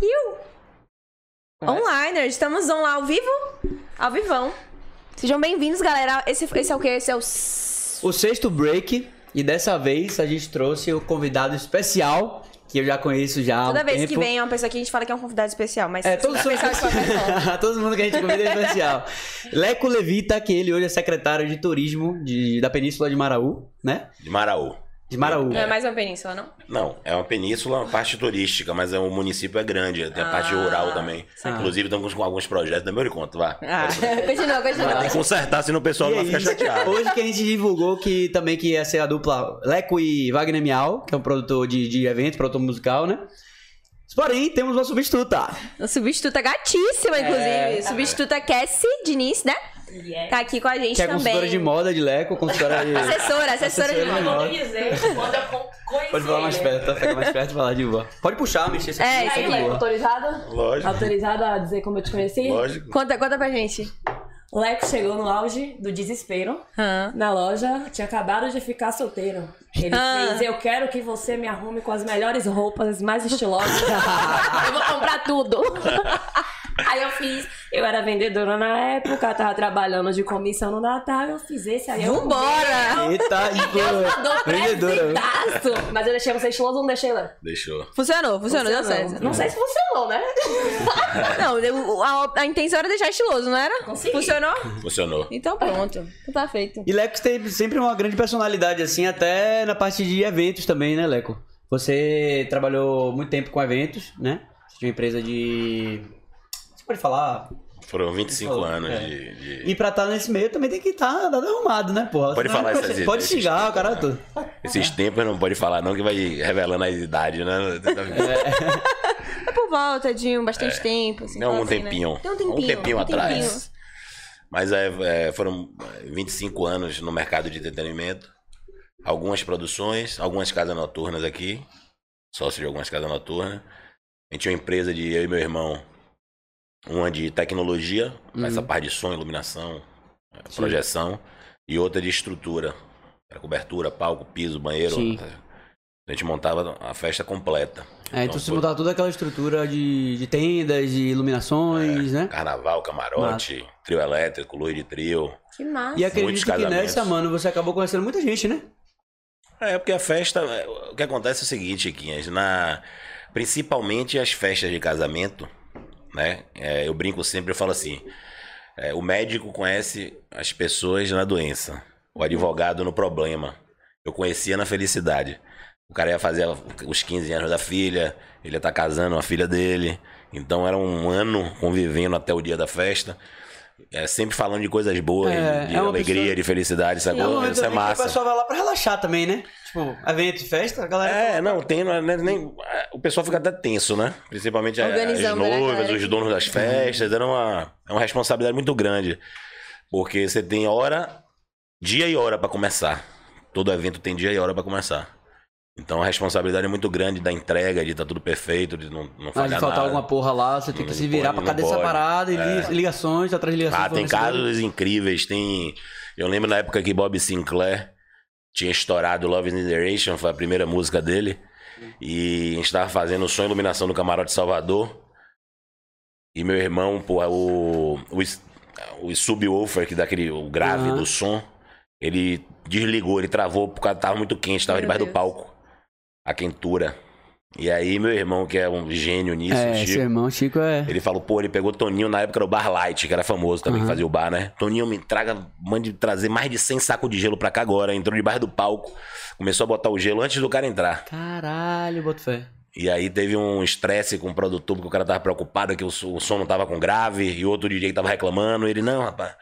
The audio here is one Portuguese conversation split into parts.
Iu! Online, estamos on ao vivo? Ao vivão. Sejam bem-vindos, galera. Esse, esse é o quê? Esse é o. s- O sexto break, e dessa vez a gente trouxe o convidado especial, que eu já conheço já há Toda um vez tempo. que vem uma pessoa aqui, a gente fala que é um convidado especial, mas. É, todo, especial de qualquer forma. todo mundo que a gente convida é especial. Leco Levita, que ele hoje é secretário de turismo de- da Península de Maraú, né? De Maraú. De Maraú. Não é mais uma península, não? Não, é uma península, uma parte turística, mas é, o município é grande, tem a parte Ah, rural também. saquei. Inclusive, estamos com alguns projetos, também eu lhe conto, vá. Ah, continua, continua. Tem que consertar, senão o pessoal E não é vai ficar isso. chateado. Hoje que a gente divulgou que também que ia ser a dupla Leco e Wagner Miau, que é um produtor de, de eventos, produtor musical, né? Porém, temos uma substituta. Uma Substituta É. gatíssima, inclusive. Substituta Cassie Diniz, né? Tá aqui com a gente Que é também. consultora de moda de Leco, consultora de. Assessora, assessora de Assessora é de moda. moda. Pode Pode falar mais perto, tá? Fica mais perto e falar de boa. Pode puxar, mexer esse É, aqui, isso tá de aqui. boa. Autorizado? Lógico, Autorizado a dizer como eu te conheci? lógico. Conta, conta pra gente. Leco chegou no auge do desespero. Hã? Na loja, tinha acabado de ficar solteiro. Ele Ah. fez, eu quero que você me arrume com as melhores roupas, as mais estilosas. Ah, eu vou comprar tudo. aí eu fiz, eu era vendedora na época, tava trabalhando de comissão no Natal, eu fiz esse aí. eu Vambora! Eita, Dou Igor. Vendedora. presentaço. Mas eu deixei você estiloso ou não deixei lá? Deixou. Funcionou, funcionou, deu certo. Não sei se funcionou, né? Não, eu- a, a intenção era deixar estiloso, não era? Consegui. Funcionou? Funcionou. Então pronto. Então tá feito. E Leco tem sempre uma grande personalidade, assim, até na parte de eventos também, né, Leco? Você trabalhou muito tempo com eventos, né? Você tinha uma empresa de. Você pode falar? Foram 25 Falou, anos é. de. de- E pra estar nesse meio também tem que estar tá, arrumado, né, porra? Pode Senão falar não- essas Pode ideias, xingar esses o cara tempos, todo. Esses tempos não pode falar, não, que vai revelando a idade, né? É por volta de um bastante tempo. Assim, Não, fala um assim, né? tempinho. Tem um tempinho. Um tempinho um atrás. Mas é, é, foram 25 anos no mercado de entretenimento. Algumas produções, algumas casas noturnas aqui. Sócio de algumas casas noturnas. A gente tinha uma empresa de eu e meu irmão. Uma de tecnologia, Uhum. essa parte de som, iluminação, eh, Sim. projeção. E outra de estrutura. Era cobertura, palco, piso, banheiro. Sim. A gente montava a festa completa. É, então você mudar toda aquela estrutura de, de tendas, de iluminações, né? Carnaval, camarote, trio elétrico, luz de trio. Que massa. E acredito que casamentos. nessa, mano, você acabou conhecendo muita gente, né? É, porque a festa. é, O que acontece é o seguinte, Chiquinhas, na, principalmente as festas de casamento, né? É, eu brinco sempre, eu falo assim: é, o médico conhece as pessoas na doença, o advogado no problema. Eu conhecia na felicidade. O cara ia fazer os 15 anos da filha, ele ia estar casando a filha dele. Então era um ano convivendo até o dia da festa. É, sempre falando de coisas boas, É, de é uma alegria, pessoa- de felicidade, É um sacou? momento Isso é também que massa. O pessoal vai lá pra relaxar também, né? Tipo, evento, festa, a galera. É, não, tem. não é nem- nem- o pessoal fica até tenso, né? Principalmente a- as Organizando, né, noivas, galera? os donos das festas. Era uma, é uma responsabilidade muito grande. Porque você tem hora, dia e hora pra começar. Todo evento tem dia e hora pra começar. Então a responsabilidade é muito grande da entrega, de estar tudo perfeito, de não, não Mas se falhar faltar nada. alguma porra lá, você tem que Não se virar pra pode, cadê não essa pode. É. parada, e li- ligações, atrás de ligações. Ah, tem fornecedores. casos incríveis. Tem. Eu lembro na época que Bob Sinclair tinha estourado Love in Generation, foi a primeira música dele. E a gente tava fazendo som e iluminação no Camarote Salvador. E meu irmão, pô, o, o, s- o subwoofer, que dá aquele o grave Aham. do som, ele desligou, ele travou, porque tava muito quente, tava Meu debaixo Deus. do palco. A quentura. E aí, meu irmão, que é um gênio nisso, É, Chico, seu irmão Chico é. ele falou, pô, ele pegou Toninho na época era o Bar Light, que era famoso também, Aham. que fazia o bar, né? Toninho me traga, mande trazer mais de 100 sacos de gelo pra cá agora. Entrou debaixo do palco, começou a botar o gelo antes do cara entrar. Caralho, boto fé. E aí teve um estresse com o produtor, porque o cara tava preocupado que o, so- o som não tava com grave, e outro DJ tava reclamando. Ele, não, rapaz,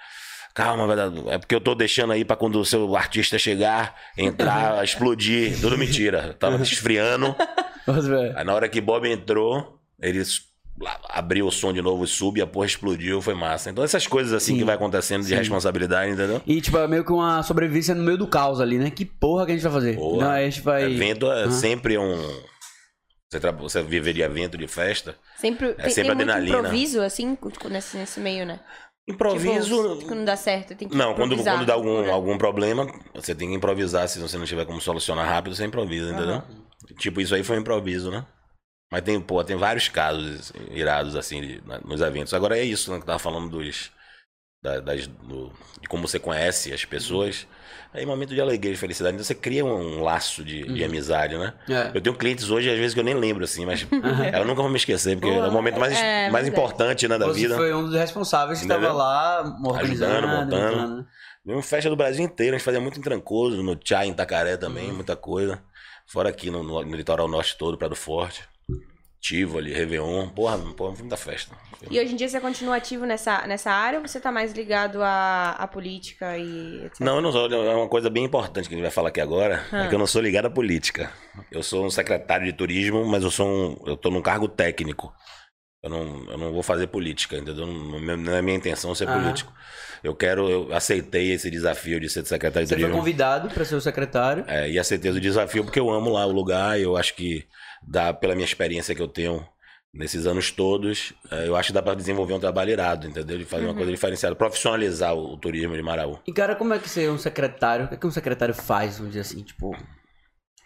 calma, vai dar. É porque eu tô deixando aí pra quando o seu artista chegar, entrar, explodir. Tudo mentira. Tava esfriando. Boto fé. Aí na hora que Bob entrou, ele s- lá- abriu o som de novo, sub, a porra explodiu, foi massa. Então essas coisas assim Sim. que vai acontecendo de Sim. responsabilidade, entendeu? E, tipo, é meio que uma sobrevivência no meio do caos ali, né? Que porra que a gente vai fazer? Porra. Não, a gente vai. Evento é Aham. sempre um. Você, tra... você viver de evento, de festa. Sempre, tem, é sempre tem muito adrenalina. improviso, assim, nesse, nesse meio, né? Improviso. Tipo, quando dá certo, tem que Não, quando, improvisar. Né? quando dá né? algum, algum problema, você tem que improvisar. Se você não tiver como solucionar rápido, você improvisa, entendeu? Tipo, isso aí foi um improviso, né? Mas tem, pô, tem vários casos irados, assim, de- na- nos eventos. Agora é isso, né, que eu tava falando dos. da- das- do- de como você conhece as pessoas. Aí, momento de alegria e felicidade. Então, você cria um, um laço de, Uhum. de amizade, né? É. Eu tenho clientes hoje, às vezes, que eu nem lembro, assim, mas eu nunca vou me esquecer, porque Boa. é o momento mais, É, mais verdade. importante, né, da Você vida. foi um dos responsáveis que Entendeu? tava lá organizando, montando. montando, né? Mesmo festa do Brasil inteiro, a gente fazia muito em Trancoso, no Chá, em Itacaré também, Uhum. muita coisa. Fora aqui no, no- no litoral norte todo, Praia do Forte. Tivoli, Réveillon. Porra, porra, muita festa. E hoje em dia você continua ativo nessa, nessa área ou você tá mais ligado à, à política e etc? Não, eu não sou. É uma coisa bem importante que a gente vai falar aqui agora. Ah. É que eu não sou ligado à política. Eu sou um secretário de turismo, mas eu sou um. Eu tô num cargo técnico. Eu não, eu não vou fazer política, entendeu? Não, não é minha intenção ser Ah. político. Eu quero. Eu aceitei esse desafio de ser secretário de Você foi turismo. convidado pra ser o secretário. É, e aceitei o desafio porque eu amo lá o lugar. Eu acho que dá, pela minha experiência que eu tenho nesses anos todos, é, eu acho que dá pra desenvolver um trabalho irado, entendeu? De fazer uma coisa diferenciada, profissionalizar o, o turismo de Maraú. E cara, como é que você é um secretário? O que é que um secretário faz, vamos dizer assim, tipo...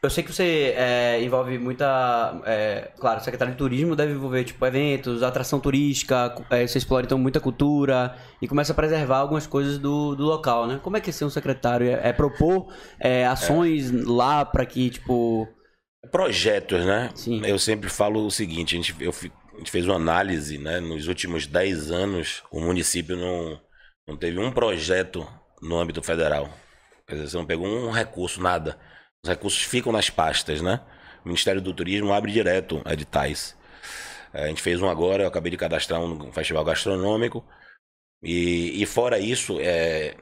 Eu sei que você é, envolve muita... é, claro, o secretário de turismo deve envolver, tipo, eventos, atração turística, cu- é, você explora, então, muita cultura e começa a preservar algumas coisas do, do local, né? Como é que é ser um secretário? É, é propor é, ações lá pra que, tipo... Projetos, né? Sim. Eu sempre falo o seguinte: a gente, eu fi- a gente fez uma análise, né? Nos últimos 10 anos, o município não, não teve um projeto no âmbito federal. Quer dizer, você não pegou um recurso, nada. Os recursos ficam nas pastas, né? O Ministério do Turismo abre direto editais. Eh, A gente fez um agora, eu acabei de cadastrar um no festival gastronômico. E, e fora isso, é,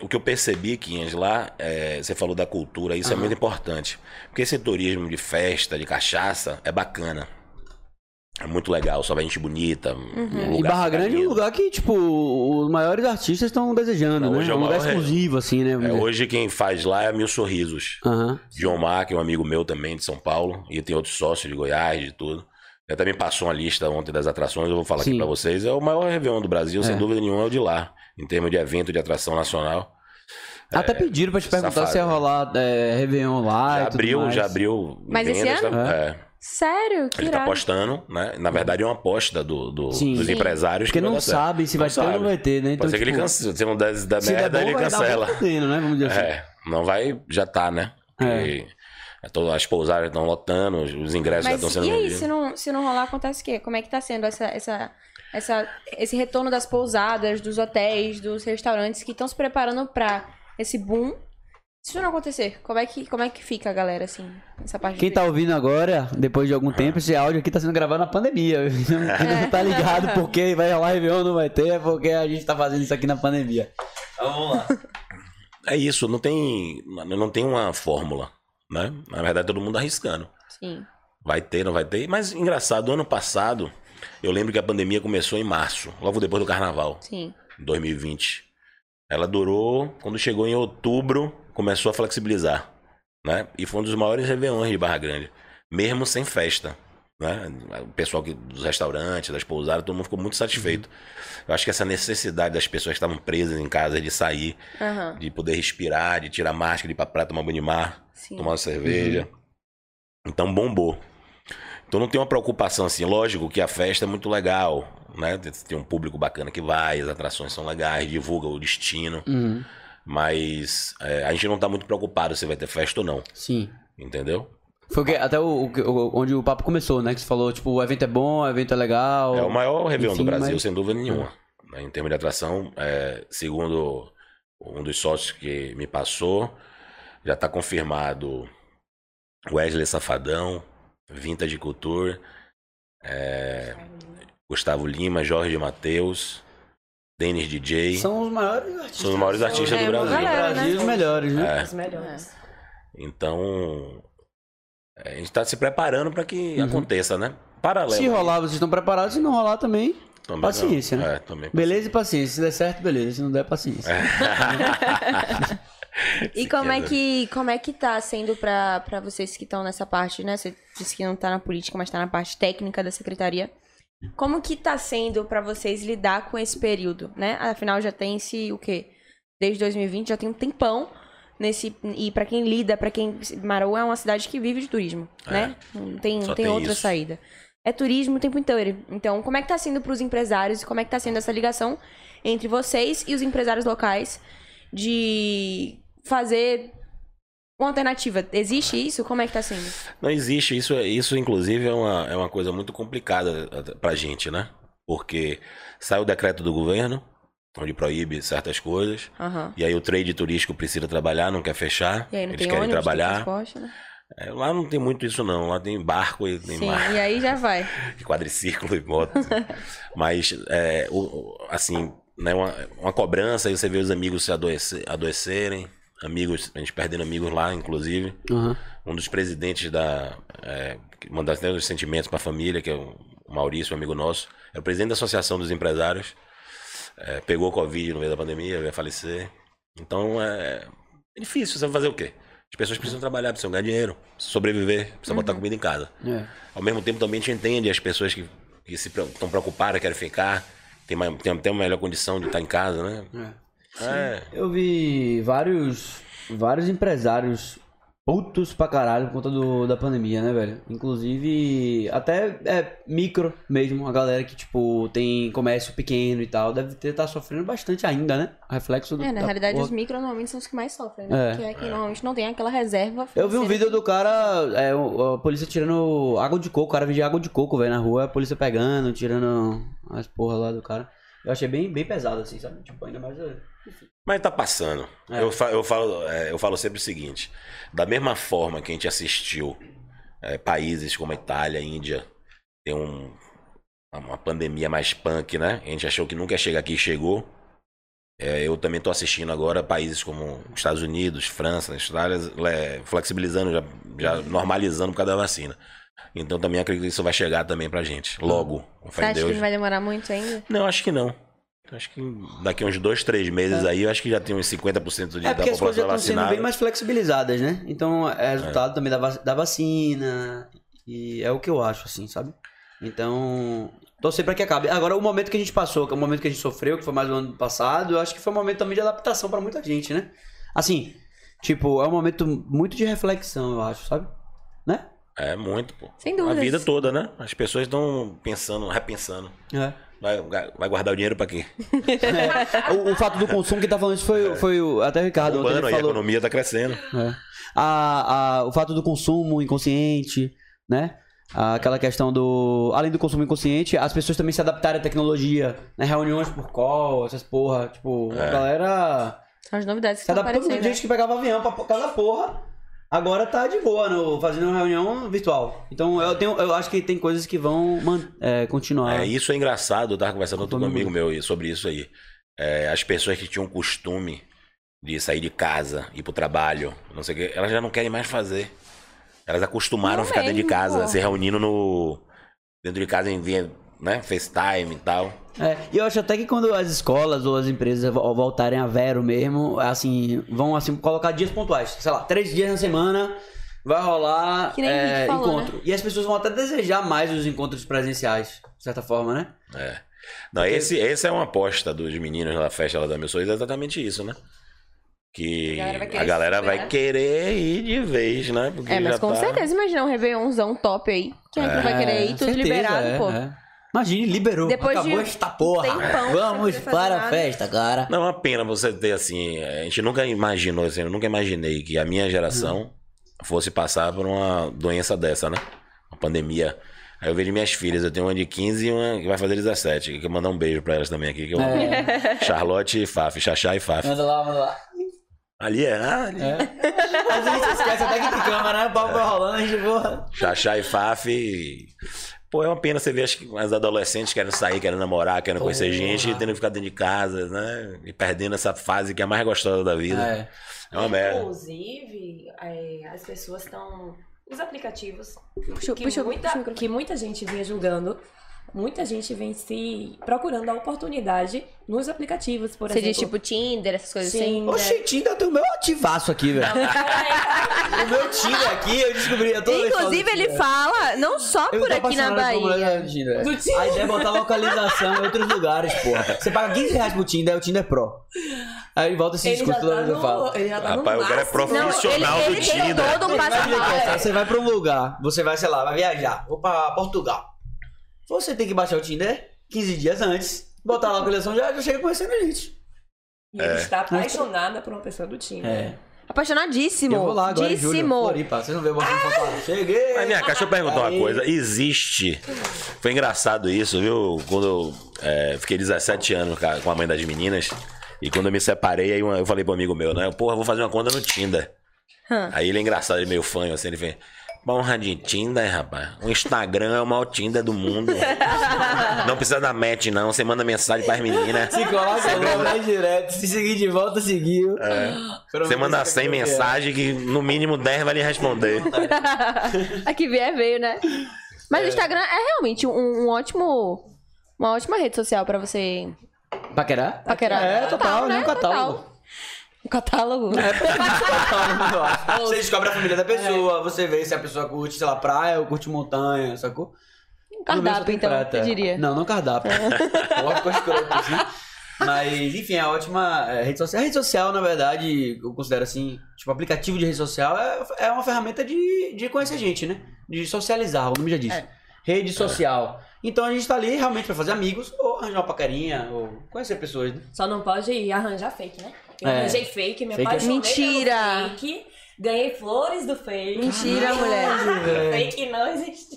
o que eu percebi, Quinhas, lá, é, você falou da cultura, isso é Aham. muito importante. Porque esse turismo de festa, de cachaça, é bacana. É muito legal, só vai gente bonita. um e lugar Barra Grande é um citadino. lugar que, tipo, os maiores artistas estão desejando, Não, né? hoje é um o lugar maior- exclusivo, assim, né? É, hoje quem faz lá é Mil Sorrisos. Aham. John Mar, que é um amigo meu também de São Paulo, e tem outros sócios de Goiás, de tudo. Ele também passou uma lista ontem das atrações, eu vou falar Sim. aqui pra vocês. É o maior Réveillon do Brasil, sem dúvida nenhuma, é o de lá, em termos de evento de atração nacional. Até pediram pra te perguntar É, safado, se ia né? rolar é, Réveillon lá. Já e tudo abriu, mais. já abriu. Mas esse vendas, ano? tá? É. Sério? Que Ele tá irado. apostando, né? Na verdade, é uma aposta do, do- Sim. dos Sim. empresários. Porque que vai não dar certo. sabe se Não vai ter ou sabe. não vai ter, né? Pode ser que ele cancele. Se não der, se der Se der merda, bom, ele vai dar bom cancela. pra ter, né? Vamos dizer assim. É, não vai, já tá, né? É. Porque é todo- as pousadas estão lotando, os- os ingressos já estão Mas sendo e aí, vendidos. se não, se não rolar, acontece o quê? Como é que tá sendo essa, essa, essa, esse retorno das pousadas, dos hotéis, dos restaurantes que estão se preparando pra esse boom? Se isso não acontecer, como é que, como é que fica a galera, assim, nessa parte Quem do- tá ouvindo agora, depois de algum tempo, esse áudio aqui tá sendo gravado na pandemia. Não, É. não tá ligado porque vai rolar Réveillon ou não vai ter, é porque a gente tá fazendo isso aqui na pandemia. É isso, não tem, não tem uma fórmula, né? Na verdade, todo mundo arriscando. Sim. Vai ter, não vai ter. Mas engraçado, ano passado, eu lembro que a pandemia começou em março, logo depois do carnaval. Sim. 2020. Ela durou, quando chegou em outubro, começou a flexibilizar, né? E foi um dos maiores réveillões de Barra Grande, mesmo sem festa, né? O pessoal que, dos restaurantes, das pousadas, todo mundo ficou muito satisfeito. Eu acho que essa necessidade das pessoas que estavam presas em casa de sair, Aham. de poder respirar, de tirar máscara, de ir pra praia, tomar banho de mar, Sim. tomar uma cerveja. Então bombou. Então não tem uma preocupação assim. Lógico que a festa é muito legal, né? Tem- Tem um público bacana que vai, as atrações são legais, divulga o destino. Uhum. Mas é, a gente não tá muito preocupado se vai ter festa ou não, Sim. entendeu? Foi o que- até o, o que- o- onde o papo começou, né? Que você falou, tipo, o evento é bom, o evento é legal. É o maior Réveillon Enfim, do Brasil, mas- é. sem dúvida nenhuma. né? Em termos de atração, é, segundo um dos sócios que me passou, já está confirmado Wesley Safadão, Vintage Culture, é, Gustavo Lima, Jorge Matheus, Denis DJ. São os maiores artistas. São os maiores artistas É, do Brasil. galera, né? Brasil, os melhores, né? É. Os melhores. Então, é, a gente está se preparando para que Uhum. aconteça, né? Paralelo. Se rolar, vocês estão preparados. Se não rolar também, Também não. paciência, né? É, também. Beleza e paciência. Se der certo, beleza. Se não der, paciência. E como é, que, como é que tá sendo pra, pra vocês que estão nessa parte, né? Você disse que não tá na política, mas tá na parte técnica da secretaria. Como que tá sendo pra vocês lidar com esse período, né? Afinal, já tem-se o quê? Desde 2020, já tem um tempão nesse... E pra quem lida, pra quem... Marou é uma cidade que vive de turismo, É. né? Não tem, não Só tem, tem outra isso. saída. é turismo o tempo inteiro. Então, como é que tá sendo pros empresários e como é que tá sendo essa ligação entre vocês e os empresários locais de fazer uma alternativa? Existe isso? Como é que tá sendo? Não existe. Isso, isso inclusive, é uma, é uma coisa muito complicada pra gente, né? Porque sai o decreto do governo, onde proíbe certas coisas. Aham. E aí o trade turístico precisa trabalhar, não quer fechar. E aí não Eles tem querem ônibus, não tem trabalhar. transporte, né? É, lá não tem muito isso, não. Lá tem barco e tem Sim, mar. e aí já vai. de quadriciclo e moto. Mas, é, o- o- assim, né, uma, uma cobrança, aí você vê os amigos se adoece- adoecerem, amigos, a gente perdendo amigos lá, inclusive. Aham. Um dos presidentes da. É, que mandou até os sentimentos para a família, que é o Maurício, um amigo nosso, é o presidente da Associação dos Empresários. É, pegou Covid no meio da pandemia, veio a falecer. Então é, é difícil, você vai fazer o quê? As pessoas precisam trabalhar, precisam ganhar dinheiro, sobreviver, precisam botar comida em casa. É. Ao mesmo tempo, também a gente entende as pessoas que, que se estão preocupadas, querem ficar, tem, mais, tem até uma melhor condição de estar em casa, né? É. Eu vi vários, vários empresários putos pra caralho por conta do, da pandemia, né, velho? Inclusive, até é, micro mesmo, a galera que, tipo, tem comércio pequeno e tal, deve estar sofrendo bastante ainda, né? Reflexo do. É, na da realidade, porra. os micro normalmente são os que mais sofrem, né? É. Que é quem normalmente não tem aquela reserva. Eu vi um financeira. vídeo do cara, é, o- a polícia tirando água de coco, o cara vendia água de coco, velho, na rua, a polícia pegando, tirando as porra lá do cara. Eu achei bem, bem pesado, assim, sabe? Tipo, ainda mais. é, Mas tá passando. É. Eu, fa- eu falo, é, eu falo sempre o seguinte: da mesma forma que a gente assistiu é, países como a Itália, a Índia, tem um, uma pandemia mais punk, né? A gente achou que nunca ia chegar aqui e chegou. É, eu também tô assistindo agora países como Estados Unidos, França, Austrália, le- flexibilizando, já, já Uhum. normalizando por causa da vacina. Então também acredito que isso vai chegar também pra gente. Logo, com Você fé em acha que Deus. não vai demorar muito ainda? Não, acho que não. Acho que daqui uns dois, três meses aí, eu acho que já tem uns 50% de, É da porque as coisas já população estão sendo vacinada. bem mais flexibilizadas, né? Então é resultado também da, vac- da vacina. E é o que eu acho, assim, sabe? Então, torcer pra que acabe. Agora, o momento que a gente passou, que é o momento que a gente sofreu, que foi mais o ano passado, eu acho que foi um momento também de adaptação pra muita gente, né? Assim, tipo, é um momento muito de reflexão, eu acho, sabe? Né? É muito, pô. Sem dúvidas. A vida toda, né? As pessoas estão pensando, repensando. É. Vai, vai guardar o dinheiro pra quê? O, o fato do consumo que tá falando isso foi, foi o, até o Ricardo ontem Urbano, ele aí a falou. economia tá crescendo. É. A, a- o fato do consumo inconsciente, né? A- Aquela questão do. Além do consumo inconsciente, as pessoas também se adaptaram à tecnologia, né? Reuniões por call, essas porra. Tipo, É. a galera São as novidades que se estão adaptou. Tem aparecendo. gente que pegava avião pra cada porra. Agora tá de boa, no, fazendo uma reunião virtual. Então eu, tenho, eu acho que tem coisas que vão man- é, continuar. Ah. É, isso é engraçado, eu tava conversando Tô com um amigo muito. meu aí sobre isso aí. É, as pessoas que tinham costume de sair de casa, ir pro trabalho, não sei o quê, elas já não querem mais fazer. Elas acostumaram Não a ficar dentro de mesmo, casa, pô. se reunindo no. Dentro de casa em via, né? FaceTime e tal. É, e eu acho até que quando as escolas ou as empresas vo- voltarem a Vero mesmo, assim, vão assim colocar dias pontuais. Sei lá, três dias na semana vai rolar Que nem é, a gente falou, né? encontro. E as pessoas vão até desejar mais os encontros presenciais, de certa forma, né? É. Não, esse, esse é uma aposta dos meninos na festa lá da Missões, é exatamente isso, né? Que A galera vai a querer galera superar. vai querer ir de vez, né? Porque É, mas já com tá- certeza, imagina um Réveillonzão top aí. Que a gente vai querer ir, É, tudo certeza, liberado, é, pô. é. Imagine, liberou. Depois acabou de um esta porra. tempão sem Vamos poder fazer para a nada. festa, cara. Não é uma pena você ter assim. A gente nunca imaginou, assim, eu nunca imaginei que a minha geração fosse passar por uma doença dessa, né? Uma pandemia. Aí eu vejo minhas filhas, eu tenho uma de 15 e uma que vai fazer 17. Que eu mandar um beijo pra elas também aqui. Que eu... É. Charlotte e Faf, Xaxá e Faf. Manda lá, manda lá. Ali é, ah, ali É. Mas a gente esquece até que tem cama, né? O pau vai rolando, a gente porra. é. Xaxá e Faf. e- Pô, é uma pena você ver as, as adolescentes querendo sair, querendo namorar, querendo conhecer Porra. gente e tendo que ficar dentro de casa, né? E perdendo essa fase que é a mais gostosa da vida. É. É, uma merda. Inclusive, é, as pessoas estão. Os aplicativos Puxa, que, puxa, puxa muita, o microfone. que muita gente vinha julgando, muita gente vem se procurando a oportunidade nos aplicativos, por Você exemplo. diz tipo assim. Tinder, essas coisas Sim. né? Oxi, Tinder, eu tenho o meu ativaço aqui, velho. O meu Tinder aqui, eu descobri. Eu tô assim. Inclusive, ele fala, não só por tá aqui na Bahia. Do Tinder. A ideia é botar localização em outros lugares, porra. Você paga 15 reais pro Tinder, aí o Tinder é Pro. Aí volta esse ele, já discurso tá toda vez que eu falo. no, ele já tá no Rapaz, o cara é máximo. um Não, ele, Profissional ele do tem Tinder. todo um passo a Imagina, passo. Você vai pra um lugar, você vai, sei lá, vai viajar, vou pra Portugal. Você tem que baixar o Tinder 15 dias antes, botar lá a coleção, já, já chega conhecendo a gente. E É. ele está apaixonada por uma pessoa do time. É. Apaixonadíssimo. Eu vou lá agora, em julho, Díssimo. Floripa. Vocês não vê o Bolsonaro falar, cheguei. Mas minha caixa, deixa eu perguntar uma Aí. coisa. Existe. Foi engraçado isso, viu? Quando eu é, fiquei 17 anos ca- com a mãe das meninas. E quando eu me separei, aí uma- eu falei pro amigo meu, né? Porra, eu vou fazer uma conta no Tinder. Hã. Aí ele é engraçado, ele é meio fã, assim, ele fez. Porra de Tinder, rapaz. O Instagram é o maior Tinder do mundo. não precisa da match, não. Você manda mensagem pras meninas. Se coloca logo mais direto. Se seguir de volta, seguiu. Pelo É. Você menos manda isso 100 aqui eu quero. mensagens que no mínimo 10 vai lhe responder. A que vier veio, né? Mas o Instagram é realmente um, um ótimo. Uma ótima rede social pra você Paquerar? paquerar. É, total, né? Um catálogo. Total. Um catálogo. É. né, Você descobre a família da pessoa, você vê se a pessoa curte, sei lá, praia ou curte montanha, sacou? Um Pelo menos cardápio, só tem então, prata. eu diria. É. Não, não cardápio. Logo com as crotas, né? Mas, enfim, é ótima é, rede social. A rede social, na verdade, eu considero assim, tipo, aplicativo de rede social é, é uma ferramenta de, de conhecer gente, né? De socializar, o nome já diz. É. Rede social. Então a gente tá ali realmente pra fazer amigos ou arranjar uma paquerinha ou conhecer pessoas, né? Só não pode ir arranjar fake, né? Eu É. arranjei fake, me Fake é- apaixonei Mentira! pelo fake, ganhei flores do fake. Mentira, mulher. fake não existe.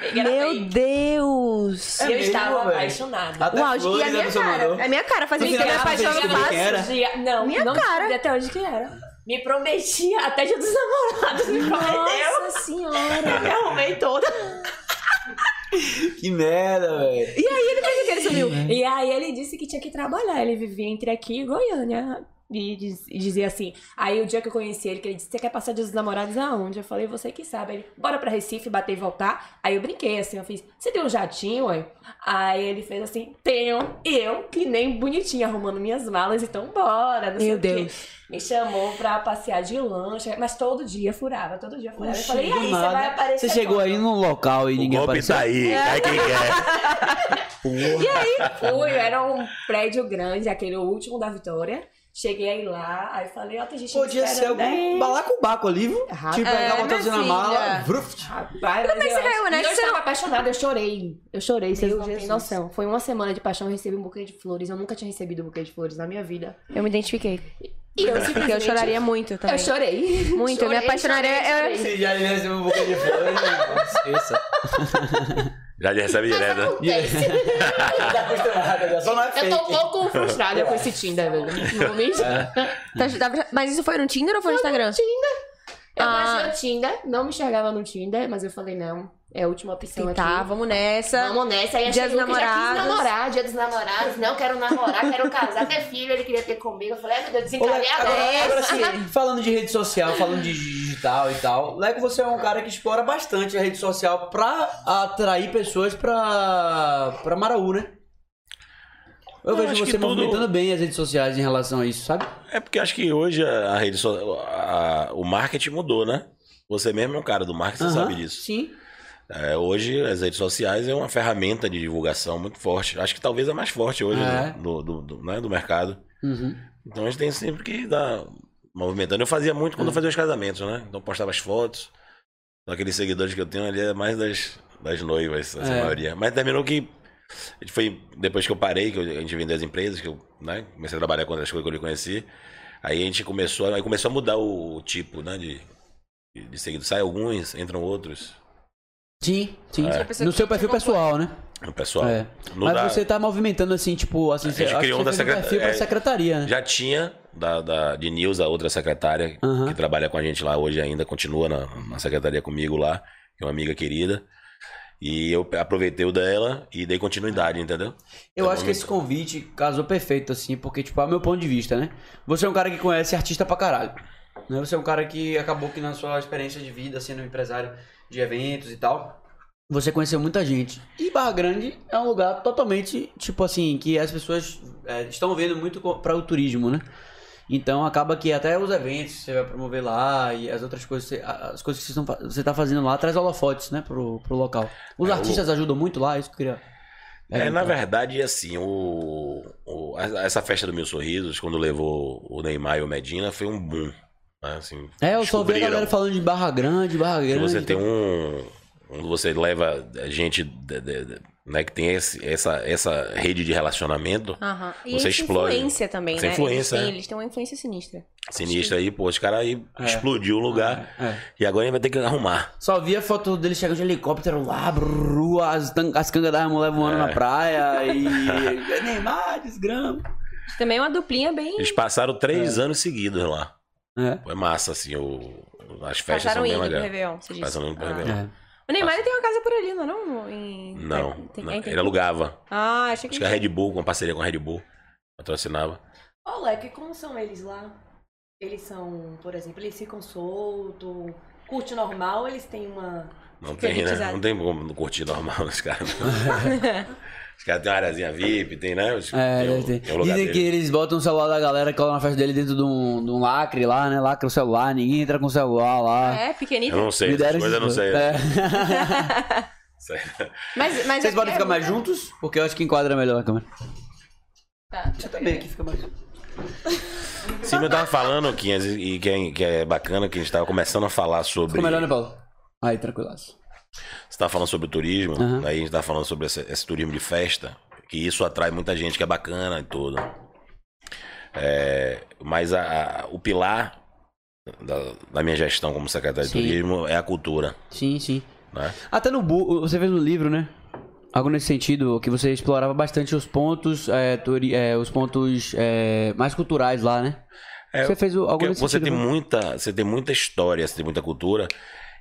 Fake era Meu fake. Deus! É eu mesmo, estava velho? apaixonada. Até Uau, e flores né, a a minha pessoa cara. mandou. É minha cara fazer No isso. Eu me final, você apaixono descobriu quem fácil. era? Dia- Não, Minha não cara. descobri até hoje quem era. Me prometi até dia dos namorados, me prometeu. Nossa senhora! Eu me arrumei toda. Que merda, velho. E aí, ele fez o que ele sumiu? É. E aí ele disse que tinha que trabalhar. Ele vivia entre aqui e Goiânia. E, diz- e dizia assim. Aí o dia que eu conheci ele, que ele disse: Você quer passar dia dos namorados aonde? Eu falei, você que sabe. Ele, bora pra Recife, bater e voltar. Aí eu brinquei assim, eu fiz, você tem um jatinho, ué? Aí ele fez assim, tenho. E eu, que nem bonitinha, arrumando minhas malas, então bora. Não sei Meu o quê. Deus. Me chamou pra passear de lancha, mas todo dia furava, todo dia furava. eu Oxe, falei, e do aí, você nada. vai aparecer. Você chegou quando?" aí num local e O ninguém golpe apareceu. É. tá aí, cai quem quer. Fui, era um prédio grande, aquele último da Vitória. Cheguei aí lá, aí falei, ó, tem gente Podia me ser esperando né? algum aí. balacobaco ali, viu? Rapaz. Tipo, pegar, É, botar você na minha mala, filha. vruf, Rapaz, mas que eu você caiu, né? acho- e Eu Você estava apaixonada, eu chorei. é um Eu chorei, vocês Meu não têm Jesus. noção. Foi uma semana de paixão, eu recebi um buquê de flores. Eu nunca tinha recebido um buquê de flores na minha vida. Eu me identifiquei. E eu Porque simplesmente... eu choraria muito também. Eu chorei. Muito, eu me Chorei, apaixonaria. chorei, eu- Você chorei. já recebeu um bocadinho de flores, né? Esqueça. Já lhe recebe direto. né? Acontece. Tá acostumado, já só não é Eu fake. tô um pouco frustrada com esse Tinder, velho. Não vou mentir. Tá- tá- Mas isso foi no Tinder ou foi no Instagram? Eu Ah. baixei o Tinder, não me enxergava no Tinder, mas eu falei, não, é a última opção Tá, aqui. vamos nessa. Vamos nessa, aí Dia achei dos um que já quis namorados. namorar, dia dos namorados, não quero namorar, quero casar, ter filho, ele queria ter comigo, eu falei, ai meu Deus, Ô, Leco, desencanei agora, agora. agora sim, falando de rede social, falando de digital e tal, Leco, você é um cara que explora bastante a rede social pra atrair pessoas pra, pra Maraú, né? Eu, Eu acho vejo que você tudo- movimentando bem as redes sociais em relação a isso, sabe? É porque acho que hoje a rede social, a- o marketing mudou, né? Você mesmo é um cara do marketing, você Aham, sabe disso. Sim. É, hoje as redes sociais é uma ferramenta de divulgação muito forte. Acho que talvez a mais forte hoje É. né? do, do, do- né? do mercado. Uhum. Então a gente tem sempre que dar movimentando. Eu fazia muito Hum. quando eu fazia os casamentos, né? Então eu postava as fotos. Então, Aqueles seguidores que eu tenho ali é mais das, das noivas, essa É. maioria. Mas terminou que. a gente Foi depois que eu parei, que eu- a gente vendeu as empresas, que eu né, comecei a trabalhar com outras coisas que eu lhe conheci. Aí a gente começou, aí começou a mudar o, tipo né, de, de, de seguidor. Sai alguns, entram outros. Sim, sim. É. Sim, a é pessoa No que seu te perfil acompanha. pessoal, né? O pessoal. É. Não Mas dá- você tá movimentando assim, tipo, assim, você, acho gente que criou você um da fez um secreta- perfil pra é. secretaria, né? Já tinha da, da- de Nilza, outra secretária, Aham. que trabalha com a gente lá hoje ainda, continua na, na secretaria comigo lá, que é uma amiga querida. E eu aproveitei o dela e dei continuidade, entendeu? É Eu acho que esse convite casou perfeito, assim, porque, tipo, é o meu ponto de vista, né? Você é um cara que conhece artista pra caralho. Né? Você é um cara que acabou que na sua experiência de vida, sendo um empresário de eventos e tal, você conheceu muita gente. E Barra Grande é um lugar totalmente, tipo assim, que as pessoas é, estão vendo muito co- pra o turismo, né? Então acaba que até os eventos que você vai promover lá e as outras coisas, que você- as coisas que vocês estão fa- você tá fazendo lá, traz holofotes, né, pro, pro local. Os É, o- artistas ajudam muito lá, isso que eu queria. É, na perguntar. verdade, assim, o, o- a- essa festa do Mil Sorrisos, quando levou o Neymar e o Medina, foi um boom. né? Assim, É, eu só vi a descobriram. galera falando né, então. de Barra Grande, tá Barra Que Grande. você tem um. um- Você leva gente de- de- de- né, que tem esse- essa, essa rede de relacionamento Aham. E Você eles têm explode. influência também, Você né? influencia, eles, têm, é. eles têm uma influência sinistra. sinistra aí, pô, os caras aí É. explodiu o lugar É. e agora a gente vai ter que arrumar. Só via foto dele chegando de helicóptero lá, brrr, as, tan- as cangas da mulher voando É. na praia e. Neymar, desgrama. Também é uma duplinha bem. Eles passaram três anos seguidos lá. É. Foi massa, assim, o... as festas Passaram são bem indo pro legais. Réveillon, você disse. Passaram indo pro Ah. Réveillon. É. O Neymar ele tem uma casa por ali, não é? Não, em... Não, Tem- não. é, tem- ele alugava. Ah, achei que. Acho que a Red Bull, com parceria com a Red Bull, patrocinava. Ô, Leque, como são eles lá? Eles é são, por exemplo, eles ficam soltos, curte normal, ou eles têm uma. Não tem, né? elitizado. Não tem como não curtir normal os caras. os caras têm uma areazinha VIP, tem, né? Os- É, tem o- deve ter. tem o Dizem lugar que dele. eles botam o celular da galera que cola na festa dele dentro de um, de um lacre lá, né? Lacre o celular, ninguém entra com o celular lá. É, pequenito. Eu não sei, Me essas deram coisas eu não esse- sei. É. Isso aí. Mas, mas Vocês é- podem é ficar mais muita- juntos? Porque eu acho que enquadra melhor a câmera. Tá. Você também aqui fica mais. Sim, mas eu tava falando, Quinhas, e que é, que é bacana que a gente tava começando a falar sobre. Ficou melhor, né, Paulo? Aí, tranquilaço. Você tá falando sobre turismo, Aham. aí a gente tá falando sobre esse, esse turismo de festa, que isso atrai muita gente que é bacana e tudo. É, mas a- a- o pilar da, da minha gestão como secretário Sim. de turismo é a cultura, Sim, sim. né? Até no bu você fez um livro, né? Algo nesse sentido, que você explorava bastante os pontos, é, turi- é, os pontos é, mais culturais lá, né? É, você fez o- algo Porque nesse você tem sentido. né? muita, você tem muita história, você tem muita cultura.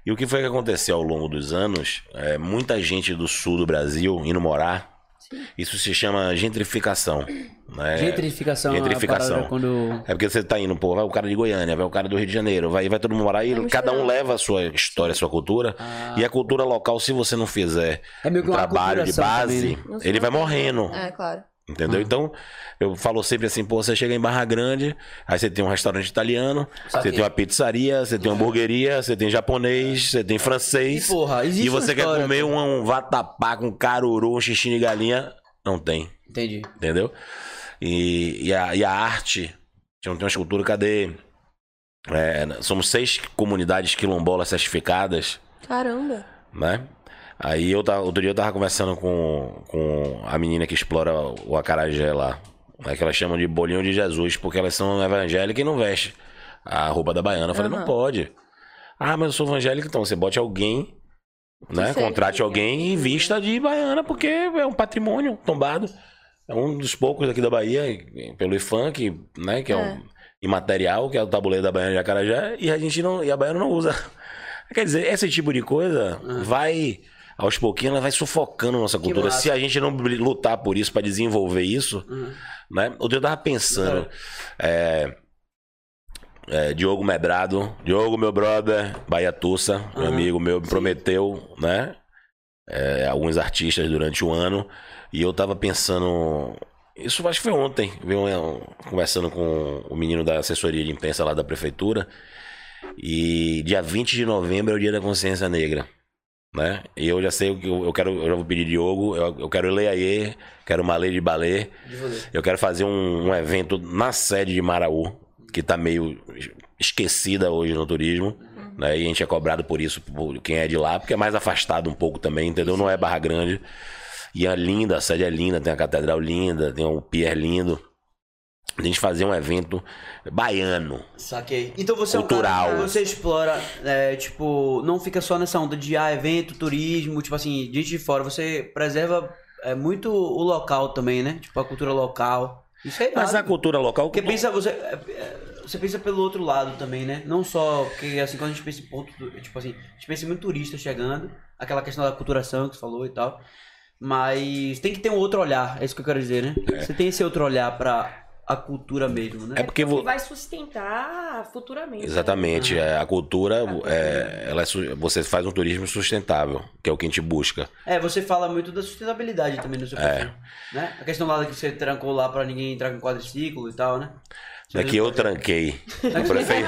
E o que foi que aconteceu ao longo dos anos? É, muita gente do sul do Brasil indo morar. Isso se chama gentrificação. Né? Gentrificação. a Gentrificação. parada Quando... É porque você tá indo, pô, vai o cara de Goiânia, vai o cara do Rio de Janeiro, vai, vai todo mundo morar aí, cada um leva a sua história, a sua cultura. E a cultura local, se você não fizer Ah. É meio que um uma trabalho de aculturação base, também, né? Ah. Não sei ele vai como é. morrendo. É, claro. Entendeu? Então, eu falo sempre assim, pô, você chega em Barra Grande, aí você tem um restaurante italiano, você tem uma pizzaria, você tem uma hamburgueria, você tem japonês, você tem francês. É. E, porra, existe e uma você história, quer comer um, um vatapá com caruru, um xixi de galinha, não tem. Entendi. Entendeu? E, e, a, e a arte, tinha tem uma escultura, cadê? É, somos seis comunidades quilombolas certificadas, Caramba. né? Aí eu tava, outro dia eu tava conversando com, com a menina que explora o acarajé lá, né? que elas chamam de bolinho de Jesus, porque elas são evangélicas e não vestem a roupa da baiana. Eu falei, Aham. não pode. Ah, mas eu sou evangélico, então você bote alguém, né? seja, Contrate né? alguém e vista de baiana, porque é um patrimônio tombado. É um dos poucos aqui da Bahia, e- e pelo IFAM, que, né, que é, um imaterial, que é o tabuleiro da Baiana de Acarajé, e a gente não, e a Baiana não usa. Quer dizer, esse tipo de coisa vai, aos pouquinhos, ela vai sufocando a nossa cultura. massa. Se a gente não bri- lutar por isso, pra desenvolver isso, né? Outro dia eu tava pensando, é, é, Diogo Medrado, Diogo, meu brother, Bahia Tussa, meu Aham. amigo meu, me prometeu, né? é, alguns artistas durante o ano. E eu tava pensando. Isso acho que foi ontem, viu? Eu conversando com o menino da assessoria de imprensa lá da prefeitura. E dia 20 de novembro é o dia da consciência negra. Né? E eu já sei o que eu, eu quero. Eu já vou pedir Diogo, eu, eu quero Leiaê, quero Malê de Balê. Eu quero fazer um, um evento na sede de Maraú, que tá meio es- esquecida hoje no turismo. Uhum. Né? E a gente é cobrado por isso, por quem é de lá, porque é mais afastado um pouco também, entendeu? Não é Barra Grande. E é linda, a sede é linda, tem a catedral linda, tem o pier lindo. A gente fazer um evento baiano. Saquei. Então você é um Cultural. cara que você explora, é, tipo, não fica só nessa onda de ah, evento, turismo, tipo assim, gente de fora. Você preserva é, muito o local também, né? Tipo, a cultura local. Isso é Mas a irado. cultura local. Porque pensa, você, é, é, você pensa pelo outro lado também, né? Não só, porque assim, quando a gente pensa em ponto, do- tipo assim, a gente pensa em muito turista chegando, aquela questão da culturação que você falou e tal. Mas tem que ter um outro olhar, é isso que eu quero dizer, né? Você tem esse outro olhar pra a cultura mesmo, né? É porque. Que vo- vai sustentar futuramente. né? Exatamente. é, A cultura, é, ela é su- você faz um turismo sustentável, que é o que a gente busca. É, você fala muito da sustentabilidade também no seu É. perfil, né? A questão lá que você trancou lá pra ninguém entrar com quadriciclo e tal, né? É que eu tranquei. O prefeito.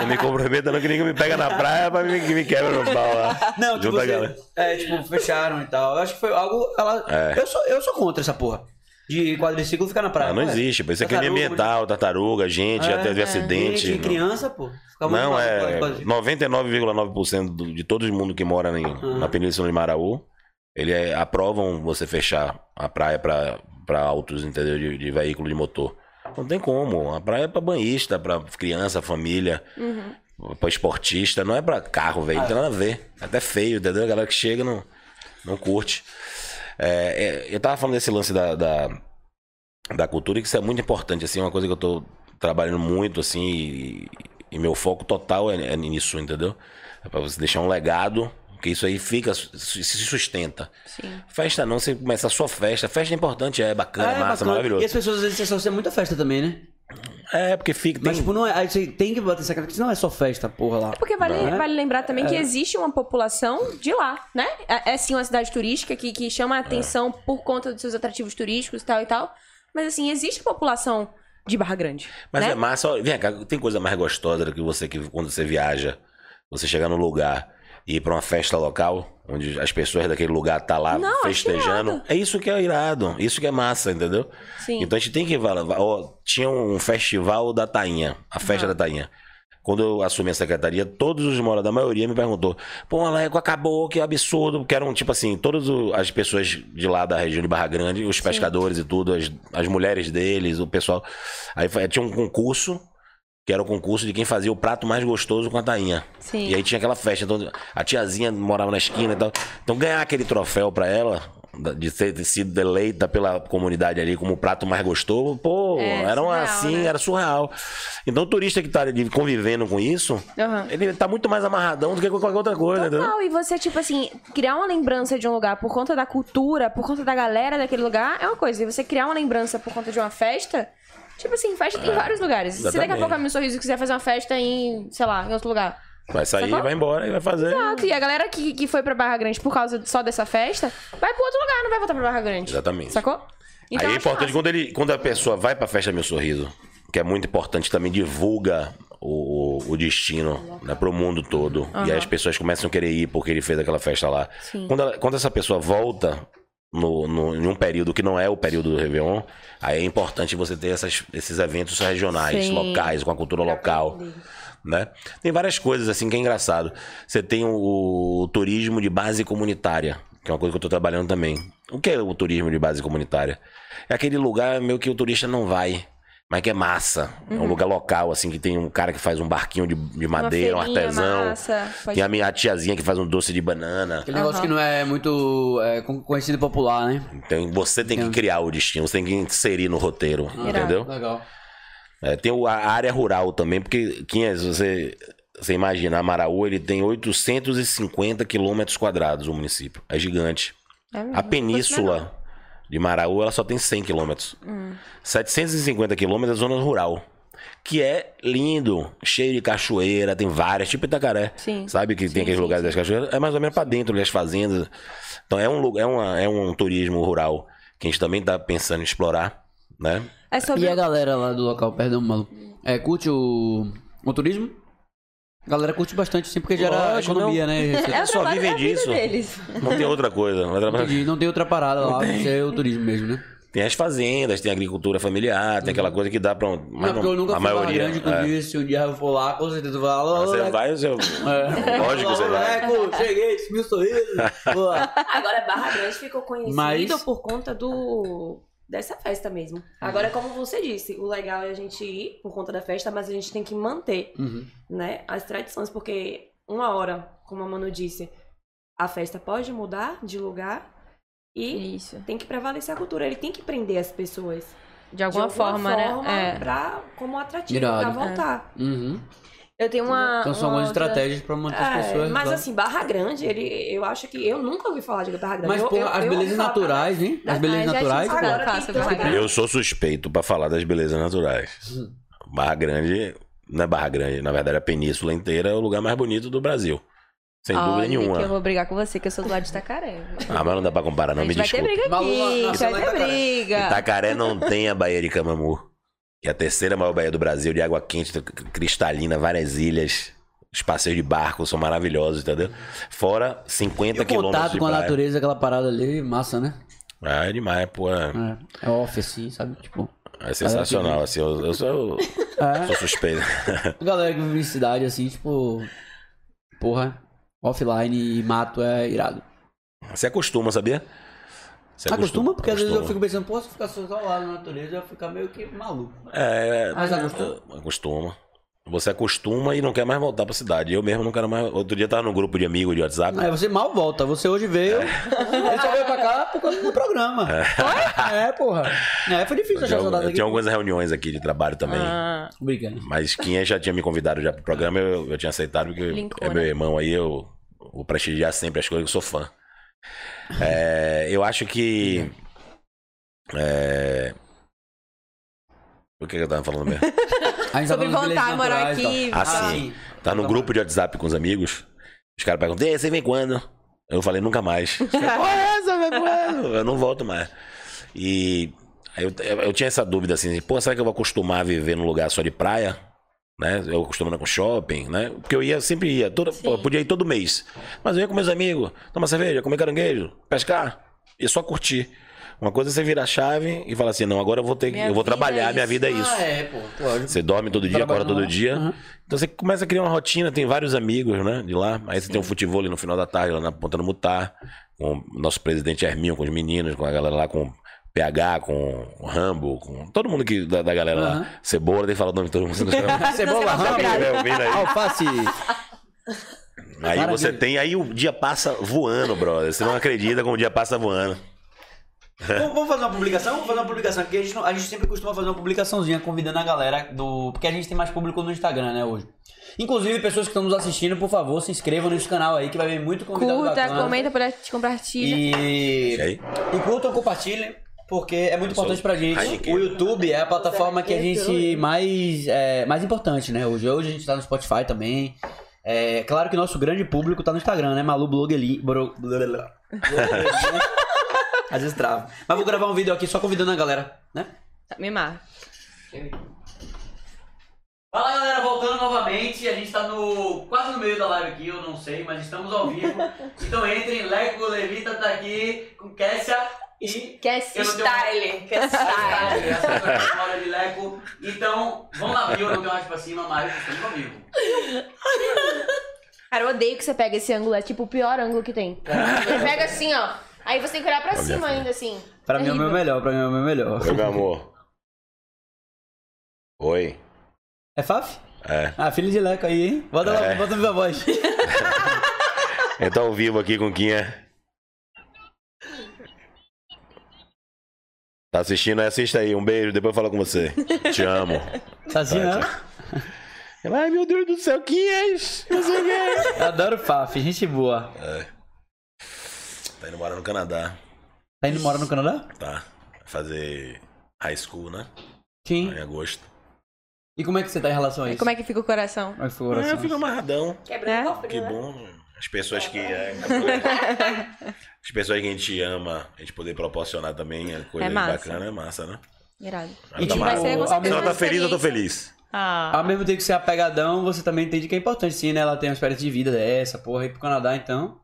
Não me comprometa, não que ninguém me pega na praia pra me, que me quebra no pau lá. Não, tipo, Junta a você, galera. é, tipo, fecharam e tal. Eu acho que foi algo... ela- eu, sou, eu sou contra essa porra. De quadriciclo ficar na praia. É. Ah, não é? existe, pô. Isso é crime Tartaruga, ambiental, tartaruga, gente, já É, teve é. acidente. Gente, não- criança, pô. Fica muito Não, mal é. com quadriciclo. 99,9% do- de todo mundo que mora em- na Península de Maraú Ele é- aprovam você fechar a praia pra, pra autos, entendeu? De, de veículo de motor. Não tem como. A praia é pra banhista, pra criança, família, pra esportista. Não é pra carro, velho. Não tem nada a ver. É até feio, entendeu? A galera que chega não, não curte. É, é, eu tava falando desse lance da, da, da cultura, e que isso é muito importante, assim, uma coisa que eu tô trabalhando muito, assim, e, e meu foco total é, é nisso, entendeu? É pra você deixar um legado, que isso aí fica, su- se se sustenta. Sim. Festa não, você começa a sua festa. Festa é importante, é bacana, é bacana. massa, E maravilhoso. as pessoas às vezes associam muito a festa também, né? É, porque fica. Tem... Mas, tipo, não é. Aí você tem que bater essa cara que não é só festa, porra lá. Porque vale, Não é? vale lembrar também que existe uma população de lá, né? É, é sim uma cidade turística que, que É. chama a atenção por conta dos seus atrativos turísticos e tal e tal. Mas assim, existe a população de Barra Grande. Mas né? é massa. olha, Vem cá, tem coisa mais gostosa do que você que quando você viaja, você chegar num lugar e ir pra uma festa local, onde as pessoas daquele lugar tá lá Não, acho festejando. irado. É isso que é irado, isso que é massa, entendeu? Sim. Então a gente tem que valorizar. Ó, tinha um festival da Tainha, a festa da Tainha. Quando eu assumi a secretaria, todos os moradores, a maioria me perguntou: pô, Aleco, acabou, que absurdo. Porque eram, tipo assim, todas o- as pessoas de lá da região de Barra Grande, os pescadores e tudo, as, as mulheres deles, o pessoal. Aí foi- tinha um concurso, que era o concurso de quem fazia o prato mais gostoso com a Tainha. Sim. E aí tinha aquela festa, então a tiazinha morava na esquina e tal. Então ganhar aquele troféu pra ela, da- de ser de sido eleita pela comunidade ali como o prato mais gostoso, pô, É, era um surreal, assim, né? era surreal. Então o turista que tá ali convivendo com isso, Aham. ele tá muito mais amarradão do que qualquer outra coisa, né? entendeu? Total, e você, tipo assim, criar uma lembrança de um lugar por conta da cultura, por conta da galera daquele lugar, é uma coisa. E você criar uma lembrança por conta de uma festa, tipo assim, festa É. tem vários lugares. Se daqui a exatamente. pouco a Meu Sorriso quiser fazer uma festa em, sei lá, em outro lugar. Vai sair, Sacou? vai embora e vai fazer. Exato, e a galera que, que foi pra Barra Grande por causa só dessa festa, vai pra outro lugar, não vai voltar pra Barra Grande. Exatamente. Sacou? Então, aí é acho importante massa. quando, ele, quando a pessoa vai pra festa Meu Sorriso, que é muito importante também, divulga o, o- o destino né, pro mundo todo. E aí as pessoas começam a querer ir porque ele fez aquela festa lá. Sim. Quando, ela- quando essa pessoa volta no, no- em um período que não é o período do Réveillon, aí é importante você ter essas- esses eventos regionais, Sim. locais, com a cultura local. Né? Tem várias coisas assim que é engraçado. Você tem o, o turismo de base comunitária, que é uma coisa que eu tô trabalhando também. O que é o turismo de base comunitária? É aquele lugar meio que o turista não vai. Mas que é massa. É um lugar local, assim, que tem um cara que faz um barquinho de, de Uhum. Uma madeira, um feirinha artesão. Massa, pode... Tem a minha tiazinha que faz um doce de banana. Aquele negócio que não é muito é, con- conhecido e popular, né? Então você Uhum. tem que criar o destino, você tem que inserir no roteiro, entendeu? Legal. É, tem o- a área rural também, porque, Quinhas, você, você imagina, Amaraú ele tem 850 quilômetros quadrados, o município. É gigante. É mesmo, a península de Maraú, ela só tem 100 quilômetros. Hum. 750 quilômetros é zona rural. Que é lindo, cheio de cachoeira, tem várias, tipo Itacaré. Sim. Sabe que tem aqueles lugares das cachoeiras? É mais ou menos pra dentro, ali, as fazendas. Então é um, lu- é, uma- é um turismo rural que a gente também tá pensando em explorar, né? É E sobre... a galera lá do local, perdão, maluco. É, curte o, o turismo? A galera curte bastante, sim, porque gera Lógico, economia, né? Receita. É o só trabalho vivem da vida disso. deles. Não tem outra coisa. Vai trabalhar- Entendi, não tem outra parada lá, você é o turismo mesmo, né? Tem as fazendas, tem a agricultura familiar, tem aquela coisa que dá pra. Um, Uhum. Não, mas porque eu nunca a fui maioria. maioria, grande com é. isso, se um dia eu for lá, com certeza eu vou lá. Mas Alô, Você alô, vai, você. É. Lógico que você Alô, vai. Leco, cheguei, mil sorrisos. Boa. Agora, Barra Grande ficou conhecido Mas- Uhum. por conta do dessa festa mesmo. Agora, como você disse, o legal é a gente ir por conta da festa, mas a gente tem que manter, Uhum. né, as tradições, porque uma hora, como a Manu disse, a festa pode mudar de lugar e Isso. tem que prevalecer a cultura. Ele tem que prender as pessoas De alguma, de alguma forma, forma, né? É. pra, como atrativo pra Irado. voltar. Uhum. Eu tenho uma. Então são uma algumas outra- estratégias pra manter as É, pessoas. mas lá. assim, Barra Grande, ele, eu acho que eu nunca ouvi falar de Barra Grande. Mas, Eu- porra, eu- as eu ouvi belezas falar- naturais, hein? As Ah, belezas já naturais, tinha pô. falado. Faça, Agora tem que vai. Eu sou suspeito pra falar das belezas naturais. Uhum. Barra Grande. Não é Barra Grande, na verdade, a península inteira é o lugar mais bonito do Brasil. Sem Olha dúvida nenhuma. Que eu vou brigar com você, que eu sou do lado de Tacaré. Ah, mas não dá pra comparar, não, a me gente vai ter desculpa. briga aqui. Malu, a gente nossa, vai lá em ter Itacaré. briga. Itacaré não tem a Baía de Camamu. É a terceira maior baía do Brasil, de água quente, c- cristalina, várias ilhas. Os passeios de barco são maravilhosos, entendeu? Fora E 50 o quilômetros contato de com a praia. natureza, aquela parada ali, massa, né? Ah, é demais, pô. É, É, é off, assim, sabe? Tipo. é sensacional, assim. Eu, eu sou, É. sou suspeito. Galera que vive em cidade, assim, tipo. Porra, offline e mato é irado. Você acostuma, sabia? Você Acostuma, porque às vezes eu fico acostuma. pensando, pô, se eu ficar isolado na natureza, eu ia ficar meio que maluco. É, Mas Ah, acostuma? acostuma. Você acostuma e não quer mais voltar pra cidade. Eu mesmo não quero mais. Outro dia tava num grupo de amigos de WhatsApp. Aí você mal volta, você hoje veio, É. ele só veio pra cá por causa do programa. Foi? É, porra. É, foi difícil achar Tinha, saudade aqui. tinha algumas reuniões aqui de trabalho também. Ah, Obrigado. Mas Quinha já tinha me convidado já pro programa, eu, eu tinha aceitado, porque Linkou, é meu né? irmão aí, eu vou prestigiar sempre as coisas, eu sou fã. É, eu acho que. é, O que, que eu tava falando mesmo? A gente tá sobre falando de voltar a belezas morar naturais e aqui. tal. Ah, sim. Tá no grupo de WhatsApp com os amigos. Os caras perguntam, Ei, você vem quando? Eu falei, nunca mais. Os caras, Qual é essa, velho? Quando? Eu não volto mais. E aí eu, eu- eu tinha essa dúvida assim, pô, será que eu vou acostumar a viver num lugar só de praia? Né? Eu acostumando com shopping, né? Porque eu ia, sempre ia, toda, pô, eu podia ir todo mês. Mas eu ia com meus amigos, tomar cerveja, comer caranguejo, pescar. E só curtir. Uma coisa é você virar a chave e falar assim, não, agora eu vou ter que- Minha eu vou vida trabalhar, é minha isso. vida é isso. Ah, é, pô. lógico. Você dorme todo dia, Trabalhando acorda todo lá. dia. Então você começa a criar uma rotina, tem vários amigos, né? De lá. Aí você tem um futebol ali no final da tarde, lá na Ponta do Mutar, com o nosso presidente Herminho, com os meninos, com a galera lá, com o PH, com o Rambo, com todo mundo que, da, da galera Aham. lá. Cebola, tem que falar o nome de todo mundo. senão os caras- Cebola, Alguém ramo, vai ouvindo aí. alface. Aí Maravilha. você tem, aí o dia passa voando, brother. Você não acredita como o dia passa voando. Vamos vamos fazer uma publicação? Vamos fazer uma publicação, porque a gente, não- a gente sempre costuma fazer uma publicaçãozinha convidando a galera do. Porque a gente tem mais público no Instagram, né, hoje. Inclusive, pessoas que estão nos assistindo, por favor, se inscrevam nesse canal aí, que vai vir muito convidado Curta, bacana. comenta, compartilha. compartilha. E. E aí? E curtam, compartilhem, porque é muito sou importante pra gente. Heineken. O YouTube é a plataforma que a gente mais, é, mais importante, né? Hoje, hoje a gente tá no Spotify também. É claro que nosso grande público tá no Instagram, né? Malu Blogueli. bro- blá, blá, blá. Às vezes trava. Mas vou gravar um vídeo aqui só convidando a galera, né? Tá, me marca. Fala galera, voltando novamente, a gente tá no, quase no meio da live aqui, eu não sei, mas estamos ao vivo. Então entrem, Leco Levita tá aqui com Kessia e Quer Eu não tenho- é style. Quer style. Fora de leco. Então, vamos lá, Bio, não tem mais pra cima, Mário, estamos comigo. Cara, eu odeio que você pega esse ângulo. É tipo o pior ângulo que tem. Você pega assim, ó. Aí você tem que olhar pra Olha, cima cara. ainda, assim. Pra mim é o meu Terrível. melhor, pra mim é o meu melhor. Oi, meu amor. Oi. É Faf? É. Ah, filho de leco aí, hein? Bota lá, É. bota minha voz. Eu tô ao É vivo aqui com é. Quinha. Tá assistindo? aí, Assista aí. Um beijo, depois eu falo com você. Te amo. Tá assim, né? Ela, Ai, meu Deus do céu, é Quinhas! Não sei o que. Eu adoro Faf, gente boa. Tá indo morar no Canadá, Tá indo morar no Canadá? tá? Vai Fazer high school, né? Sim. Em agosto. E como é que você tá em relação a isso? Como é que Ah, fica o coração? Como é que foi o É, coração? eu fico amarradão. É? Quebrando o Que cofre, né? bom. As pessoas que. é, as pessoas que a gente ama, a gente poder proporcionar também é coisa É massa. bacana, é massa, né? Irado. E tipo, vai ser ao você Se mesmo- ela tá feliz, eu tô feliz. Ah. Ao mesmo tempo que você é apegadão, você também entende que é importante, sim, né? Ela tem uma experiência de vida dessa, porra, ir pro Canadá, então.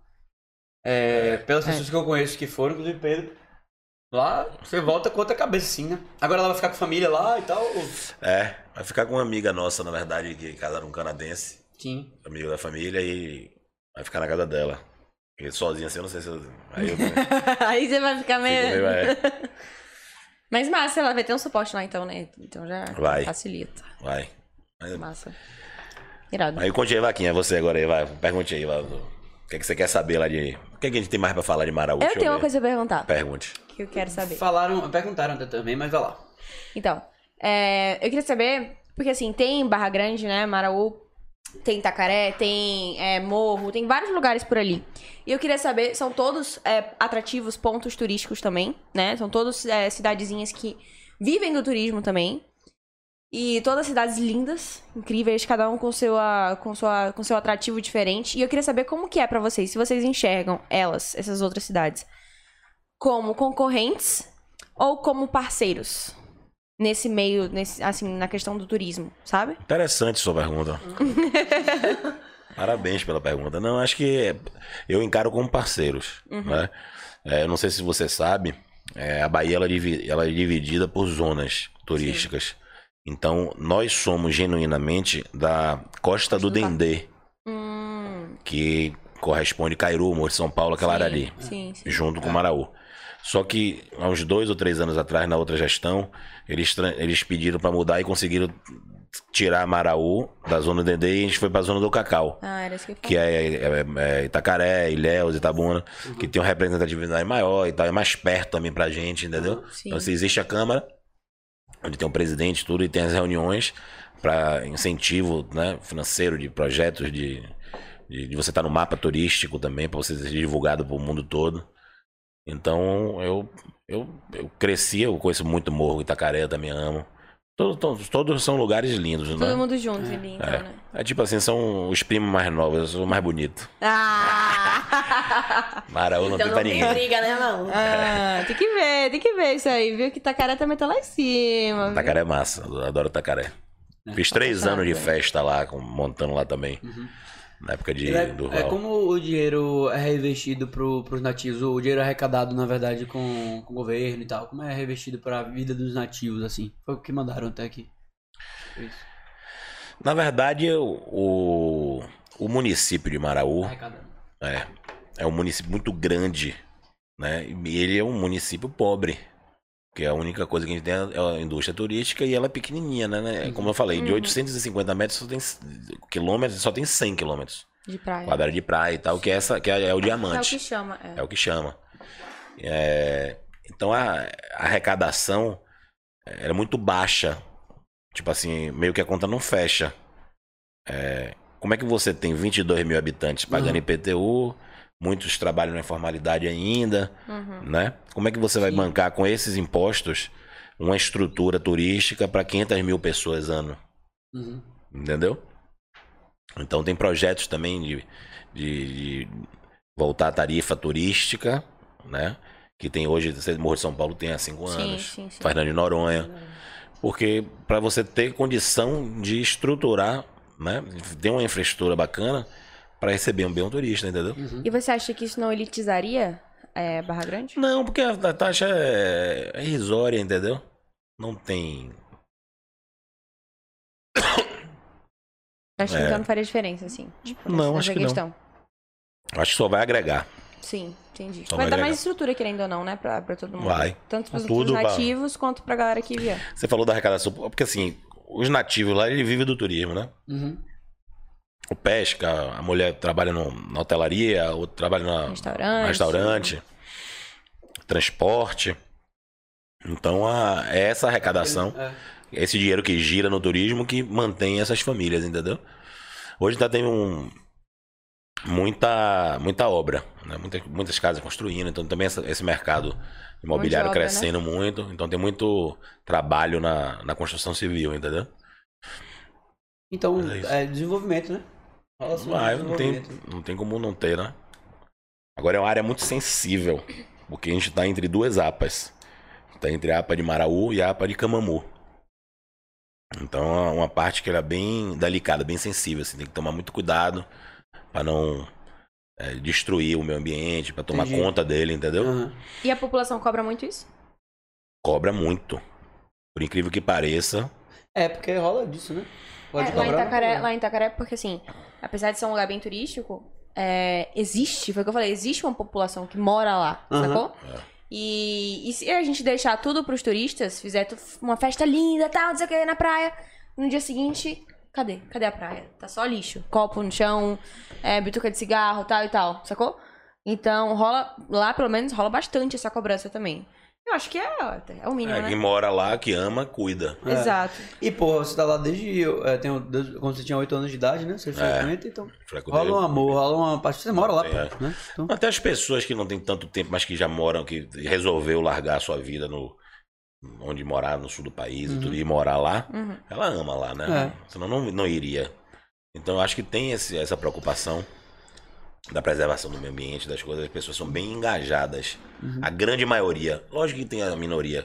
É, pelas É. pessoas que eu conheço que foram, inclusive Pedro. Lá, você volta com outra cabeça, sim, né? Agora ela vai ficar com a família lá e tal. ou- É, vai ficar com uma amiga nossa, na verdade, que casar um canadense, Sim. amigo da família, e vai ficar na casa dela. E sozinha assim, eu não sei se eu. Aí eu Aí você vai ficar meio. meio, é. Mas massa, ela vai ter um suporte lá então, né? Então já Vai. facilita. vai. Mas- Massa. Irado. Aí conte aí, Vaquinha, você agora aí, vai. Pergunte aí, vai. O que, é que você quer saber lá de. O que, é que a gente tem mais pra falar de Maraú? Eu Deixa tenho uma ver. coisa pra perguntar Pergunte. que eu quero saber. Falaram, perguntaram até também, mas vai lá. Então, é, eu queria saber, porque assim, tem Barra Grande, né? Maraú, tem Itacaré, tem é, Morro, tem vários lugares por ali. E eu queria saber, são todos é, atrativos, pontos turísticos também, né? São todos é, cidadezinhas que vivem do turismo também. E todas cidades lindas, incríveis, cada um com seu, com sua, com seu atrativo diferente. E eu queria saber como que é pra vocês, se vocês enxergam elas, essas outras cidades, como concorrentes ou como parceiros nesse meio, nesse, assim, na questão do turismo, sabe? Interessante sua pergunta. Parabéns pela pergunta. Não, acho que eu encaro como parceiros. Né? É, eu não sei se você sabe, é, a Bahia ela, é divi- ela é dividida por zonas turísticas. Então, nós somos genuinamente da Costa do do Bar- Dendê, Hum, que corresponde Cairu, Morro de São Paulo, aquela área ali. Sim, sim. junto com o Maraú. Só que há uns dois ou três anos atrás, na outra gestão, eles, tra- eles pediram para mudar e conseguiram tirar Maraú da zona do Dendê e a gente foi para a zona do Cacau, Ah, era isso que eu ia que é, é- é Itacaré, Ilhéus, Itabuna, que tem uma representatividade maior e tal, é mais perto também pra gente, entendeu? Sim. Então, se existe a Câmara, onde tem o presidente tudo e tem as reuniões para incentivo né, financeiro de projetos de, de, de você estar no mapa turístico também para você ser divulgado para o mundo todo então eu, eu eu cresci eu conheço muito morro Itacaré eu também amo todos, todos, todos são lugares lindos Todo né mundo junto ali, então, É. né? é tipo assim são os primos mais novos eu sou o mais bonito Ah! Maraú não Então tenta não tem ninguém briga, né, não? Ah, tem que ver, tem que ver isso aí, viu? Que Tacaré também tá lá em né? cima. viu? Itacaré é massa eu adoro Itacaré fiz três anos de festa lá com- montando lá também na época de É, Uhum. do é Raul. como o dinheiro é reinvestido pro, pros nativos, o dinheiro é arrecadado, na verdade, com, com o governo e tal. Como é reinvestido pra vida dos nativos, assim? Foi o que mandaram até aqui. Isso. Na verdade, o- o, o município de Maraú Arrecadado. é, é um município muito grande, né? E ele é um município pobre, que é a única coisa que a gente tem é a indústria turística e ela é pequenininha, né, né? Como eu falei, Uhum. de 850 metros só tem c- quilômetros, só tem 100 quilômetros. De praia. Quadrado de praia e tal, que é essa que é, é o É o que diamante. chama. É É. o que chama. É, então a a arrecadação era muito baixa. Tipo assim, meio que a conta não fecha. É, como é que você tem 22 mil habitantes pagando Uhum. IPTU, muitos trabalham na informalidade ainda, Uhum. né? Como é que você vai bancar com esses impostos uma estrutura turística para 500 mil pessoas ano? Uhum. Entendeu? Então tem projetos também de, de- de voltar à tarifa turística, né? Que tem hoje, você- Morro de São Paulo tem há cinco Sim, anos. sim, sim. Fernando de Noronha. Porque para você ter condição de estruturar, né? Ter uma infraestrutura bacana para receber um bem turista, entendeu? Uhum. E você acha que isso não elitizaria é, Barra Grande? Não, porque a a taxa é é irrisória, entendeu? Não tem. Acho que É. então não faria diferença, assim. Tipo, Não, nessa acho que não. questão. Acho que só vai agregar. Sim, entendi. Só Vai dar vai agregar. mais estrutura, querendo ou não, né? Pra, pra todo mundo. Vai. Tanto pros, pros Tudo vai. nativos quanto pra galera que vier. Você falou da arrecadação, porque assim, os nativos lá, ele vive do turismo, né? Uhum. O pesca, a mulher trabalha no, na hotelaria, outro trabalha na, Restaurante. restaurante, transporte. Então, a, é essa arrecadação, É. é esse dinheiro que gira no turismo que mantém essas famílias, entendeu? Hoje tá tendo um, muita, muita obra, né? muitas, muitas casas construindo, então também essa- esse mercado imobiliário obra, né? crescendo muito, então tem muito trabalho na, na construção civil, entendeu? Então, Mas é isso. é, desenvolvimento, né? Fala sobre Ah, não tem, desenvolvimento. não tem como não ter, né? Agora é uma área muito sensível, porque a gente tá entre duas apas. Tá entre a apa de Maraú e a apa de Camamu. Então é uma parte que era bem delicada, bem sensível, assim, tem que tomar muito cuidado para não eh, destruir o meio ambiente, para tomar Entendi. conta dele, entendeu? Aham. E a população cobra muito isso? Cobra muito. Por incrível que pareça, É, porque rola disso, né? É, lá, em Itacaré, lá em Itacaré, porque assim, apesar de ser um lugar bem turístico, é, existe, foi o que eu falei, existe uma população que mora lá, Aham. sacou? E, e se a gente deixar tudo pros turistas, fizer tu- uma festa linda, tal, não sei o que, na praia, no dia seguinte, cadê? Cadê a praia? Tá só lixo, copo no chão, é, bituca de cigarro, tal e tal, sacou? Então rola, lá pelo menos rola bastante essa cobrança também. Eu acho que é, é o mínimo, é, quem né? mora lá, que ama, cuida. É. Exato. E, porra, você tá lá desde. é, tem, um- desde- quando você tinha 8 anos de idade, né? Você frequenta, então. Rola um amor, rola uma parte. Você mora lá, É. perto, né? Então, Até as pessoas que não têm tanto tempo, mas que já moram, que resolveu largar a sua vida no onde morar, no sul do país e tudo, e morar lá, Uhum. ela ama lá, né? É. Senão não, não iria. Então eu acho que tem esse- essa preocupação da preservação do meio ambiente, das coisas, as pessoas são bem engajadas. Uhum. A grande maioria. Lógico que tem a minoria.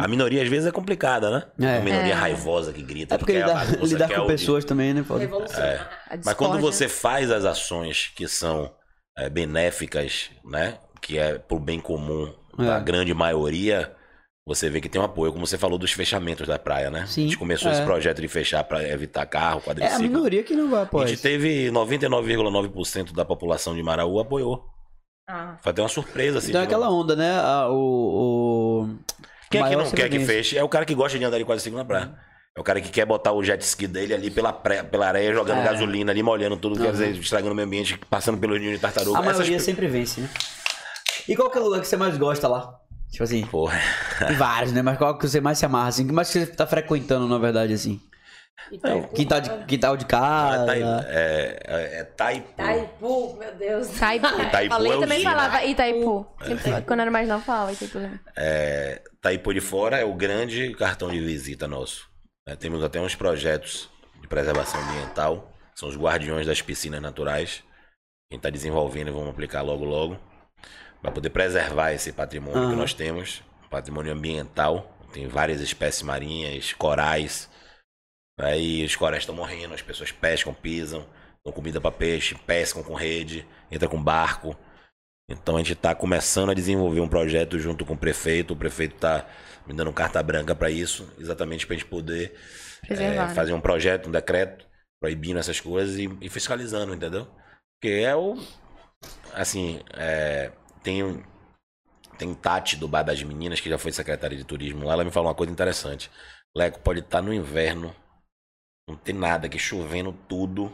A minoria às vezes é complicada, né? É. A minoria É. raivosa que grita, é porque que quer a lidar, bagunça, lidar quer com o- pessoas também, né? Foda. Revolução. A mas quando discórdia. né? você faz as ações que são é, benéficas, né? Que é pro bem comum É. da grande maioria, Você vê que tem um apoio, como você falou dos fechamentos da praia, né? Sim, a gente começou é. esse projeto de fechar para evitar carro, É a quadriciclo. minoria que não vai a após. gente teve 99,9% da população de Maraú apoiou. Ah, Foi até uma surpresa, assim. Então é de não- aquela onda, né? A- o, o- Quem é que maior não quer que sofrimento. feche? É o cara que gosta de andar de quadriciclo na praia. É o cara que quer botar o jet ski dele ali pela, pré- pela areia, jogando É. Uhum. gasolina ali, molhando tudo, quer dizer, estragando o meio ambiente, passando pelo ninho de tartaruga. A maioria Essas... sempre vence, né? E qual que é o lugar que você mais gosta lá? Tipo assim, Porra. é tem vários, né? Mas qual que você mais se amarra, assim? Que mais que você tá frequentando, na verdade, assim? Itaipu. Quintal de, quintal de casa. Ah, Taipu. É, é, é Taipu. Itaipu, meu Deus. Itaipu. Itaipu Falei, é o É. eu também Gina. falava Itaipu. Sempre- Quando eu era mais nova, falava Itaipu. né? também. É, Taipu de Fora é o grande cartão de visita nosso. É, temos até uns projetos de preservação ambiental. São os guardiões das piscinas naturais. A gente está desenvolvendo e vamos aplicar logo, logo. Para poder preservar esse patrimônio que Aham. nós temos. Patrimônio ambiental. Tem várias espécies marinhas, corais. Aí os corais estão morrendo, as pessoas pescam, pisam. Dão comida para peixe, pescam com rede, entra com barco. Então a gente está começando a desenvolver um projeto junto com o prefeito. O prefeito está me dando carta branca para isso, exatamente para a gente poder Preservar, eh, né? fazer um projeto, um decreto, proibindo essas coisas e, e fiscalizando, entendeu? Porque é o. Assim, eh, tem, um- tem Tati do Bar das Meninas, que já foi secretária de turismo lá, ela me falou uma coisa interessante. Leco pode estar no inverno, não tem nada, que chovendo tudo,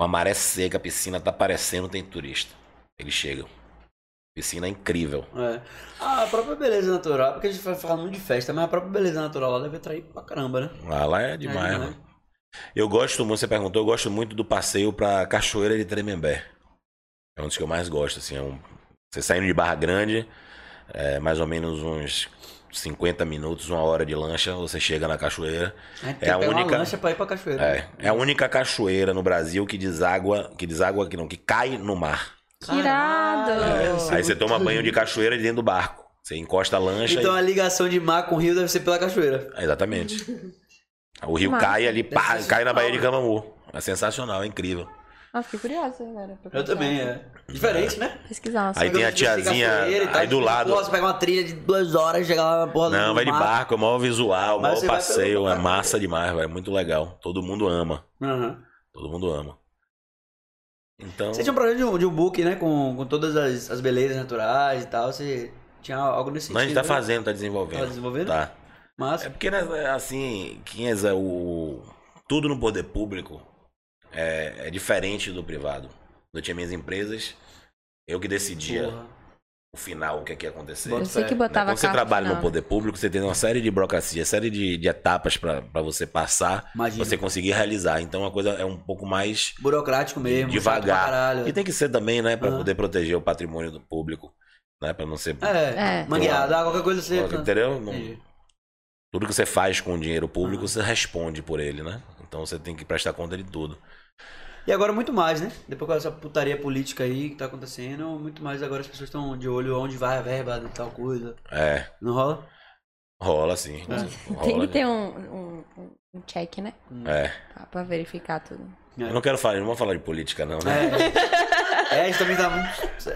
uma maré seca, a piscina tá aparecendo, tem turista. Eles chegam. Piscina incrível. É. Ah, a própria beleza natural, porque a gente vai falar muito de festa, mas a própria beleza natural lá deve atrair pra caramba, né? Lá, lá é demais, É, né? mano. Eu gosto muito, você perguntou, eu gosto muito do passeio pra Cachoeira de Tremembé. É um dos que eu mais gosto, assim. É um... Você saindo de Barra Grande, é mais ou menos uns 50 minutos, uma hora de lancha, você chega na cachoeira. A gente É tem a que pegar única- uma lancha pra ir pra cachoeira. É, é a única cachoeira no Brasil que deságua, que deságua, que não, que cai no mar. É, Que irado! Caralho. Nossa, Aí você toma banho de cachoeira de dentro do barco. Você encosta a lancha Então e... a ligação de mar com o rio deve ser pela cachoeira. É, Exatamente. O rio Massa. cai ali, pá, Deve ser né? cai na Baía de Camamu. É sensacional, é incrível. Ah, fiquei curiosa agora. pra pesquisar. Eu também, é. Diferente, né? Pesquisar uma Aí tem a tiazinha, aí do lado. Nossa, tipo, pega uma trilha de duas horas, chega lá na porra do Não, vai de mar. barco, é o maior visual, Mas o maior você vai pelo passeio. É barco. massa demais, velho. Muito legal. Todo mundo ama. Aham. Todo mundo ama. Então. Você tinha um projeto de um, de um book, né? Com, com todas as, as belezas naturais e tal. Você tinha algo nesse Não, a sentido. gente tá né? fazendo, tá Tá desenvolvendo. desenvolvendo? Tá. É Massa. porque, né, assim, Kinza, o. Tudo no poder público é, é diferente do privado. Eu tinha minhas empresas, eu que decidia Porra. o final, o que é que ia acontecer. Eu sei que botava Quando você carro trabalha final, né? no poder público, você tem uma série de burocracias, série de, de etapas para você passar, Imagina. você conseguir realizar. Então a coisa é um pouco mais. Burocrático mesmo. Devagar. chato pra Caralho. E tem que ser também, né, para Aham. poder proteger o patrimônio do público, né, para não ser É. É. Mangueado, ah, qualquer coisa você. entendeu? Não- Entendi. tudo que você faz com o dinheiro público, Aham. você responde por ele, né? Então você tem que prestar conta de tudo. E agora muito mais, né? Depois com essa putaria política aí que tá acontecendo, muito mais agora as pessoas estão de olho onde vai a verba de tal coisa. É, Não rola? rola sim. É. Rola, Tem que ter né? um, um, um check, né? É. Pra, pra verificar tudo. Eu não quero falar, não vou falar de política não, né? É. é, isso também tá muito.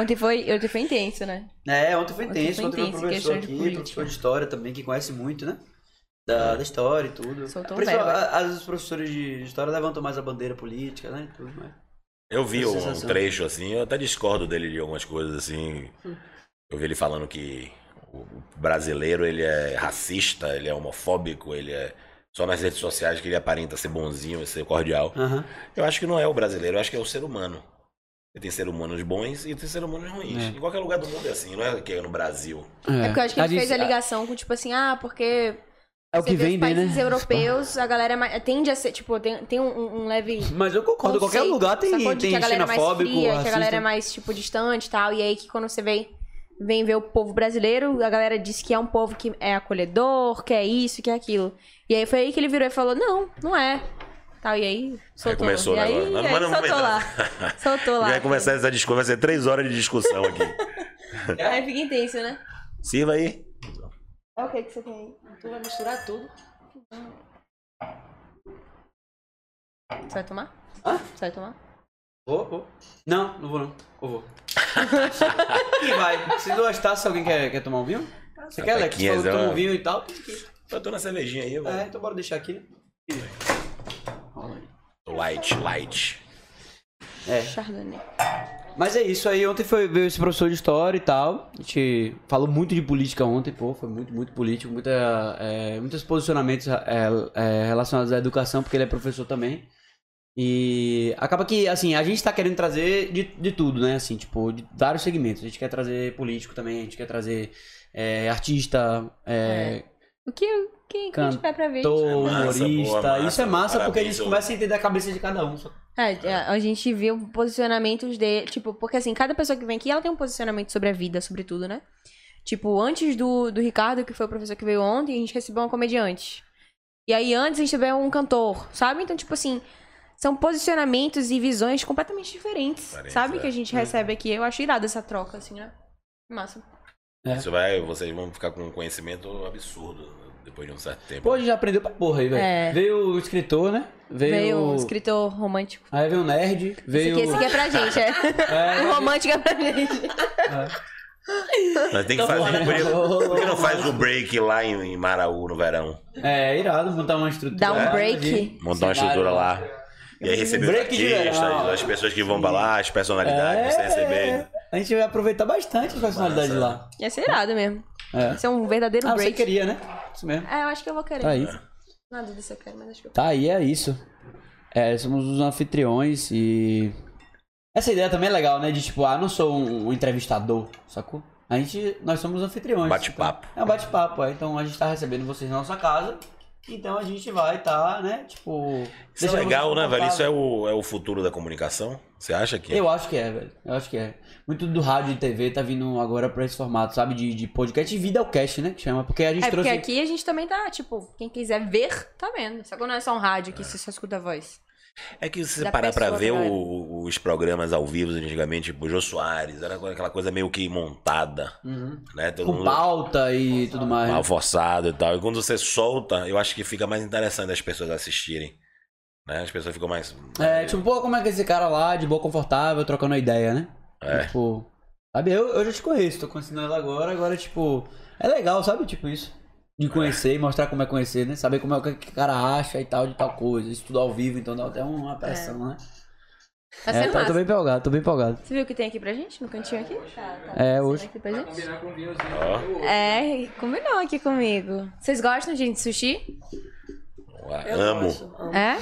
Ontem foi, ontem foi intenso, né? É, ontem foi Ontem intenso, foi ontem foi um intenso, professor questão de aqui, política. professor de história também, que conhece muito, né? Da, da história e tudo. Soltou Por isso, verba. a- às vezes os professores de história levantam mais a bandeira política, né? e Tudo, mas... Eu vi Essa um sensação. trecho assim, eu até discordo dele de algumas coisas assim. Eu vi ele falando que o o brasileiro ele é racista, ele é homofóbico, ele é só nas redes sociais que ele aparenta ser bonzinho, ser cordial. Aham. Eu acho que não é o brasileiro, eu acho que é o ser humano. E Tem ser humanos bons e tem ser humanos ruins. É. Em qualquer lugar do mundo é assim, não é que é no Brasil. É, porque eu acho que ele fez a ligação com, tipo assim, ah, porque É o você vê os países europeus, a galera é mais- tende a ser, tipo, tem, tem um, um leve. Mas eu concordo, qualquer conceito, lugar tem, sacou? De que tem a galera é mais xenofóbico, fria, que a racista. galera é mais, tipo, distante e tal. E aí que quando você vem, vem ver o povo brasileiro, a galera diz que é um povo que é acolhedor, que é isso, que é aquilo. E aí foi aí que ele virou e falou, não, não é. Tal, e aí soltou. Aí começou e o aí, negócio. e aí não vamos soltou lá. entrar. Soltou lá. Vai começar essa discussão, vai ser três horas de discussão aqui. Aí fica intenso, né? Sirva aí. É o que que você tem aí? Tu vai misturar tudo. Você vai tomar? Hã? Você vai tomar? Vou, vou. Não, não vou não. Eu vou. e vai. Se duas taças, alguém quer, quer tomar um vinho? Tá Você quer, Alex? Pequinhas, Falou que toma ó. um vinho e tal. Faltou na cervejinha aí, É, velho. então bora deixar aqui, né? Light, light. É. Chardonnay. Mas é isso aí. Ontem foi veio esse professor de história e tal. A gente falou muito de política ontem, pô. Foi muito, muito político. Muita, é, muitos posicionamentos é, é, relacionados à educação, porque ele é professor também. E acaba que, assim, a gente tá querendo trazer de, de tudo, né? Assim, tipo, de vários segmentos. A gente quer trazer político também, a gente quer trazer é, artista, é, O que, o que, o que a gente vai pra ver? ator, Isso é massa, humorista. boa, massa. Isso é massa porque a gente Parabéns, começa a entender a cabeça de cada um. só- É, a a gente viu posicionamentos de. Tipo, porque assim, cada pessoa que vem aqui, ela tem um posicionamento sobre a vida, sobre tudo, né? Tipo, antes do, do Ricardo, que foi o professor que veio ontem, a gente recebeu uma comediante. E aí antes a gente recebeu um cantor, sabe? Então, tipo assim, são posicionamentos e visões completamente diferentes, Diferentes, sabe? é. Que a gente recebe aqui. Eu acho irado essa troca, assim, né? Massa. Isso vai, vocês vão ficar com um conhecimento absurdo depois de um certo tempo. Pô, a gente já aprendeu pra porra aí, velho. É. Veio o escritor, né? Veio. Veio um escritor romântico. Aí veio o nerd. Esse Veio. aqui, esse aqui é pra gente, é. O É, romântico é pra gente. Nós então, tem que né? fazer. Por que- por que não faz o break lá em, em Maraú no verão? é, irado montar uma estrutura. Dá um lá, break. de- Montar cenário uma estrutura lá. E aí receber os Break de artistas, verão. as pessoas que vão pra lá, as personalidades, É. você receber. A gente vai aproveitar bastante as personalidades Massa. lá. Ia ser irado mesmo. É. Isso é um verdadeiro Ah, você break. queria, né? Isso mesmo. É, eu acho que eu vou querer. Tá aí. Na dúvida se eu quero, mas acho que eu Tá aí, é isso. É, somos os anfitriões e. Essa ideia também é legal, né? De tipo, ah, não sou um, um entrevistador, sacou? A gente, nós somos anfitriões. Bate-papo. É um bate-papo, é. Então a gente tá recebendo vocês na nossa casa. Então a gente vai tá, né? Tipo. Isso é deixando legal, vocês né, velho? Isso é confortáveis. o, é o futuro da comunicação? Você acha que? é? Eu acho que é, velho. Eu acho que é. Muito do rádio e TV tá vindo agora pra esse formato, sabe? De, de podcast e videocast, né? Que chama. Porque a gente É, trouxe. porque aqui a gente também tá, tipo, quem quiser ver, tá vendo. Só que não é só um rádio que você só escuta a voz. É que se você da parar pra pessoa, ver né? o- os programas ao vivo antigamente, tipo o Jô Soares, era aquela coisa meio que montada, Uhum. né? Todo Com mundo pauta e tudo mais. né? mal forçado e tal. E quando você solta, eu acho que fica mais interessante as pessoas assistirem. Né? As pessoas ficam mais. É, tipo, pô, como é que esse cara lá, de boa, confortável, trocando a ideia, né? É. Tipo, sabe, eu, eu já te conheço, tô conhecendo ela agora, agora, tipo, é legal, sabe, tipo, isso. De conhecer e mostrar como é conhecer, né? Saber como é o que que o cara acha e tal, de tal coisa. Isso tudo ao vivo, então dá até uma pressão, né? É. Tá é, sendo tá, tô massa. bem empolgado, tô bem empolgado. Você viu o que tem aqui pra gente? No cantinho aqui? Tá, tá. É, hoje. Aqui pra gente? Ó, É, combinou aqui comigo. Vocês gostam, gente, de sushi? amo. É?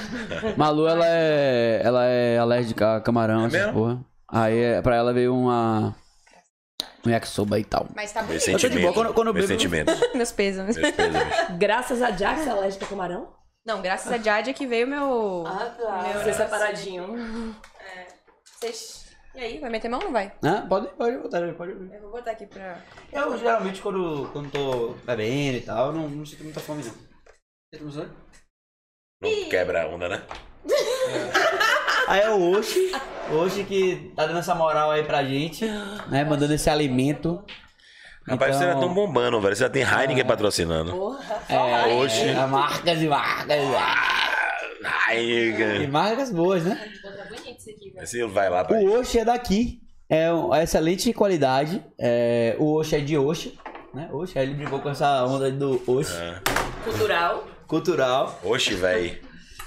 Malu, ela é, ela é alérgica a camarão, essas mesmo? porra. Aí, é, pra ela veio uma... Um yakisoba e tal. Mas tá bom. Meus tô de boa, sentimentos. quando- quando eu meus bebo- sentimentos. Meus pesos. meus pêsames. Graças a Jax, ela é de camarão? Não, graças a Jade que veio meu... Ah, tá. Você separadinho. Vocês... E aí, vai meter mão ou não vai? Ah, pode, pode botar, pode abrir. Eu vou botar aqui pra... Eu geralmente quando, quando tô bebendo e tal, eu não, não sinto muita fome não. Sinto muita fome? Não quebra a onda, né? Aí é o Oxi, Oxi que tá dando essa moral aí pra gente, né? Mandando esse alimento. Então, Rapaz, é Ah. vocês já estão bombando, velho. Você já tem Heineken patrocinando. é, Oxi. é, marcas e marcas. e marcas. E Ah, Heineken. marcas boas, né? Você vai lá pra. O Oxi é daqui. É uma excelente qualidade. É, o Oxi é de Oxi, né? Oxi, aí ele brincou com essa onda do Oxi Cultural. cultural. Oxe, velho.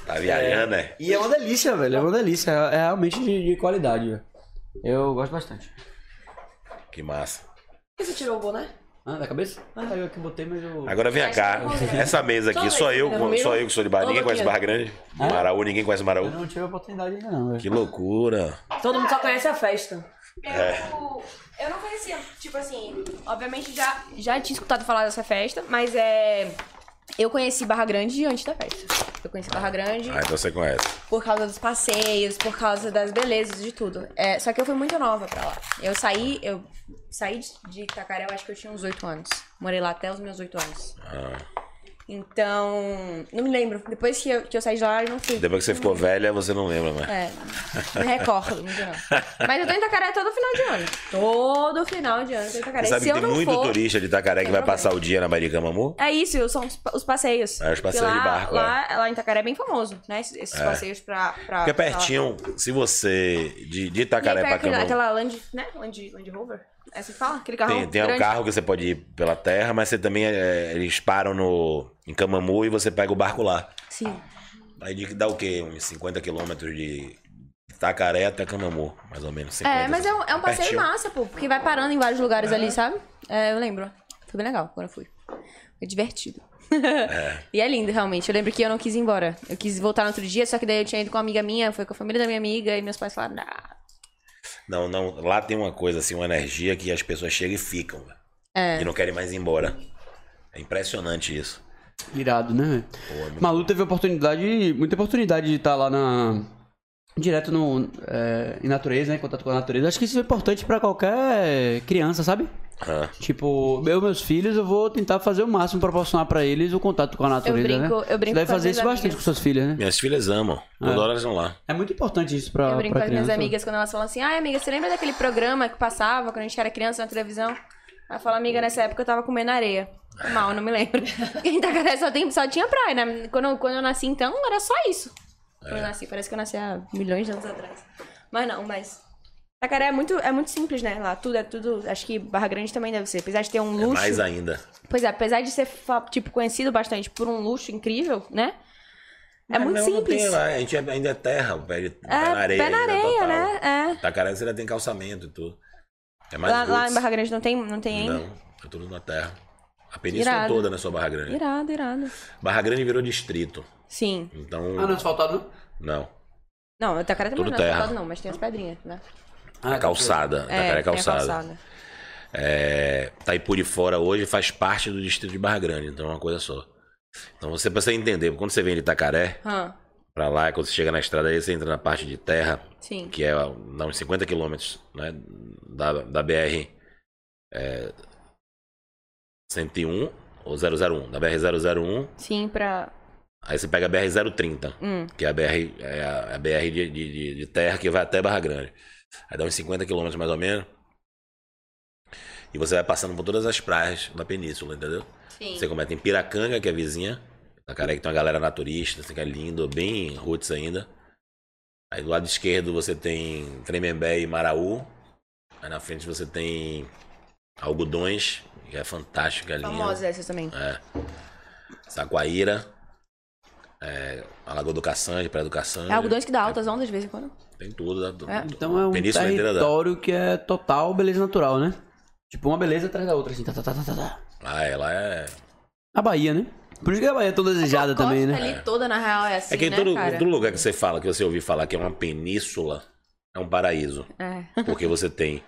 Tá viajando, né? E é uma delícia, velho. É uma delícia. É é realmente de, de qualidade, velho. Eu gosto bastante. Que massa. Por que você tirou o boné? Ah, da cabeça? Ah, eu aqui botei, mas eu. Agora vem cá. Essa mesa aqui, só eu, só eu que sou de Barra. Ninguém conhece Barra Grande. Maraú, ninguém conhece Eu Maraú. não tive a oportunidade ainda, não, velho. Que loucura. É. Todo mundo só conhece a festa. Eu, eu não conhecia, tipo assim, obviamente já, já tinha escutado falar dessa festa, mas é. Eu conheci Barra Grande antes da festa. Eu conheci Barra Grande Ah, então você conhece. por causa dos passeios, por causa das belezas, de tudo. É, só que eu fui muito nova pra lá. Eu saí, eu saí de- de Itacaré, eu acho que eu tinha uns 8 anos. Morei lá até os meus 8 anos. Ah. Então, não me lembro. Depois que eu, que eu saí de lá, eu não fui. Depois que você ficou velha, você não lembra mais. É, não recordo, não sei não. Mas eu tô em Itacaré todo final de ano. Todo final de ano eu tô em Itacaré. Você sabe Se que eu tem não muito for, turista de Itacaré que Tem vai problema. passar o dia na Baía de Camamu? É isso, são os, pa- os passeios. É, os passeios Porque de lá- barco, Lá, lá em Itacaré é bem famoso, né? Esses, esses passeios pra, pra. Porque é pra lá. pertinho, se você de, de Tá. E aí Itacaré pega pra aquela, Camamu. aquela Land, né? Land, Land Rover? É assim que fala? Aquele carro Tem, tem um grande. carro que você pode ir pela terra, mas você também. é, eles param no, em Camamu e você pega o barco lá. Sim. Aí de- dá o quê? Uns 50 quilômetros de Itacaré até Camamu, mais ou menos. 50, É, mas é um, é um passeio Pertinho. massa, pô. Porque vai parando em vários lugares ali, sabe? É, eu lembro. Foi bem legal quando eu fui. Foi divertido. e é lindo, realmente. Eu lembro que eu não quis ir embora. Eu quis voltar no outro dia, só que daí eu tinha ido com uma amiga minha, foi com a família da minha amiga, e meus pais falaram, "Ah, Não, não. Lá tem uma coisa, assim, uma energia que as pessoas chegam e ficam. velho. E não querem mais ir embora. É impressionante isso. Irado, né? Malu teve oportunidade, muita oportunidade de estar lá na. Direto no, é, em natureza, né? Em contato com a natureza. Acho que isso é importante pra qualquer criança, sabe? Ah, Tipo, eu e meus filhos, eu vou tentar fazer o máximo proporcionar pra eles o contato com a natureza, brinco- né? eu brinco Você deve com as fazer minhas isso bastante amigas. com suas filhas, né? minhas filhas amam. Toda hora elas vão lá. É muito importante isso pra, Eu brinco pra com as minhas criança. amigas quando elas falam assim: ai, amiga, você lembra daquele programa que passava quando a gente era criança na televisão? Ela fala, amiga, nessa época eu tava comendo areia. Foi Mal, não me lembro. em Itacaré só, tem, só tinha praia, né? Quando, quando eu nasci, então, era só isso. Quando É. eu nasci, parece que eu nasci há milhões de anos atrás. Mas não, mas. Itacaré é muito, é muito simples, né? Lá tudo é tudo. Acho que Barra Grande também deve ser. Apesar de ter um É luxo. mais ainda. Pois é, apesar de ser, fa- tipo, conhecido bastante por um luxo incrível, né? É Mas muito Ah, não, não simples. tem lá, a gente ainda é terra, o pé, de- pé é, na areia. pé na ainda, areia, total. né? É. Itacaré você ainda tem calçamento e tudo. É mais Lá, lá roots. em Barra Grande não tem, não tem ainda? Não, é tudo na terra. A península Irado. toda não é só Barra Grande. Irado, irado. Barra Grande virou distrito. Sim. Então, Ah, não é asfaltado, não? não. Não, o Itacaré também Tudo não é terra. asfaltado não, mas tem as pedrinhas, né? Ah, É calçada. Itacaré é tem a calçada. É, Taipu de Fora hoje faz parte do distrito de Barra Grande, então é uma coisa só. Então você precisa entender, quando você vem de Itacaré Hã, pra lá, quando você chega na estrada aí, você entra na parte de terra, sim. que é dá uns 50 quilômetros né, da, da BR é, 101 ou 001, da BR 001, Sim, pra... aí você pega a BR 030, Hum, que é a BR, é a, a BR de, de- de- de terra que vai até Barra Grande. Aí dá uns 50 quilômetros mais ou menos. E você vai passando por todas as praias da península, entendeu? sim. Você começa em Piracanga, que é vizinha. Itacaré, que tem uma galera naturista, assim, que é lindo, bem roots ainda. Aí do lado esquerdo você tem Tremembé e Maraú. Aí na frente você tem Algodões, que é fantástico, é lindo. Famosas essas também. É. Saquaíra. É, a Lagoa do Caçange, Praia do Caçange. É algodões que dá altas ondas de vez em quando. Tem tudo. Dá, É. Então é um Península inteira dá. território que é total beleza natural, né? Tipo, uma beleza atrás da outra, assim. Tá, tá, tá, tá, tá, tá. Ah, ela é. A Bahia, né? Por isso que a Bahia é tão desejada também, costa né? ali toda, na real, é assim, é que em né, todo, cara? todo lugar que você fala, que você ouvir falar que é uma península, é um paraíso. É. Porque você tem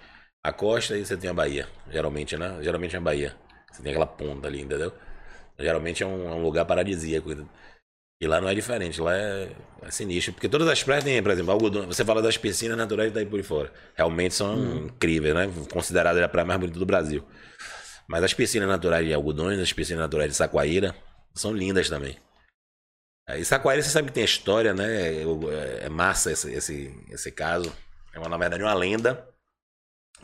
a costa e você tem a Bahia. Geralmente, né? Geralmente é a Bahia. Você tem aquela ponta ali, entendeu? Geralmente é um, é um lugar paradisíaco. E lá não é diferente, lá é, é sinistro. Porque todas as praias têm, por exemplo, algodão. Você fala das piscinas naturais de Itaipu de fora. Realmente são Hum. incríveis, né? Consideradas a praia mais bonita do Brasil. Mas as piscinas naturais de algodões, as piscinas naturais de Saquaíra, são lindas também. Aí Saquaíra, você sabe que tem a história, né? Eu- É, é massa esse, esse, esse caso. É, uma, na verdade, uma lenda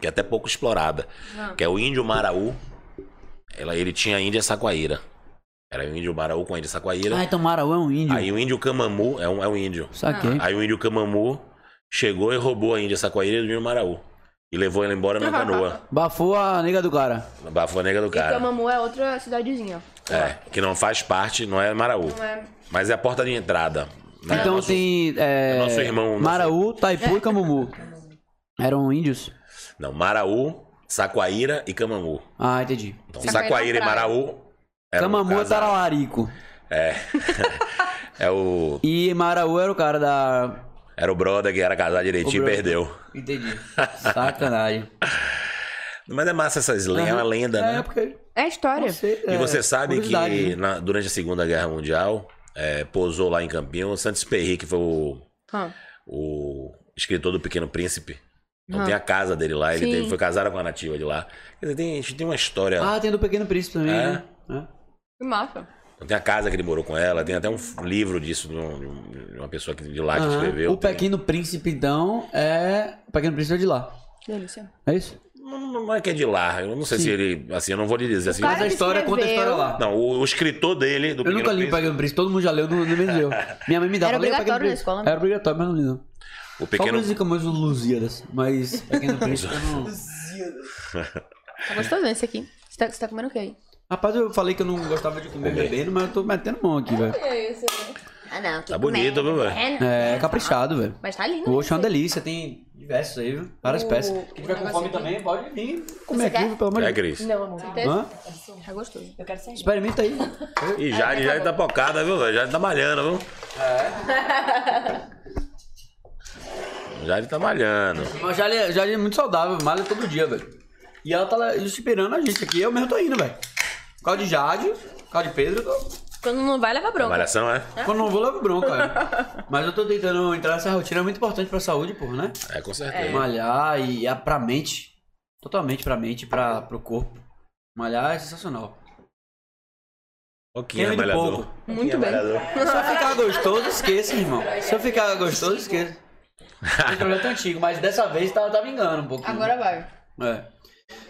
que é até pouco explorada. Que é o índio Maraú. Ela, ele tinha a índia Saquaíra. Era o índio Maraú com a índia Saquaíra. Ah, então Maraú é um índio. Aí o índio Camamu, é um, é um índio. Ah. Saquei. Aí o índio Camamu chegou e roubou a índia Saquaíra do índio Maraú. E levou ele embora na canoa. Bafou a nega do cara. Na bafo nega do E cara. Camamu é outra cidadezinha. É, que não faz parte, não é Maraú. é. Mas é a porta de entrada. né? então Nosso- tem. É, é nosso irmão, nosso- Maraú, Taipu e Camumu. Eram índios? Não, Maraú, Saquaíra e Camamu. Ah, entendi. Então, Saquaíra é Saquaíra e uma praia. Maraú. eram Camamu é casados. Taralarico. É o. E Maraú era o cara da. Era o brother que era casado direitinho O e brother. perdeu. Entendi. Sacanagem. Mas é massa essas lendas, é uma lenda, É, né? porque. É história. não sei, E é, você sabe curiosidade, que né? na- durante a Segunda Guerra Mundial, é, pousou lá em Campinho o Santos Perry, que foi o, Hã. o escritor do Pequeno Príncipe. Ah. Então tem a casa dele lá, ele Sim. teve- foi casado com a nativa de lá. Quer dizer, tem, a gente tem uma história. Ah, tem do Pequeno Príncipe também, É. né? É. Que massa. Ah. Então Tem a casa que ele morou com ela, tem até um f- livro disso de, um- de um- de uma pessoa que, de lá que É. Aham. escreveu. Ah, O Pequeno Príncipe, então, é. O Pequeno Príncipe é de lá. Que delícia. É isso? Não, não- não é que é de lá, eu não sei se ele. Assim, eu não vou lhe dizer assim. é, Mas a história conta a história lá. Não, o, o escritor dele, do Eu nunca li o Pequeno Príncipe, Pequeno Príncipe, todo mundo já leu, não, não menos eu. Minha mãe me dava Era leia o Pequeno obrigatório na Príncipe. escola, né? Era obrigatório, mas não li não. Pequeno... Só o Pequeno música mais Lusíadas, mas Pequeno Príncipe eu não... Tá gostoso esse aqui. Você tá, você tá comendo o quê aí? Rapaz, eu falei que eu não gostava de comer bebendo, mas eu tô metendo mão aqui, velho. Ah, não. Que Tá bonito, viu, velho? né? É caprichado, velho. Mas tá lindo. O Oxo é uma delícia, tem diversos aí, viu? Várias peças. Quem tiver com fome também, pode vir comer aqui, quer? viu? pelo amor É, de Deus. Cris. Não, amor. Hã? Tá gostoso. Eu quero ser Experimenta aí. E Jade, Jade tá pocada, viu, velho? Jade tá malhando, viu? É? Jade tá malhando. Mas já é, já é muito saudável, malha todo dia, velho. E ela tá lá esperando a gente aqui, eu mesmo tô indo, velho. Por causa de Jade, por causa de Pedro, eu tô... Quando não vai, leva bronca. Malhação, é? Ah. Quando não vou, levo bronca, velho. Mas eu tô tentando entrar nessa rotina, é muito importante pra saúde, porra, né? É, com certeza. Malhar e a, pra mente. Totalmente pra mente, pra, pro corpo. Malhar é sensacional. Pouquinho Quem vem é do malhador. pouco? Pouquinho é malhador. Se eu ficar gostoso, esqueça, irmão. Se eu ficar gostoso, esqueça. Tem projeto é antigo, mas dessa vez tá, tá me enganando um pouquinho. Agora vai. É.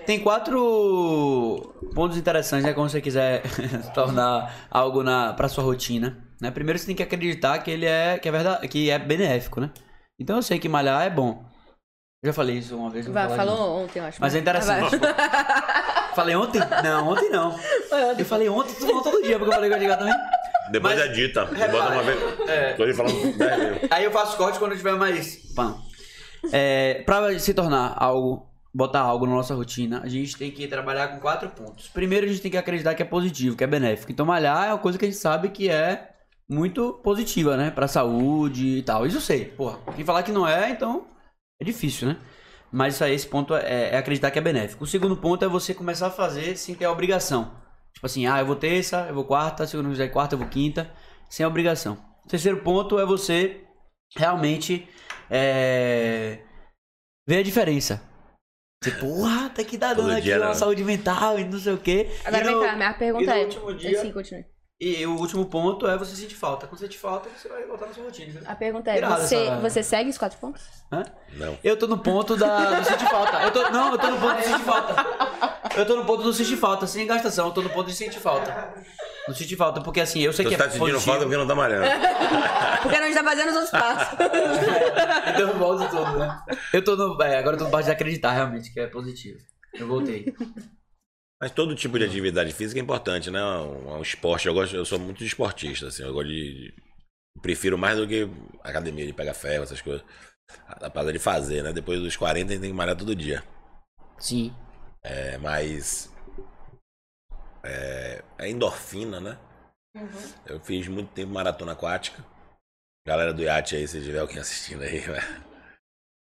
Tem quatro pontos interessantes, né? Quando você quiser tornar algo na, pra sua rotina. Né? Primeiro você tem que acreditar que ele é. Que é verdade, que é benéfico, né? Então eu sei que malhar é bom. Eu já falei isso uma vez. não vou Vai, falar de novo. falou ontem, eu acho. Mas é interessante. falei ontem? Não, ontem não. Eu falei ontem, tu falou todo dia, porque eu falei que eu ia chegar também. Depois Mas- é. é dita. Bota uma vez. Tô lhe falando. dez vezes. Aí eu faço corte quando eu tiver mais. Pã. É, pra se tornar algo, botar algo na nossa rotina, a gente tem que trabalhar com quatro pontos. Primeiro, a gente tem que acreditar que é positivo, que é benéfico. Então, malhar é uma coisa que a gente sabe que é muito positiva, né? Pra saúde e tal. Isso eu sei, porra. Quem falar que não é, então é difícil, né? Mas isso aí, esse ponto é, é acreditar que é benéfico. O segundo ponto é você começar a fazer sem ter a obrigação. Tipo assim, ah, eu vou terça, eu vou quarta, se eu não fizer quarta, eu vou quinta, sem a obrigação. O terceiro ponto é você realmente é, ver a diferença. Você, porra, tá que dá Todo dando aqui dia, uma né? saúde mental e não sei o quê. Agora e vem no- cá, minha pergunta e no é. último dia- Sim, continue. E o último ponto é você sentir falta. Quando você sentir falta, você vai voltar na sua rotina. A pergunta é, Irado você, essa- você segue os quatro pontos? Hã? Não. Eu tô no ponto da, do sentir falta. Eu tô, não, eu tô no ponto do sentir falta. Eu tô no ponto do sentir falta, sem gastação. Eu tô no ponto de sentir falta. No sentir falta, porque assim, eu sei Tu que tá é sentindo positivo. falta porque não tá malhando. Porque não está fazendo os outros passos. Então eu volto tudo, né? Eu tô no, é, agora eu tô no parte de acreditar realmente que é positivo. Eu voltei. Mas todo tipo de atividade física é importante, né? Um, um esporte, eu gosto, eu sou muito esportista, assim, eu gosto de. Prefiro mais do que academia de pegar ferro, essas coisas. A a parada de fazer, né? Depois dos 40 a gente tem que malhar todo dia. Sim. É, mas. É, é endorfina, né? Eu fiz muito tempo maratona aquática. Galera do iate aí, se tiver alguém assistindo aí, né?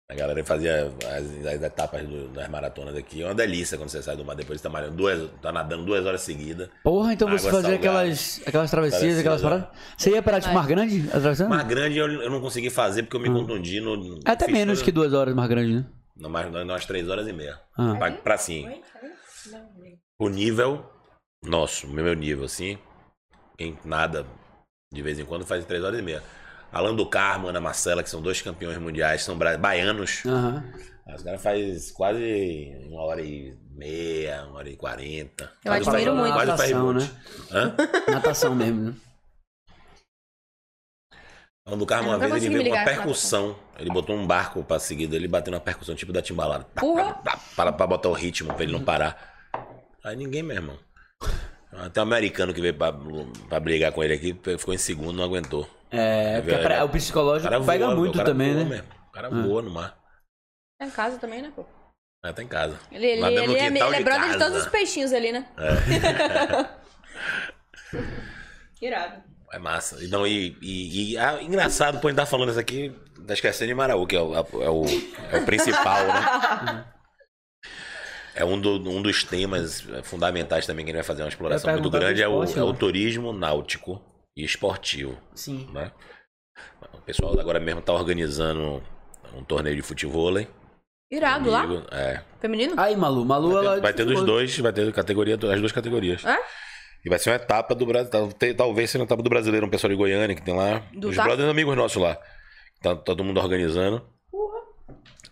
A galera fazia as, as etapas do- das maratonas aqui. É uma delícia quando você sai do mar depois você tá malhando duas, tá nadando duas horas seguidas. Porra, então Água você fazia salgada. aquelas, aquelas travessias, Travessia, aquelas né? paradas. Você ia parar de Mar Grande atravessando? Mar grande eu, eu não consegui fazer porque eu me contundi no. É Ah. Até fiz menos todo- que duas horas Mar Grande, né? No, mais, nós, nós três horas e meia. Ah. Hum? Pra, pra assim. O nível nosso, o meu nível, assim. Quem nada de vez em quando faz em três horas e meia. Alan do Carmo, Ana Marcela, que são dois campeões mundiais, são bra- Hum. baianos. Ah, Aham. Os caras fazem quase uma hora e meia, uma hora e quarenta. Eu Quase admiro muito. faz- né? Quase faz Natação, rebote. Hã? Natação mesmo, né? Alan do Carmo, Eu É um uma nunca vez ele Ah, consegui me veio ligar com uma então tá com percussão. Ele botou um barco pra seguir dele e bateu na percussão, tipo da timbalada. Pá, Porra! pá, pá, Para pra botar o ritmo, pra ele não parar. Aí ninguém, meu irmão. Até um americano que veio pra, pra brigar com ele aqui, ficou em segundo, não aguentou. É, porque velho, pra- o psicológico pega voa, muito o cara também, voa né? mesmo. O cara voa no mar. Tá em casa também, né, pô? Ah, tá em casa. Ele, ele, Lá ele, mesmo no é, ele quintal é brother de todos casa. os peixinhos ali, né? É. Irado. É massa. E, não, e, e- e- ah, engraçado, pô, a gente tá falando isso aqui, tá esquecendo de Maraú, que é o, é o, é o principal, né? É um, do- um dos temas fundamentais também que a gente vai fazer uma exploração Eu ia muito perguntar grande, do é o, esporte, é o mano. turismo náutico e esportivo, Sim. né? O pessoal agora mesmo tá organizando um torneio de futebol, hein? Irado lá? Comigo, É. Feminino? Aí, Malu, Malu, ela. Vai ter dos dois, vai ter categoria, as duas categorias. É? E vai ser uma etapa do Brasil. Talvez seja uma etapa do brasileiro, um pessoal de Goiânia que tem lá. Do os TAC? brothers amigos nossos lá. Tá todo mundo organizando.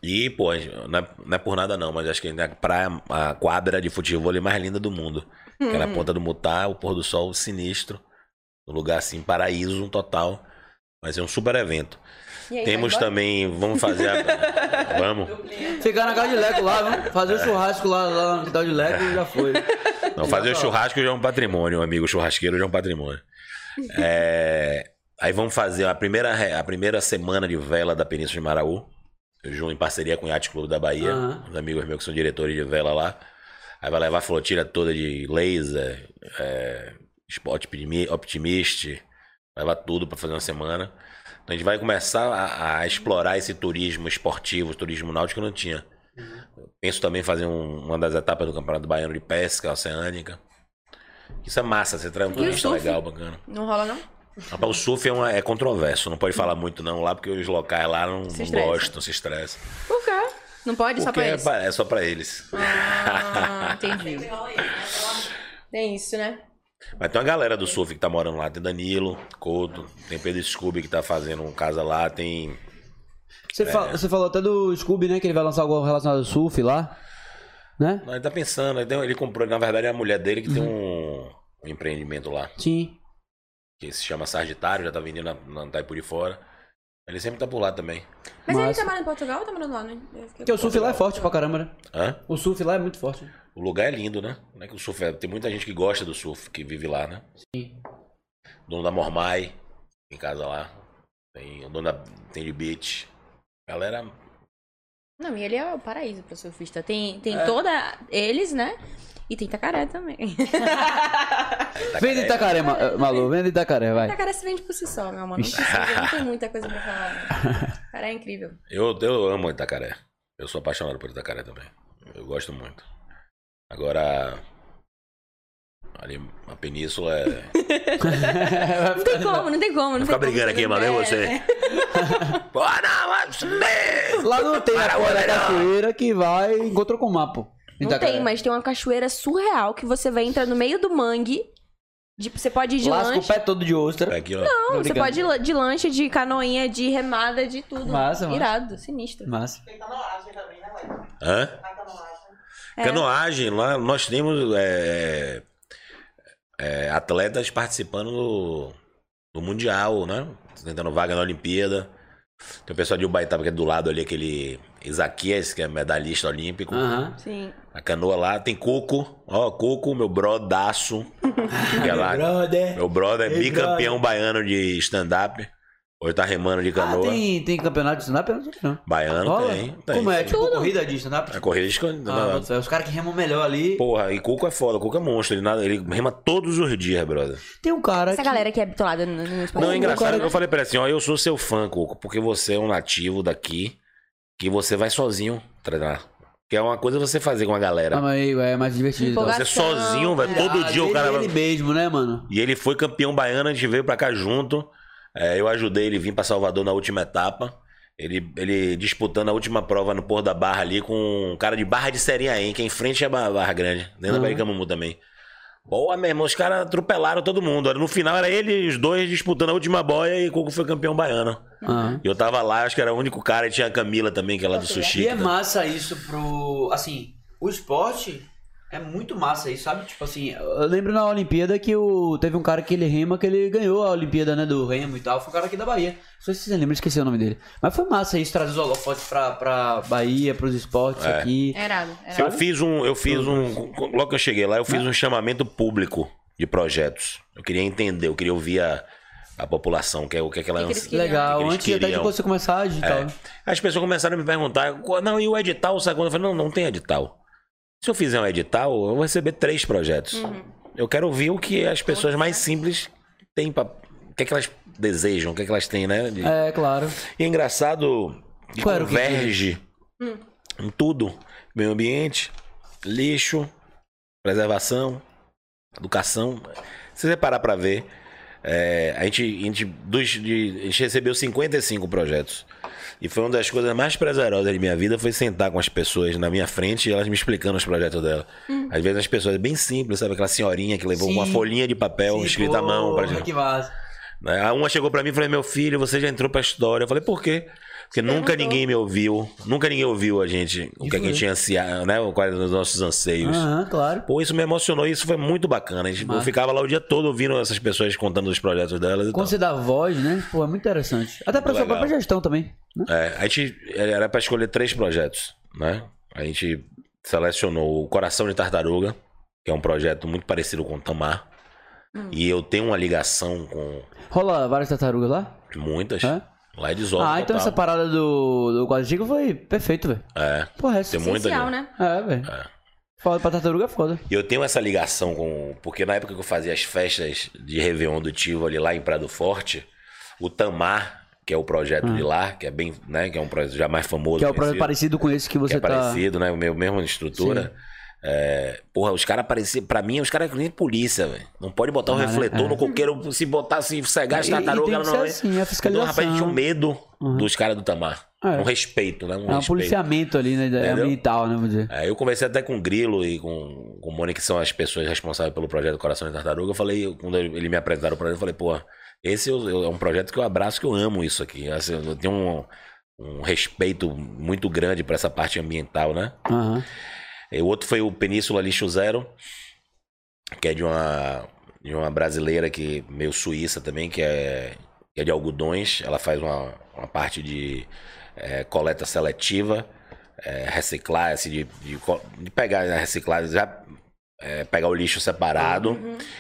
E, pô, não é, não é por nada não, mas acho que ainda é a praia, a quadra de futebol é mais linda do mundo. Que Uhum. é na ponta do Mutá, o pôr do sol sinistro. Um lugar assim, paraíso um total. Vai ser um super evento. aí, tá Temos vai também, vamos fazer a... Vamos. Ficar na casa de Leco lá, vamos fazer o churrasco lá, lá no quintal de Leco e já foi. Não, fazer o churrasco já é um patrimônio, amigo. O churrasqueiro já é um patrimônio. É, Aí vamos fazer a primeira, re- a primeira semana de vela da Península de Maraú. Junto em parceria com o Yacht Clube da Bahia. Aham. Os amigos meus que são diretores de vela lá. Aí vai levar a flotilha toda de laser, é... spot optimi- optimist. Vai levar tudo para fazer uma semana. Então a gente vai começar a, a explorar esse turismo esportivo, turismo náutico que não tinha. Penso também em fazer um- uma das etapas do Campeonato Baiano de Pesca Oceânica. Isso é massa, você traz um turista legal, bacana. Não rola, não? Rapaz, o surf é, uma- é controverso, não pode falar muito não lá, porque os locais lá não, não estressa. gostam, se estressam. Por quê? Não pode só Porque pra é eles? pa- é só pra eles. Ah, entendi. Tem isso, né? Mas tem uma galera do surf que tá morando lá. Tem Danilo, Couto, tem Pedro Scooby que tá fazendo um casa lá, tem. É. Você, fala- você falou até do Scooby, né? Que ele vai lançar algo relacionado ao surf lá. Né? Não, ele tá pensando, ele tem- ele comprou, na verdade é a mulher dele que tem um, um empreendimento lá, Sim. que se chama Sargitário, já tá vendendo na, na Taipuri fora. Ele sempre tá por lá também. Mas ele Massa. trabalha em Portugal ou tá morando lá, né? Eu fiquei- Porque o surf lá é forte pra caramba, né? Hã? O surf lá é muito forte. O lugar é lindo, né? Não é que o surf é... Tem muita gente que gosta do surf, que vive lá, né? Sim. Dono da Mormai, em casa lá. Tem o dono da... Tem de beach. Galera... Não, e ele é o paraíso pro surfista. Tem, tem toda. Eles, né? E tem Tacaré também. Vem de Itacaré, ma eh, Malu. Vem de Itacaré, vai. Tacaré se vende por si só, meu amor. Não precisa, não tem muita coisa pra falar. Cara, é incrível. Eu, eu amo Itacaré. Eu sou apaixonado por Itacaré também. Eu gosto muito. Agora... Ali, a península é... Não tem como, não tem como. Não Vou tem ficar como brigando fazer aqui, mano, eu e ideia. você. Pô, não, mas... Lá não tem a porra da Maravilha. cachoeira que vai e encontra com o mapa. Não tem, mas tem uma cachoeira surreal que você vai entrar no meio do mangue. De, você pode ir de Lasca o lanche. pé tá todo de ostra. Aqui, ó. Não, você pode ir la- de lanche, de canoinha, de remada, de tudo. Massa, massa. Irado, sinistro. Massa. Hã? Canoagem, lá nós temos é, é, atletas participando do, do Mundial, né? Tentando vaga na Olimpíada. Tem o pessoal de Ubaitaba, que é do lado ali, aquele Isaquias, que é medalhista olímpico. Aham. Sim. A canoa lá, tem Coco, ó, Coco, meu brodaço. que é lá. Brother. Meu brother é Ei, bicampeão baiano de stand-up. Hoje tá remando de Ah, canoa. tem, tem campeonato de stand-up? Eu não sei não. Baiano Rola? tem, tem. Como é? Tipo, corrida de stand-up? A corrida de Ah, bota fé. os caras que remam melhor ali. Porra, e Cuco é foda, Cuco é monstro, ele, nada, ele rema todos os dias, brother. Tem um cara Essa que... galera que é bitolada no, no esporte. Não, é engraçado cara- que eu falei pra ele assim, ó, eu sou seu fã, Cuco, porque você é um nativo daqui, que você vai sozinho treinar. Que é uma coisa você fazer com a Ah, galera. mas aí, é mais divertido. Ah, Empolgado. você sozinho, velho, todo dia o cara... Ele, ele mesmo, né, mano? E ele foi campeão baiano, a gente veio pra cá junto, É, eu ajudei ele vir pra Salvador na última etapa. Ele, ele disputando a última prova no Porto da Barra ali com um cara de Barra de Serinhaém, que é em frente à Barra Barra Grande, dentro da Aham. Pericamumu também. Boa, meu irmão. Os caras atropelaram todo mundo. No final era ele e os dois disputando a última boia e Coco foi campeão baiano. Aham. E eu tava lá, acho que era o único cara. E tinha a Camila também, que é lá do E sushi. é massa isso pro. Assim, o esporte é muito massa isso, sabe? Tipo assim, eu lembro na Olimpíada que o, teve um cara que ele rema, que ele ganhou a Olimpíada, né? Do remo e tal. Foi um cara aqui da Bahia. Não sei se vocês lembram, esqueci o nome dele. Mas foi massa isso, trazer os holofotes pra, pra Bahia, pros esportes É. aqui. É irado. É irado. Eu fiz um, eu fiz um, logo que eu cheguei lá, eu fiz um chamamento público de projetos. Eu queria entender, eu queria ouvir a, a população, que é o que é que ela que eles queriam? Legal, que eles antes até de queriam. É, você começar a digital. As pessoas começaram a me perguntar, "Qu- não, e o edital, sabe quando? Eu falei, não, não tem edital. Se eu fizer um edital, eu vou receber três projetos. Uhum. Eu quero ouvir o que as pessoas mais simples têm pra. O que é que elas desejam, o que é que elas têm, né? De- É, claro. E é engraçado que Claro que converge em tudo. Meio ambiente, lixo, preservação, educação. Se você parar pra ver, é, a, gente, a, gente, dos- de- a gente recebeu 55 projetos. E foi uma das coisas mais prazerosas de minha vida foi sentar com as pessoas na minha frente e elas me explicando os projetos dela. Às vezes as pessoas, é bem simples, sabe? Aquela senhorinha que levou Hum. Sim. uma folhinha de papel Sim, escrita um à mão pra porra, gente. Que massa. Né? Aí Uma chegou pra mim e falou: Meu filho, você já entrou pra história. Eu falei: Por quê? Porque nunca ninguém me ouviu, nunca ninguém ouviu a gente, o que a Juro. gente tinha ansiado, né? Quais eram os nossos anseios. Aham, claro. Pô, então. isso me emocionou, isso foi muito bacana. A gente- Eu Ah. Massa. ficava lá o dia todo ouvindo essas pessoas contando os projetos delas e Quando tal. você dá voz, né? Pô, é muito interessante. Até pra sua Legal. própria gestão também. né? É, a gente era pra escolher três projetos, né? A gente selecionou o Coração de Tartaruga, que é um projeto muito parecido com o Tamar. Hum. E eu tenho uma ligação com Rola várias tartarugas lá? muitas. É? Lá é de Zorro. ah, então essa parada do, do quadrigo foi perfeito, velho. É, Porra, essa. tem muita. Essencial, né? É, velho. É. Foda pra tartaruga é foda. E eu tenho essa ligação com. Porque na época que eu fazia as festas de Réveillon do Tivoli lá em Prado Forte, o Tamar, que é o projeto de lá, que é bem, né? Que é um projeto já mais famoso. Hum. Que é o projeto conhecido. parecido com esse que que você é tá. parecido, né? O meu mesmo estrutura. É, porra, os caras pareciam. Pra mim, os caras que nem polícia, velho. Não pode botar um Ah, né? refletor É. no coqueiro, se botar, se cegar as E- e tartarugas, tem ela que não ser vai. assim, a Então, fiscalização. rapaz, a gente tinha um medo Uhum. dos caras do Tamar. É. Um respeito, né? Um É um respeito. policiamento ali, né? É Entendeu? ambiental, né? Vamos dizer. É, eu conversei até com o Grilo e com, com o Mônica, que são as pessoas responsáveis pelo projeto Coração de Tartaruga. Eu falei, eu- quando ele me apresentaram o projeto, eu falei, pô, esse eu- eu- é um projeto que eu abraço, que eu amo isso aqui. Assim, eu tenho um, um respeito muito grande pra essa parte ambiental, né? Aham. E É, o outro foi o Península Lixo Zero, que é de uma, de uma brasileira que meio suíça também, que é, que é de algodões. Ela faz uma, uma parte de eh, coleta seletiva, eh, reciclar, assim, de, de, co- de pegar, né, reciclar, já eh, pegar o lixo separado.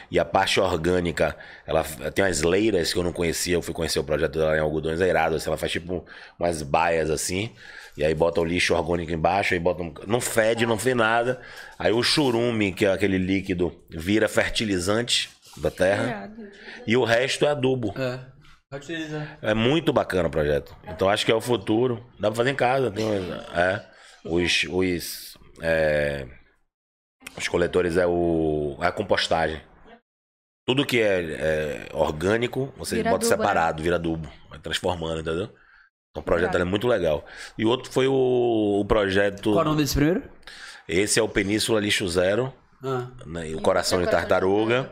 E a parte orgânica, ela f- tem umas leiras que eu não conhecia, eu fui conhecer o projeto dela em algodões, é irado, assim, ela faz tipo umas baias assim, e aí bota o lixo orgânico embaixo, aí bota um- não fede, não fez nada. Aí o churume, que é aquele líquido, vira fertilizante da terra. E o resto é adubo. É. Fertilizar. É muito bacana o projeto. Então acho que é o futuro. Dá pra fazer em casa. Tem, umas- é, os os, é, os coletores é o a compostagem. Tudo que é, é orgânico, você Vira bota adubo, né? separado, vira adubo. Vai transformando, entendeu? Então, o projeto é muito legal. E o outro foi o, o projeto. Qual é o nome desse primeiro? Esse é o Península Lixo Zero, Ah. né, e o Coração de Tartaruga.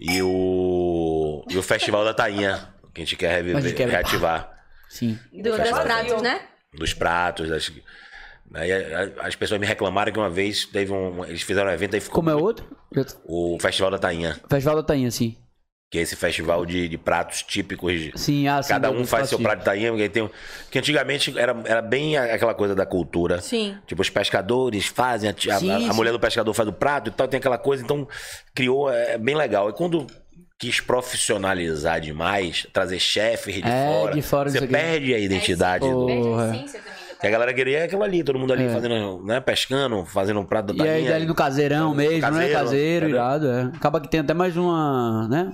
E o, e o Festival da Tainha, que a gente quer reviver, A gente quer- reativar. Sim. Do, dos pratos, né? dos pratos, das... Aí a- a- as pessoas me reclamaram que uma vez teve um. Eles fizeram um evento e ficou Como é o outro? Já t- o Festival da Tainha, Festival da Tainha, sim. que é esse festival de, de pratos típicos. de- Sim, ah, sim, Cada do- um do faz seu pratinho. prato de tainha, porque tem um- que antigamente era, era bem a- aquela coisa da cultura. Sim. Tipo, os pescadores fazem, a, ti- a- Sim, a- a sim. mulher do pescador faz o prato e tal, tem aquela coisa, então criou, é, é bem legal. E quando quis profissionalizar demais, trazer chefes de É, fora, de fora, você isso aqui. perde a identidade do, Porra. né? que a galera queria aquilo ali, todo mundo ali fazendo, né, pescando, fazendo um prato da É. E aí, tainha. dali no caseirão No mesmo, né? caseiro, Caseiro, entendeu? irado, é. Acaba que tem até mais uma, né?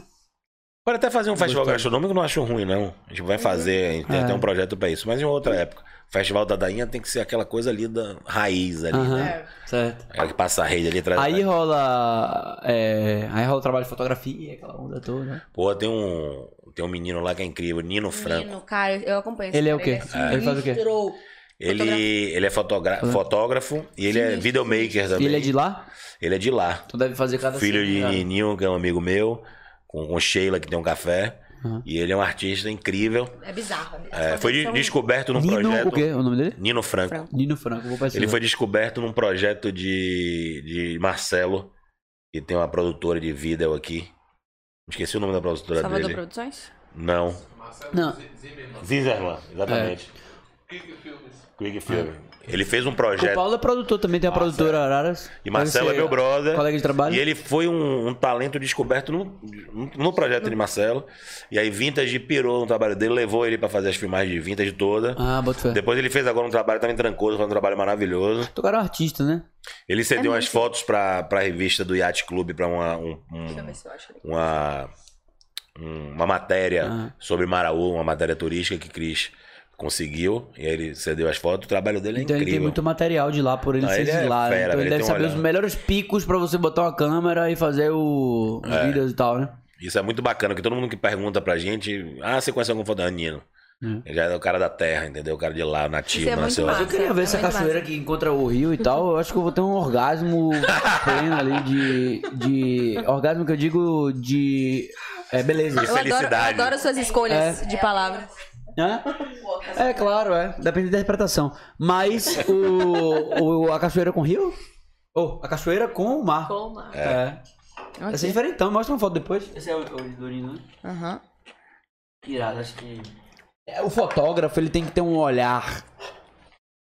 Pode até fazer um festival gastronômico, não acho ruim, não. A gente vai fazer, a gente tem É. até um projeto pra isso, mas em outra época. O festival da Dainha tem que ser aquela coisa ali da raiz ali, Aham. né? Certo. Aquela que passa a rede ali atrás. Aí rola. É, aí rola o trabalho de fotografia, aquela onda toda. né? Pô, tem um, tem um menino lá que é incrível, Nino Franco. Menino, cara, eu acompanho esse Ele é o cara, assim, quê? Ele faz o quê? sinistro. Ele, ele é fotogra- fotógrafo e ele é videomaker também. Ele é de lá? Ele é de lá. Tu deve fazer cada filho cena, de irado. Nininho, que é um amigo meu, com, com Sheila, que tem um café. Uhum. E ele é um artista incrível. É né? bizarro. É, foi de- descoberto num Nino, projeto. o quê? O nome dele? Nino Franco. Nino Franco, vou pesquisar. Ele foi descoberto num projeto de, de Marcelo, que tem uma produtora de vídeo aqui. Esqueci o nome da produtora Salvador dele. Produções? Não. Não, Zinzerman, exatamente. Quick Filmes. Quick Film. Ele fez um projeto. É. o Paulo é produtor também, tem a produtora Araras. E Marcelo é meu brother. Colega de trabalho. E ele foi um, um talento descoberto no, no- no projeto de Marcelo. E aí Vintage pirou no trabalho dele, levou ele pra fazer as filmagens de Vintage toda. Ah, bota fé. Depois ele fez agora um trabalho também trancoso, fazendo um trabalho maravilhoso. Tu cara é um artista, né? É Ele cedeu umas fotos pra, pra revista do Yacht Club, pra uma, um- um- É. uma, um- uma matéria Ah. sobre Maraú, uma matéria turística que Cris conseguiu. E aí ele cedeu as fotos. O trabalho dele é então ele tem incrível. muito material de lá por ele Não, ser ele é de lá. né? fera, então ele ele deve tem um saber olhar. os melhores picos pra você botar uma câmera e fazer o... os É. vídeos e tal, né? Isso é muito bacana, porque todo mundo que pergunta pra gente, ah, você conhece algum fotógrafo? Nino. Hum. Ele já é o cara da terra, entendeu? O cara de lá, nativo, Isso é muito nasceu lá. massa. Eu queria ver essa Muito massa. cachoeira que encontra o rio e tal. Eu acho que eu vou ter um orgasmo pleno ali de. de orgasmo que eu digo de. É beleza. De Eu adoro, eu felicidade. É. É. adoro suas escolhas de palavras. Hã? É, claro, é. Depende da interpretação. Mas o, o- a cachoeira com rio? Ou a cachoeira com o mar. Coma. É. Ok. Essa é diferentão. Mostra uma foto depois. Esse é o, o de Dorino, né? Aham. Irado, acho que... É, O fotógrafo, ele tem que ter um olhar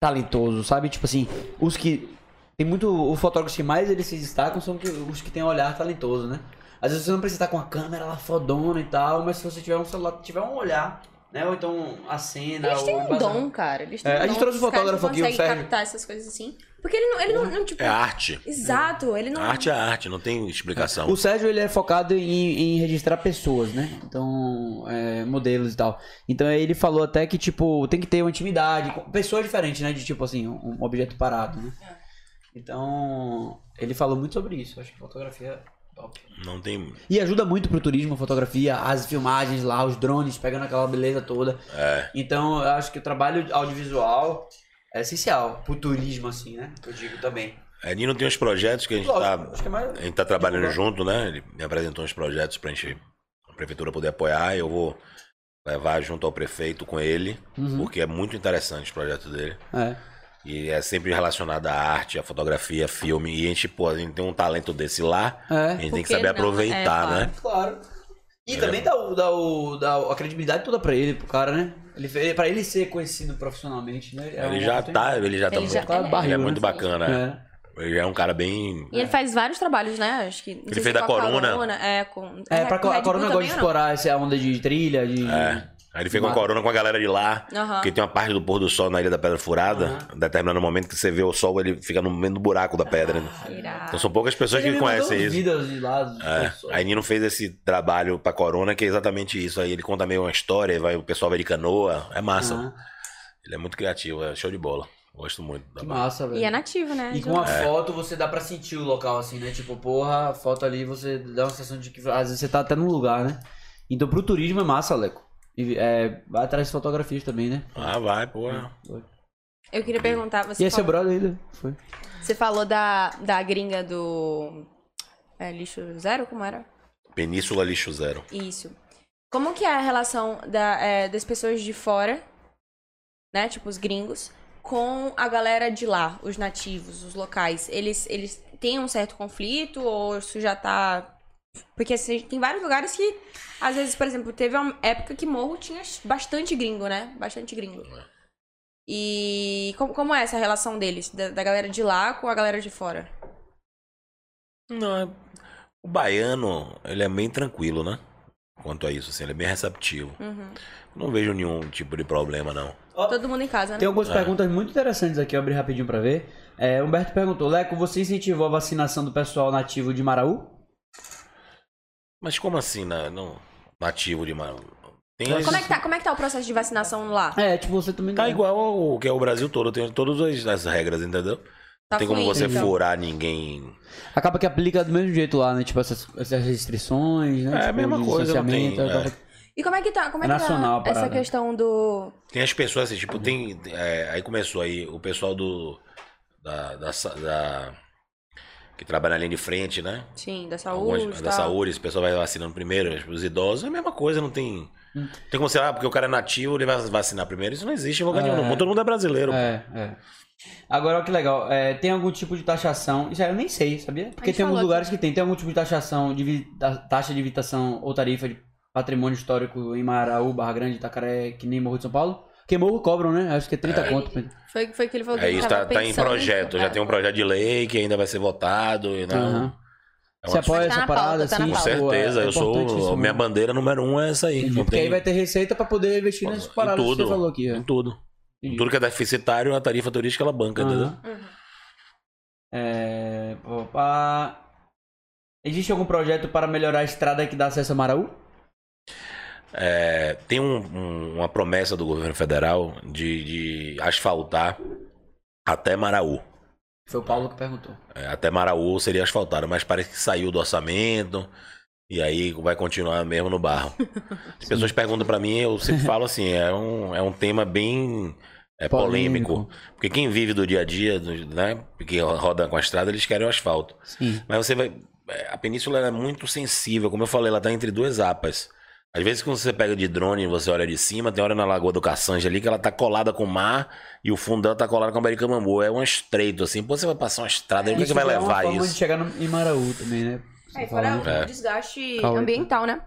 talentoso, sabe? Tipo assim, os que. Tem muito. Os fotógrafos que mais eles se destacam são que- os que têm um olhar talentoso, né? Às vezes você não precisa estar com a câmera lá fodona e tal, mas se você tiver um celular, tiver um olhar, né? Ou então a cena. Eles têm ou um embasar- dom, cara. Eles têm É, um a gente dom, trouxe o esses caras fotógrafo não aqui, o conseguem Sérgio. captar essas coisas assim. Porque ele não, ele não, não, tipo... É arte. Exato, ele não... A arte é arte, não tem explicação. O Sérgio ele é focado em, em registrar pessoas, né? Então, é, modelos e tal. Então ele falou até que, tipo, tem que ter uma intimidade. com Pessoas diferentes, né? De tipo assim, um um objeto parado, né? Então, ele falou muito sobre isso. Acho que fotografia é top. Não tem. E ajuda muito pro turismo, a fotografia, as filmagens lá, os drones pegando aquela beleza toda. É. Então, eu acho que o trabalho audiovisual é essencial pro turismo, assim, né? Eu digo também. A É, Nino tem uns projetos que a gente Lógico, tá. acho que é mais. A gente tá Uhum. trabalhando junto, né? Ele me apresentou uns projetos pra gente, a prefeitura poder apoiar. Eu vou levar junto ao prefeito com ele, Uhum. porque é muito interessante o projeto dele. É. E é sempre relacionado à arte, à fotografia, filme. E a gente, pô, a gente tem um talento desse lá, É. a gente tem Por que que saber não? É, aproveitar, claro. né? Claro. E É. também dá, o- dá, o- dá a credibilidade toda pra ele, pro cara, né? Ele, ele, pra ele ser conhecido profissionalmente, né? É Ele uma já oportunidade. tá, ele já tá Ele muito. já- Claro, ele é- ele é barril, né? muito bacana. Ele já é um cara bem. E ele faz vários trabalhos, né? Acho que. não sei fez se da com a Corona. É, com. É, é pra, com o Red a Corona Bull gosta de também, ou explorar essa onda de trilha, de... É. Aí ele ficou com a corona com a galera de lá, Aham. porque tem uma parte do pôr do sol na Ilha da Pedra Furada, em determinado momento que você vê o sol, ele fica no meio do buraco da pedra. né? não? Irado. Então são poucas pessoas Ah, Ele que me mandou conhecem uns isso. Vídeos de lá, dos- É. dos- Aí Nino fez esse trabalho pra Corona, que é exatamente isso. Aí ele conta meio uma história, vai, o pessoal vai de canoa. É massa. Aham. Ele é muito criativo, é show de bola. Gosto muito do Que trabalho. massa, velho. E é nativo, né? E de com lá. a foto você dá pra sentir o local, assim, né? Tipo, porra, a foto ali você dá uma sensação de que às vezes você tá até num lugar, né? Então pro turismo é massa, Leco. E é, vai atrás de fotografias também, né? Ah, vai, porra. Eu queria perguntar, você, E é seu falou, brother ainda. Foi. você falou da, da gringa do. É, lixo zero? Como era? Península Lixo Zero. Isso. Como que é a relação da, é, das pessoas de fora, né? Tipo os gringos, com a galera de lá, os nativos, os locais? Eles, eles têm um certo conflito ou isso já tá. Porque assim, tem vários lugares que, às vezes, por exemplo, teve uma época que morro tinha bastante gringo, né? Bastante gringo. é. E como, como é essa relação deles, da, da galera de lá com a galera de fora? Não, é- o baiano, ele é bem tranquilo, né? Quanto a isso, assim, ele é bem receptivo. Uhum. Não vejo nenhum tipo de problema, não. Todo mundo em casa, né? Tem algumas É. perguntas muito interessantes aqui, eu abri rapidinho pra ver. É, Humberto perguntou, Leco, você incentivou a vacinação do pessoal nativo de Maraú? Mas como assim, na, não, nativo de Manaus? Tem as- Como é, que tá, como é que tá o processo de vacinação lá? É, tipo, você também... Tá igual ao que é o Brasil todo, tem todas as, as regras, entendeu? Tá não tem como fluindo, você então. furar ninguém. Acaba que aplica do mesmo jeito lá, né? Tipo, essas, essas restrições, né? É, tipo, a mesma de coisa, não tem- distanciamento, é. E como é que tá, como é que Nacional a tá essa parada. questão do. Tem as pessoas assim, tipo, tem. é, aí começou aí o pessoal do. Da, da, sa- da- que trabalha na linha de frente, né? Sim, da Algumas- saúde. e da tal. saúde, esse pessoal vai vacinando primeiro, os idosos, é a mesma coisa, não tem. Hum. Tem como sei lá, porque o cara é nativo, ele vai vacinar primeiro. Isso não existe em lugar É. nenhum. no mundo, Todo mundo é brasileiro. pô. É, é. Agora, olha que legal. é, tem algum tipo de taxação? Isso aí eu nem sei, sabia? Porque gente tem alguns falou lugares que tem. Tem algum tipo de taxação, de vi- da- taxa de habitação ou tarifa de patrimônio histórico em Maraú, Barra Grande, Itacaré, que nem Morro de São Paulo? Porque Morro cobram, né? Acho que é 30 conto. Foi, foi que ele falou que Aí ele isso tá, tava tá em pensando projeto, já é. tem um projeto de lei que ainda vai ser votado. E não, Aham. É Você uma- apoia Mas tá essa na pauta, parada, tá na assim? Com pauta. tipo, é- certeza, é eu sou. importantíssimo. a Minha bandeira número um é essa aí. Entendi, não Porque tem- aí vai ter receita pra poder investir nessas Em paradas que tudo. você falou aqui. né? ó. Em tudo. Em Tudo que é deficitário, a tarifa turística ela banca, entendeu? Aham. É, pá, pá. Existe algum projeto para melhorar a estrada que dá acesso a Maraú? É, tem um- um- uma promessa do governo federal de, de asfaltar até Maraú. Foi o Paulo que perguntou. É, até Maraú seria asfaltado, mas parece que saiu do orçamento. E aí vai continuar mesmo no barro. As pessoas perguntam pra mim, eu sempre falo assim, é um, é um tema bem é, polêmico. Porque quem vive do dia a dia, do- né, que roda com a estrada, eles querem o asfalto. Sim. Mas você vai. é, A península ela é muito sensível, como eu falei, ela está entre tá duas apas. Às vezes, quando você pega de drone e você olha de cima, tem hora na Lagoa do Caçange ali que ela tá colada com o mar e o fundo dela tá colado com a Maricamambu. É um estreito, assim. Pô, você vai passar uma estrada, aí, onde é que vai é uma levar forma de isso? chegar no, em Maraú também, né? É, Você fala, fora né? o desgaste Calma aí. ambiental, né?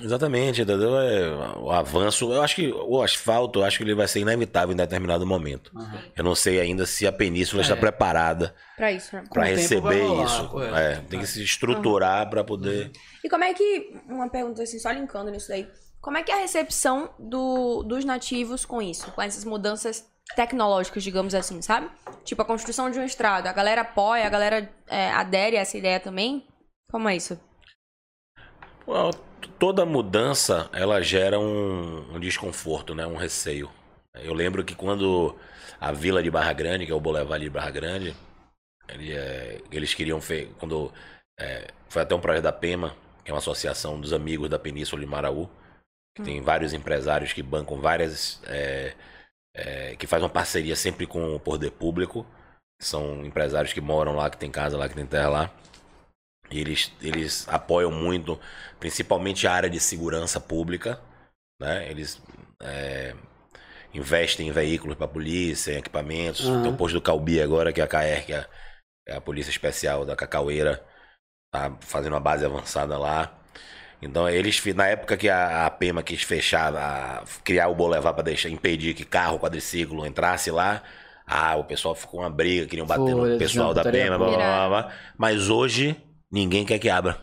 Exatamente, entendeu? É, o avanço, eu acho que o asfalto, eu acho que ele vai ser inevitável em determinado momento. Aham. Eu não sei ainda se a península está É. preparada Pra isso, né? Com para o tempo vai receber rolar, Uhum. isso. correto. É, tem que se estruturar para poder. E como é que. Uma pergunta assim, só linkando nisso daí. Como é que é a recepção do, dos nativos com isso? Com essas mudanças tecnológicas, digamos assim, sabe? Tipo, a construção de um estrado. A galera apoia, a galera é, adere a essa ideia também? Como é isso? Bom, t- Toda mudança ela gera um, um desconforto, né? um receio. Eu lembro que quando a vila de Barra Grande, que é o Boulevard de Barra Grande, ele, é, eles queriam. Fe... Quando, é, foi até um projeto da PEMA, que é uma associação dos amigos da Península de Maraú, que tem vários empresários que bancam várias. é, é, que faz uma parceria sempre com o poder público. São empresários que moram lá, que tem casa lá, que tem terra lá. E eles, eles apoiam muito, principalmente a área de segurança pública. Né? Eles é, investem em veículos para polícia, em equipamentos. Aham. Tem o posto do Calbi agora, que é a KR, que é a, é a Polícia Especial da Cacaueira, tá fazendo uma base avançada lá. Então eles, fi- na época que a, a PEMA quis fechar, a- criar o Boulevard para deixar, impedir que carro, quadriciclo entrasse lá, ah, o pessoal ficou uma briga, queriam bater Foi, no eles pessoal tinham da putaria PEMA, blá, blá, blá, blá. Mas hoje, ninguém quer que abra.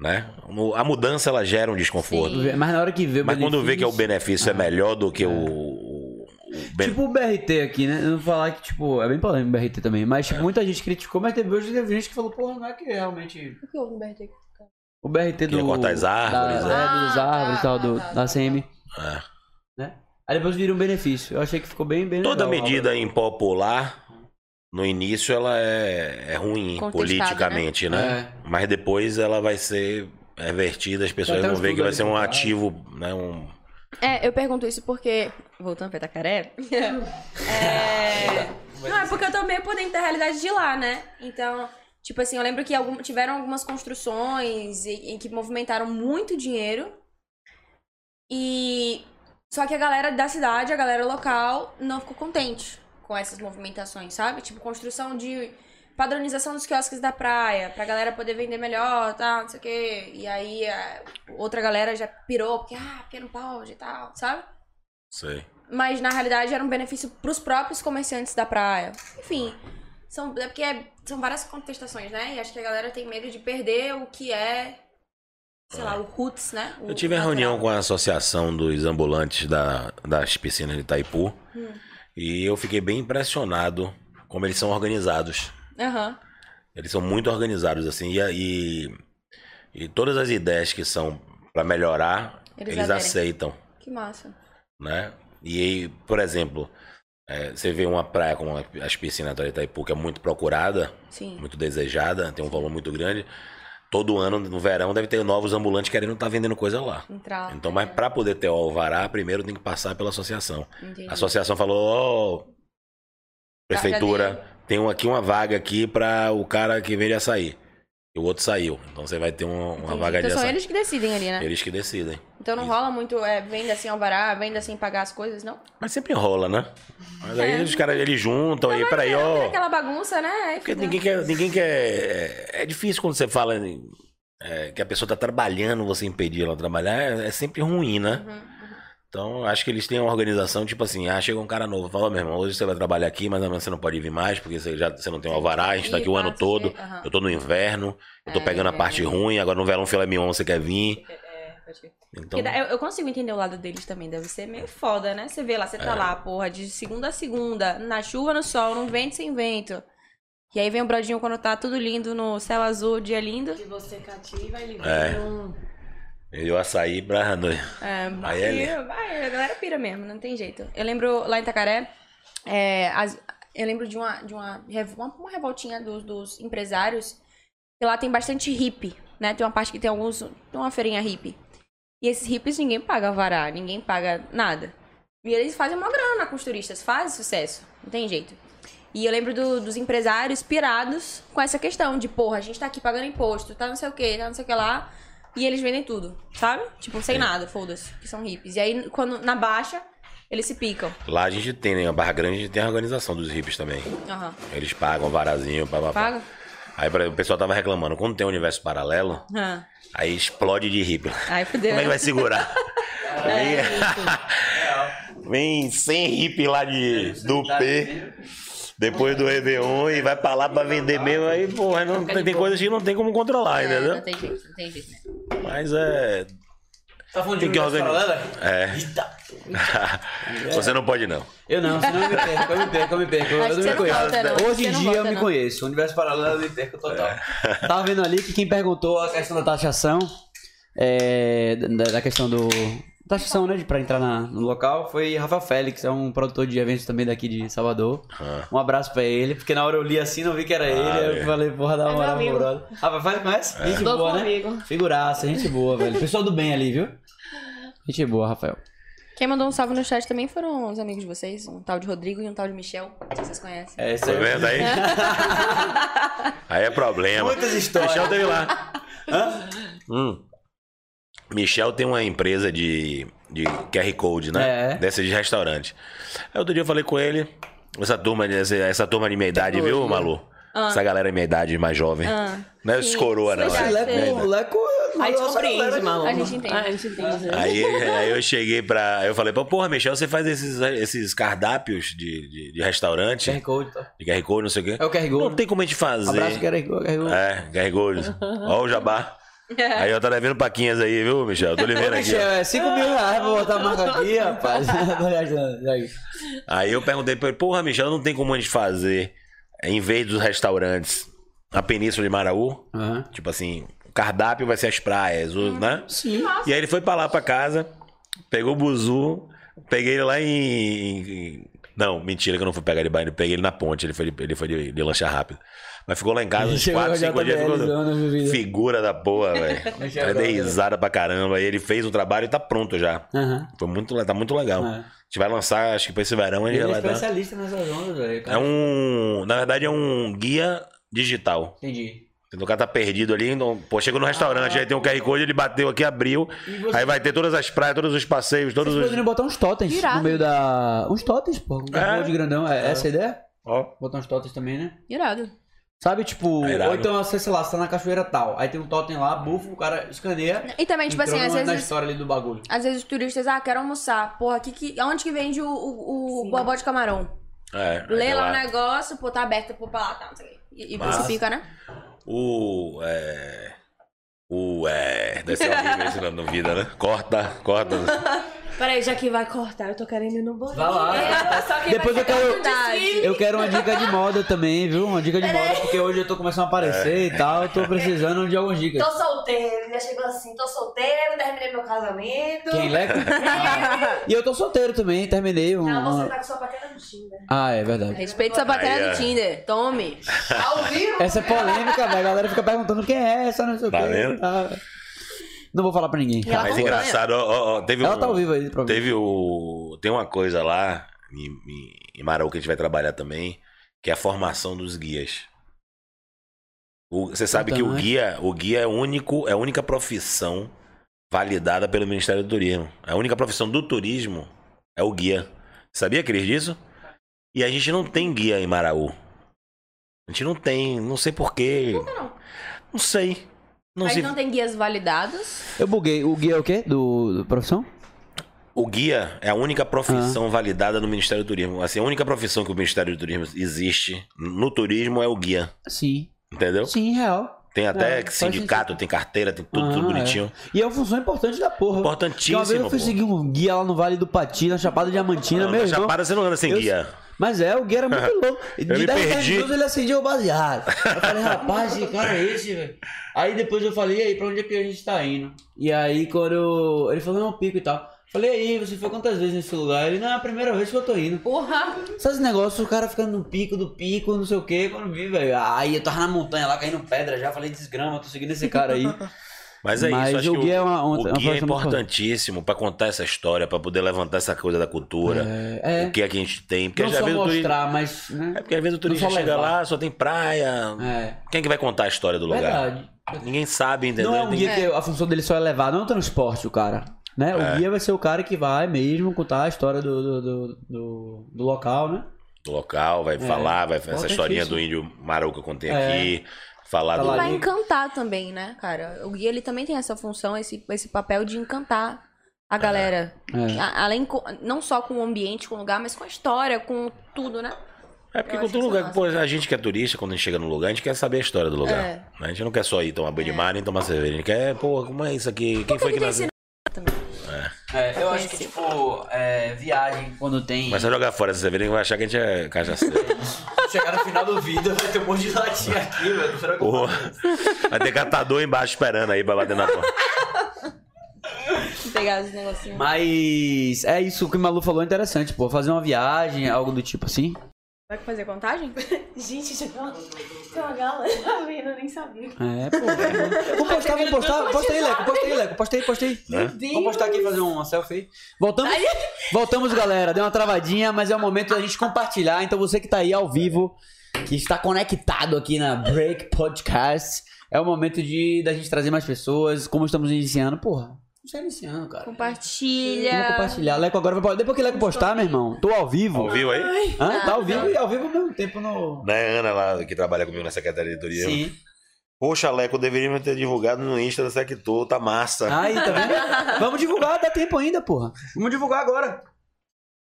né? O- A mudança, ela gera um desconforto. Mas na hora que vê o Mas quando vê que é o benefício- benefício é Ah, melhor do que é. o... o- o ben- Tipo o BRT aqui, né? Eu vou falar que, tipo, é bem polêmico o BRT também, mas É. tipo, muita gente criticou, mas teve hoje teve gente que falou, porra, não é que realmente. O que houve, Humberto? O BRT do. Queria cortar as árvores, da, é, das árvores e tal, do, da CM. Ah. Aí depois vira um benefício. Eu achei que ficou bem, bem Toda legal. né? medida impopular, no início, ela é, é ruim Contestada, politicamente, né? É. Mas depois ela vai ser revertida, as pessoas até Então, vão um ver que estudo vai ser um ali por ativo, né? Um... É, eu pergunto isso porque. Voltando pra Itacaré. é... Não, é porque eu tô meio por dentro da realidade de lá, né? Então, tipo assim, eu lembro que algum- tiveram algumas construções e, e que movimentaram muito dinheiro. E. Só que a galera da cidade, a galera local, não ficou contente com essas movimentações, sabe? Tipo, construção de. Padronização dos quiosques da praia, pra galera poder vender melhor, tal, não sei o quê. E aí, é, a- outra galera já pirou, porque, ah, porque não pode e tal, sabe? Sei. Mas na realidade era um benefício pros próprios comerciantes da praia. Enfim, são, é porque é- são várias contestações, né? E acho que a galera tem medo de perder o que é, sei lá, o roots, né? O- Eu tive o a reunião natural. com a associação dos ambulantes da, das piscinas de Itaipu Hum. e eu fiquei bem impressionado como eles são organizados. Aham. Eles são muito organizados, assim, e, e, e todas as ideias que são para melhorar, Eles eles aderem. aceitam. Que massa. né? E aí, por exemplo, é, você vê uma praia como a- as piscinas da Itaipu, que é muito procurada, Sim. muito desejada, tem um valor muito grande. Todo ano, no verão, deve ter novos ambulantes querendo estar vendendo coisa lá. Entrar. Então, mas para poder ter o alvará, primeiro tem que passar pela associação. Entendi. A associação falou, ó, Tá, prefeitura, tem um aqui uma vaga aqui para o cara que vende açaí. E o outro saiu. Então você vai ter um- uma Entendi. vaga Então de são açaí. eles que decidem ali, né? Eles que decidem. Então não Isso. rola muito é, venda sem alvará, venda sem pagar as coisas, não? Mas sempre rola, né? Mas aí É. os caras, eles juntam aí, peraí, É ó. aquela bagunça, né? Aí Porque fica- ninguém quer, ninguém quer. É, é difícil quando você fala em- é, que a pessoa tá trabalhando, você impedir ela de trabalhar, é, é sempre ruim, né? Uhum. Então, acho que eles têm uma organização, tipo assim, ah, chega um cara novo, fala, "Ó, meu irmão, hoje você vai trabalhar aqui, mas amanhã você não pode vir mais, porque você, já, você não tem o alvará, a gente tá aqui Ih, o ano passa, todo, né? Aham. eu tô no inverno, eu tô pegando a parte ruim, agora no verão filé mignon você quer vir. Então, Porque dá- eu, eu consigo entender o lado deles também, deve ser meio foda, né? Você vê lá, você tá lá, porra, de segunda a segunda, na chuva, no sol, no vento sem vento. E aí vem o brodinho quando tá tudo lindo no céu azul, dia lindo. De você cativa, ele É. vira um. eu açaí pra. É, Aí é vai, vai, a galera pira mesmo, não tem jeito. Eu lembro lá em Itacaré, é, as- eu lembro de uma, de uma, rev- uma, uma revoltinha dos, dos empresários, que lá tem bastante hippie, né? Tem uma parte que tem alguns, tem uma feirinha hippie. E esses hippies ninguém paga vará, ninguém paga nada. E eles fazem uma grana com os turistas, fazem sucesso, não tem jeito. E eu lembro do- dos empresários pirados com essa questão de, porra, a gente tá aqui pagando imposto, tá não sei o que, tá não sei o que lá. E eles vendem tudo, sabe? Tipo, sem nada, foda-se, que são hippies. E aí, quando na baixa, eles se picam. Lá a gente tem, né? A Barra Grande a gente tem a organização dos hippies também. Aham. Eles pagam varazinho, pá, pá, pá. Paga? Aí por exemplo, o pessoal tava reclamando, quando tem um universo paralelo, Ah. aí explode de hippie. Aí fudeu. Como é que né? vai segurar? Vem- Vem 100 hippie lá de, do P, depois do Réveillon e vai pra lá pra vender mesmo. Aí, porra, não, tem, tem coisas que não tem como controlar, É, entendeu? não tem jeito, não tem jeito. né? Mas é. Tá falando Tem que universo organizar. paralelo? É. Eita. Você não pode, não. Eu não, senão eu me perco, eu me perco, eu me perco. Acho Eu que não você me não conheço. volta, não. Hoje Você em não dia eu volta, me não. conheço. O universo paralelo eu me perco total. É. Tava vendo ali que quem perguntou a questão da taxação, é, da, da questão do. Taxação, né? de- Pra entrar na- no local, foi Rafa Félix, é um produtor de eventos também daqui de Salvador. Ah. Um abraço pra ele, porque na hora eu li assim, não vi que era ele. Eu é. falei, porra, da meu hora, amigo. moral. Rafa Félix conhece? Gente boa, Tô um com né? amigo. Figuraça, gente boa, velho. Pessoal do bem ali, viu? Gente boa, Rafael. Quem mandou um salve no chat também foram os amigos de vocês, um tal de Rodrigo e um tal de Michel, que vocês conhecem. É, isso Tá aí. vendo aí? aí é problema. Muitas histórias. Michel teve lá. Hum. Michel tem uma empresa de, de QR Code, né? É. Dessa de restaurante. Aí outro dia eu falei com ele. Essa turma, de- essa, essa turma de minha idade, viu, Malu? Ah. Essa galera de minha idade, mais jovem. Ah, não é os coroa, não. Esse é- leco, é- leco. A gente nossa, galera, compreende, maluco. Ah, A gente entende. A gente entende. Aí, aí eu cheguei pra. Eu falei, pô, porra, Michel, você faz esses, esses cardápios de, de, de restaurante, QR Code, tá? de QR Code, não sei então. o quê. É o QR Não Code. tem como a gente fazer. Abraço, QR Code. QR Code. É, carregou. Ó o jabá. Aí eu tá devendo paquinhas aí, viu, Michel? Tô lhe vendo aqui. Michel, ó. é 5 mil reais pra botar a marca aqui, Tá rapaz. Tá Tô gastando, já aí. Aí eu perguntei pra ele, porra, Michel, não tem como a gente fazer, em vez dos restaurantes, a Península de Maraú? Aham. Tipo assim, o cardápio vai ser as praias, o- né? Sim. E aí ele foi pra lá, pra casa, pegou o buzu, peguei ele lá em... em- Não, mentira que eu não fui pegar ele banho, eu peguei ele na ponte, ele foi, de- ele foi de, de lancha rápido. Mas ficou lá em casa uns Chegou 4, a 5 dias. JBL Ficou... zoando a minha vida. Figura da porra, velho. Eu dei risada pra caramba. E ele fez o trabalho e tá pronto já. Aham. Foi muito, le- tá muito legal. É. A gente vai lançar, acho que pra esse verão ele Ele é vai dar. especialista nessas ondas, velho. É cara. um. Na verdade, é um guia digital. Entendi. Entendeu? O cara tá perdido ali. Então, pô, chegou no restaurante, aí tem um QR Code, ele bateu aqui, abriu. Aí vai ter todas as praias, todos os passeios, todos Vocês poderiam os. botar uns totens Irado. no meio da. Uns totens, pô. Um É. é. de grandão. É, essa a ideia? Ó. Botar uns totens também, né? Irado. Sabe, tipo, É irado. ou então, sei lá, você tá na cachoeira tal. Aí tem um totem lá, bufo, o cara escaneia. E também, tipo entrou assim, às na, na vezes, história ali do bagulho. às vezes os turistas, ah, quero almoçar. Porra, que, que, aonde que vende o, o, o bobó de camarão? É, aí Lê tem lá o negócio, pô, tá aberto, pô, pra lá, tá, não sei o quê. E, e Massa. você pica, né? O. É. O. É. Deve ser horrível esse nome do vida, né? Corta, corta. Peraí, já que vai cortar, eu tô querendo ir no banheiro. Vai lá. Só que Depois vai eu quero- ficar no desfile. Eu quero uma dica de moda também, viu? Uma dica de é- moda, porque hoje eu tô começando a aparecer e tal. Eu tô precisando de algumas dicas. Tô solteiro, já chegou assim, tô solteiro, terminei meu casamento. Quem leca? e eu tô solteiro também, terminei. Um, Não, você uma- tá com sua paquera no Tinder. Ah, é verdade. Respeita essa batalha Aí, do é. Tinder. Tome. Ao vivo? Essa é polêmica, velho. A galera fica perguntando quem é essa, não sei o Tá quê, vendo? tá. Não vou falar pra ninguém. E ela tá Mas acompanha. engraçado, ó, ó, ó, teve Ela um- tá ao vivo aí, provavelmente. Teve o. Tem uma coisa lá em, em- em Maraú que a gente vai trabalhar também, que é a formação dos guias. O- você sabe Então, que o né? guia, o guia é o único, é a única profissão validada pelo Ministério do Turismo. A única profissão do turismo é o guia. Sabia, Cris, disso? E a gente não tem guia em Maraú. A gente não tem, não sei porquê. não? Não sei. Não Mas sei. não tem guias validados. Eu buguei. O guia é o quê? Do, do profissão? O guia é a única Ah. profissão validada no Ministério do Turismo. Assim, a única profissão que o Ministério do Turismo existe no turismo é o guia, Sim. entendeu? Sim, real. Tem até É, faz sindicato, tem carteira, tem tudo, tudo Ah, é. bonitinho. E é uma função importante da porra. Porque Importantíssimo. Uma vez eu fui pô. seguir um guia lá no Vale do Pati, na Chapada Diamantina, Não, meu na irmão. Chapada você não anda sem Eu- guia. Mas é, o guia era muito louco. De me 10 em 10 perdi. minutos ele acendia o baseado. Eu falei, rapaz, que cara é esse, velho? Aí depois eu falei, e aí, pra onde é que a gente tá indo? E aí quando eu- ele falou, não, pico e tal. Falei, e aí, você foi quantas vezes nesse lugar? Ele, não, é a primeira vez que eu tô indo. Porra. Sabe esse negócio, o cara ficando no pico do pico, não sei o que, quando vi, velho. Aí eu tava na montanha lá, caindo pedra já, falei, desgrama, tô seguindo esse cara aí. Mas é Mas isso, acho o que guia é uma- uma- o uma guia é profissão muito importantíssimo pra contar essa história, pra poder levantar essa coisa da cultura, É, é. o que é que a gente tem. Porque não às só vezes o turista, mostrar, mas, né? é porque às vezes o turista só chega levar. lá, só tem praia. É, Quem é que vai contar a história do lugar? verdade. Ninguém sabe, entendeu? Não é um Tem- guia que a função dele só é levar, não é um transporte o cara. Né? É. O guia vai ser o cara que vai mesmo contar a história do, do, do, do- do local, né? do local, vai falar, vai essa Importantíssimo. historinha do índio maruca que eu contei É. aqui, falar Tá do lá Vai Ali. encantar também, né, cara? O guia ele também tem essa função, esse, esse papel de encantar a galera. É. A- além, co- não só com o ambiente, com o lugar, mas com a história, com tudo, né? É porque Eu com acho todo isso lugar, massa. pô, a gente que é turista, quando a gente chega no lugar, a gente quer saber a história do lugar. É. A gente não quer só ir tomar banho de mar nem tomar cerveja. A gente quer, pô, É. como é isso aqui? Quem foi que nasceu? É, eu acho que, tipo, é, viagem, quando tem. Começa a jogar fora essa cerveja, vai achar que a gente é cachaceiro. Chegar no final do vídeo, vai ter um monte de latinha aqui, velho. Será que eu Porra. Vai ter catador embaixo esperando aí pra bater na porta. Pegar os negocinhos. Mas é isso que o Malu falou, é interessante, pô. Fazer uma viagem, algo do tipo assim. Vai fazer contagem? Gente, já tem uma, tem uma galera vindo, eu nem sabia. É, pô. Vou postar, vou postar. Posta aí, Leco, posta aí, Leco. Posta aí, posta aí. Né? Vou postar aqui fazer uma selfie. Voltamos, voltamos, galera. Deu uma travadinha, mas é o momento da gente compartilhar. Então você que tá aí ao vivo, que está conectado aqui na Break Podcast, é o momento de da gente trazer mais pessoas. Como estamos iniciando, porra. Não está iniciando, cara. Vamos Compartilha. compartilhar. Leco agora vai postar. Depois que Leco postar, meu irmão, tô ao vivo. Ouviu aí? Hã? Tá ao vivo e ao vivo ao mesmo tempo no. Né, Ana lá, que trabalha comigo na Secretaria de Turismo. Sim. Poxa, Leco, deveríamos ter divulgado no Insta da Sector, tá massa. Aí, tá vendo? Vamos divulgar, dá tempo ainda, porra. Vamos divulgar agora.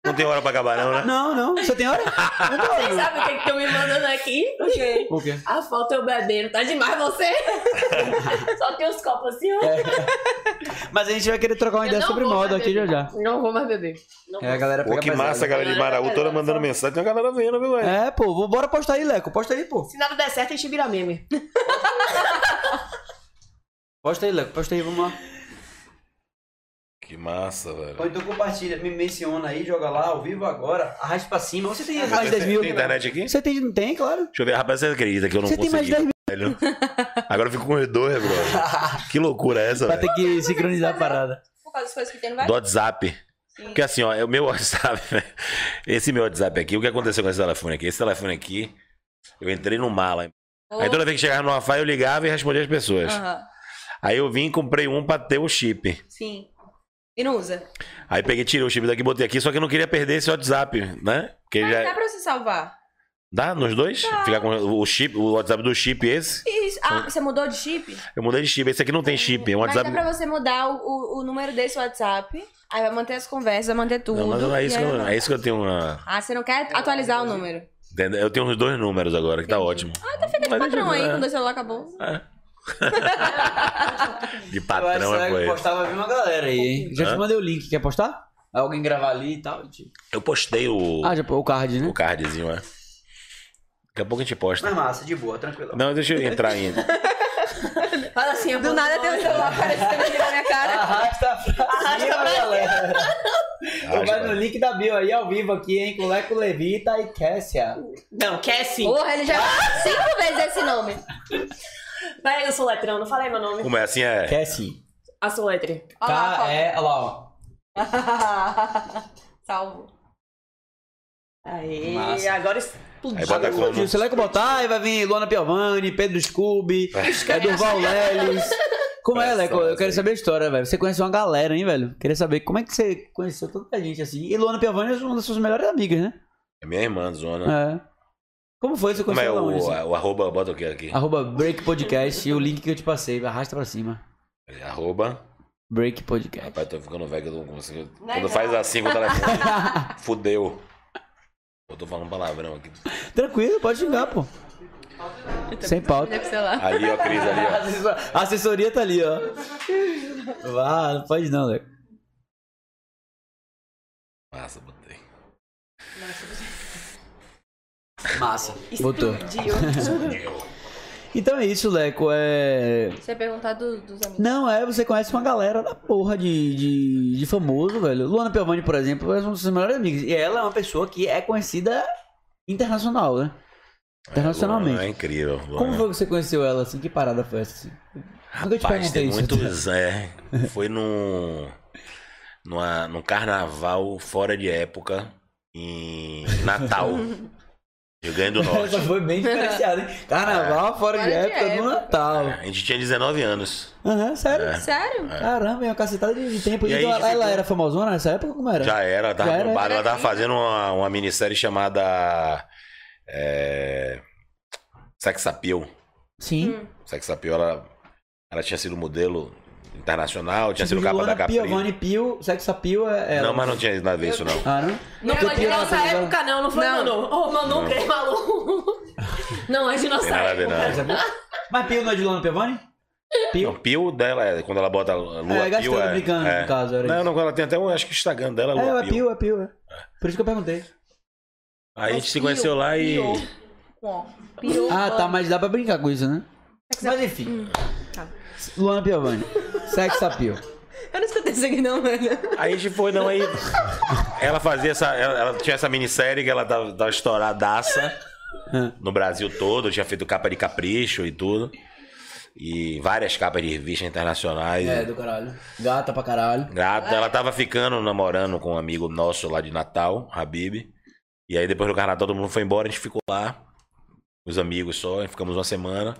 Não tem hora pra acabar, não, né? Não, não. Você tem hora? Não tem hora. Vocês sabem o que estão me mandando aqui? Porque O quê? a foto eu bebendo. Tá demais você? Só tem os copos assim, ó. Mas a gente vai querer trocar uma Eu ideia não sobre vou moda mais aqui já já. beber. Não vou mais beber. Não É, a galera Pô, pega que pesado. massa a galera de Maraú toda mandando mensagem. Tem uma galera vendo, viu, velho? É, pô, vou- bora postar aí, Leco. Posta aí, pô. Se nada der certo, a gente vira meme. Posta aí, Leco. Posta aí, vamos lá. Que massa, velho. Ou então compartilha, me menciona aí, joga lá ao vivo agora. Arrasta pra cima. Você tem mais Tem- 10 mil. Tem internet aqui? Você tem, não tem, claro. Deixa eu ver, rapaz, você acredita que eu não Você tem mais consegui, 10 mil. velho? Agora eu fico com redor, brother. Que loucura é essa, Vai velho? ter que sincronizar a é parada. Por causa das coisas que tem, não vai? Do WhatsApp. Porque assim, ó, é o meu WhatsApp, velho. Esse meu WhatsApp aqui, o que aconteceu com esse telefone aqui? Esse telefone aqui, eu entrei no mala. Aí toda vez que chegava no Wi-Fi, eu ligava e respondia as pessoas. Ah. Aham. Aí eu vim e comprei um pra ter o chip. Sim. E não usa. Aí peguei, tirei o chip daqui, botei aqui, só que eu não queria perder esse WhatsApp, né? Porque Mas já... dá pra você salvar. Dá nos dois? Ficar com o chip, o WhatsApp do chip e esse. Isso. Ah, você mudou de chip? Eu mudei de chip. Esse aqui não tem chip, é um Mas WhatsApp. dá pra você mudar o, o- o número desse WhatsApp. Aí vai manter as conversas, vai manter tudo. Não, mas não é e isso, aí que eu, vai. é isso que eu tenho uma. Ah, você não quer atualizar o número. Entendeu? Eu tenho os dois números agora, que tá ótimo. Ah, tá ficando Patrão aí, com dois celular acabou. De Eu acho patrão que é vai coisa. postar, vai vir uma galera aí, hein? Já Hã? te mandei o link. Quer postar? Alguém gravar ali e tal. tipo. Eu postei o, Ah, já pô- o card, né? o cardzinho, é. Daqui a pouco a gente Mas posta. Ah, massa, de boa, tranquilo. Não, deixa eu entrar ainda. Fala assim, eu Do nada tem um celular aparecendo aqui na minha cara. Arrasta pra cima, galera. Vai Arrasta pra- no link da bio aí, ao vivo aqui, hein? Com Leco Levita e Kessia. Não, quer sim. Porra, ele já cinco vezes esse nome. Vai, eu sou letrão, não falei meu nome. Como é assim? É. Kessie. A sou letre. K, E, olha lá, ó. Salvo. Aí, Massa. agora explodiu. Aí É, bota como. Explodiu. Você vai botar, aí vai vir Luana Piovani, Pedro Scooby, é Durval Lelis. Como é, Olha Leco? só, Eu isso quero aí. saber a história, velho. Você conhece uma galera, hein, velho? Queria saber como é que você conheceu tanta gente assim. E Luana Piovani é uma das suas melhores amigas, né? É minha irmã, Zona. É. Como foi você Como conheceu é ela onde? o, assim? o arroba? Bota o que aqui? Arroba Break Podcast e o link que eu te passei. Arrasta pra cima. Arroba. Break Podcast. Rapaz, tô ficando velho que eu não consigo. Quando faz assim com o telefone, fudeu. Eu tô falando palavrão aqui. Tranquilo, pode xingar, pô. Sem pauta. Ali, ó, Cris, ali, ó. A assessoria tá ali, ó. Ah, não pode não, Leco. Massa, botei. Massa. Botou. Fudeu. Então é isso, Leco. É. Você perguntar do- dos amigos. Não, é, você conhece uma galera da porra de, de, de famoso, velho. Luana Piovani, por exemplo, é uma das suas melhores amigas. E ela é uma pessoa que é conhecida internacional, né? Internacionalmente. É incrível. Luan. Como foi que você conheceu ela, assim? Que parada foi essa, assim? Nunca te Rapaz, perguntei tem isso. né? muitos. É, foi num. Numa, num carnaval fora de época em Natal. Rio Grande do Norte. Essa foi bem diferenciada, hein? É. Carnaval fora de Fora de época do época. Natal. A gente tinha 19 anos. Aham, sério. Sério? Caramba, é uma cacetada de de tempo. E E então, aí ela, ficou- ela era famosona nessa época? Como era? Já era, ela Já tava era? bombada. Ela tava fazendo uma, uma minissérie chamada. É, Sex Appeal. Sim. Sex Appeal, ela, ela tinha sido modelo internacional, tinha sido Tipo, capa da Joana Pio, Capri. Vani Pio, Sexa Pio é ela. Não, mas não tinha nada a ver isso, não. Ah, não? é Não Porque foi de Pio era nossa famosona. época, não. Não foi, Não. Manu. Ô, Manu, um que maluco. Não, é de nossa Tem nada a ver, época. não. Mas Pio não é de Luana Piovani? Não, Pio dela, é- quando ela bota Lua é, Pio. gastou É, brincando, é. no caso. Era Não, não, ela tem até um, acho que o Instagram dela, isso. é, Lua é Pio. Pio, é Pio. É. Por isso que eu perguntei. Aí a gente se conheceu lá e. Pior. Ah, tá, mas dá pra brincar com isso, né? Mas Hum. enfim. Luana Piovani. Sex appeal. Eu não escutei isso aqui, não, mano. Aí a gente foi, não, aí. Ela fazia essa. Ela, ela tinha essa minissérie que ela tava, tava estouradaça Hum. no Brasil todo, tinha feito capa de capricho e tudo. E várias capas de revistas internacionais. É, do caralho. Gata pra caralho. Gata, ela tava ficando, namorando com um amigo nosso lá de Natal, Habib. E aí depois do carnaval todo mundo foi embora, a gente ficou lá. Os amigos só, ficamos uma semana.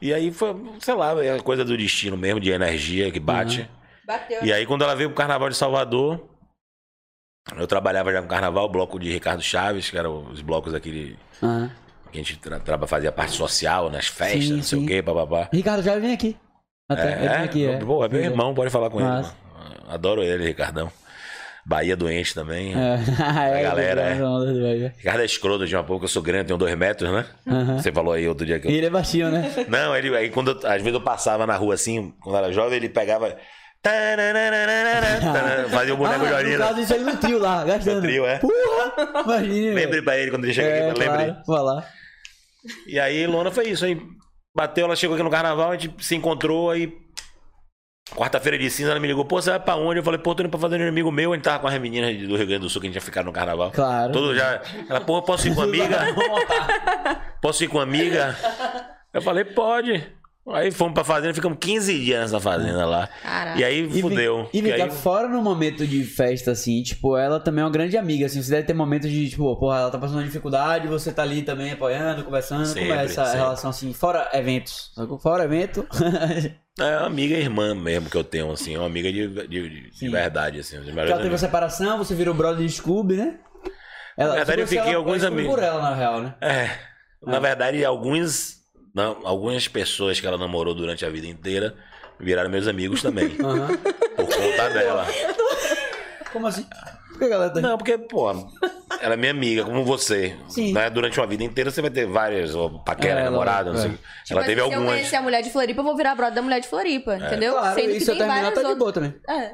E aí foi, sei lá, é uma coisa do destino mesmo, de energia que bate. Uhum. Bateu. E aí, quando ela veio pro Carnaval de Salvador, eu trabalhava já com Carnaval, o bloco de Ricardo Chaves, que eram os blocos daquele Aham. que a gente tra tra- fazia parte social, nas festas, Sim, não sei sim. o quê, papapá. Ricardo já vem aqui. Até, ele vem aqui, é. Pô, é meu irmão, pode falar com Massa. ele. Mano. Adoro ele, Ricardão. Bahia doente também. É, galera, é. é. Ricardo é escroto de uma pouco, eu sou grande, tenho dois metros, né? Aham. Você falou aí outro dia que eu E ele é baixinho, né? Não, ele, aí quando eu- às vezes eu passava na rua assim, quando era jovem, ele pegava. Tananana, tanana, Fazia o boneco de ah, no Jorina. caso, isso aí no trio lá, gastando. No trio, é. Porra! Imagina. Lembrei pra ele quando ele chega é, aqui, lembrei. Claro, vai lá. E aí, Lona foi isso. Aí bateu, ela chegou aqui no carnaval, a gente se encontrou, aí. Quarta-feira de cinza, ela me ligou, pô, você vai pra onde? Eu falei, pô, tô indo pra fazer um inimigo meu. A gente tava com as meninas do Rio Grande do Sul que a gente ia ficar no carnaval. Claro. Todo já. Ela, pô, posso ir com amiga? Posso ir com amiga? Eu falei, pode. Aí fomos pra fazenda, ficamos 15 dias nessa fazenda lá. E aí vi- fudeu. E Porque ficar aí- fora no momento de festa, assim, tipo, ela também é uma grande amiga, assim. Você deve ter momentos de, tipo, porra, ela tá passando uma dificuldade, você tá ali também apoiando, conversando. como Sempre, é essa sempre. relação, assim, fora eventos? sacou? Fora evento. É uma amiga e irmã mesmo que eu tenho, assim, é uma amiga de, de- de, de Sim. verdade, assim. de melhores ela teve a amigos. separação, você virou brother de Scooby, né? Ela, tipo, Na verdade, eu você- fiquei ela- alguns ela foi amigos. por ela, na real, né? É. Na verdade, alguns, não, algumas pessoas que ela namorou durante a vida inteira viraram meus amigos também. Aham. por conta dela. Como assim? Por que a galera tá Não, porque, pô, ela é minha amiga, como você. Sim. Né? Durante uma vida inteira você vai ter várias, ou É, paquera, ela- namorada, não sei. é. Tipo ela assim, Se teve eu algumas. É. conhecer a mulher de Floripa, eu vou virar brother da mulher de Floripa, entendeu? Claro, Sendo e que se eu tem terminar, várias tá de outras. boa também. É.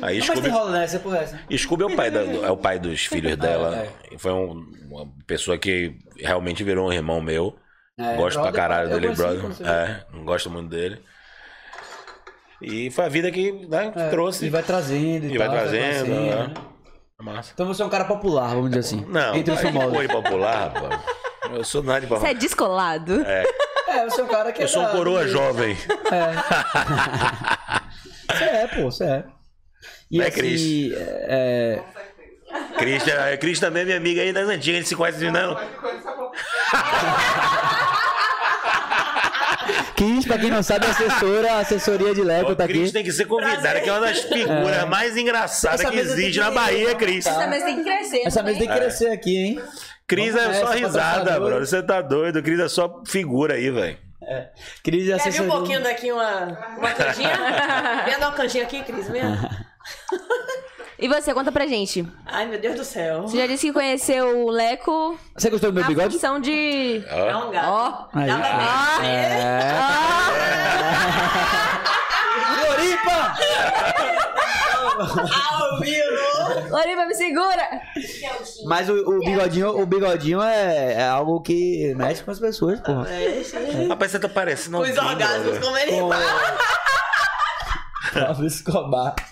Aí Mas Scooby, tem rola nessa, porra essa. Scooby é o pai, da- é o pai dos filhos dela. é. E Foi um- uma pessoa que realmente virou um irmão meu. É, gosto pra brother, caralho eu dele, conheci brother. quando você veio. É, não gosto muito dele. E foi a vida que né, É, trouxe. E vai trazendo e, E vai tal, trazendo, conhecendo, né? É massa. Então você é um cara popular, vamos dizer assim. Não, Entre os aí não é famosos. foi popular, rapaz. Eu sou nada de Você popular. é descolado. É, você é um cara que é Eu sou um da- coroa jovem. Você é, pô, você é. E Né, assim, Cris? é, Cris, é, Cris também é minha amiga aí das antigas, a gente se conhece de não. Cris, pra quem não sabe, é assessora, assessoria de Leco Ô, tá aqui. Cris tem que ser convidada, que é uma das figuras mais engraçadas Essa que mesa tem existe que- na Bahia, Cris. Essa Tá, mesa tem que crescer. Essa não mesa É. tem que crescer aqui, hein? Cris é Vamos só nessa, risada, patrocinadora. brother. Você tá doido, Cris é só figura aí, velho. Cris é Quer vir um assessoria. pouquinho daqui, uma, uma canjinha? Vem dar uma canjinha aqui, Cris, mesmo? E você, conta pra gente. Ai, meu Deus do céu. Você já disse que conheceu o Leco Você gostou do meu na bigode? função de... É um gato. Ó. Aí, Dá pra ver. Ah. É. Ah, Floripa! Floripa, me segura! Mas o, o bigodinho, o bigodinho é, é algo que mexe com as pessoas, porra. Rapaz, você tá parecendo um. Os orgasmos, como ele Com- Pablo Escobar. né?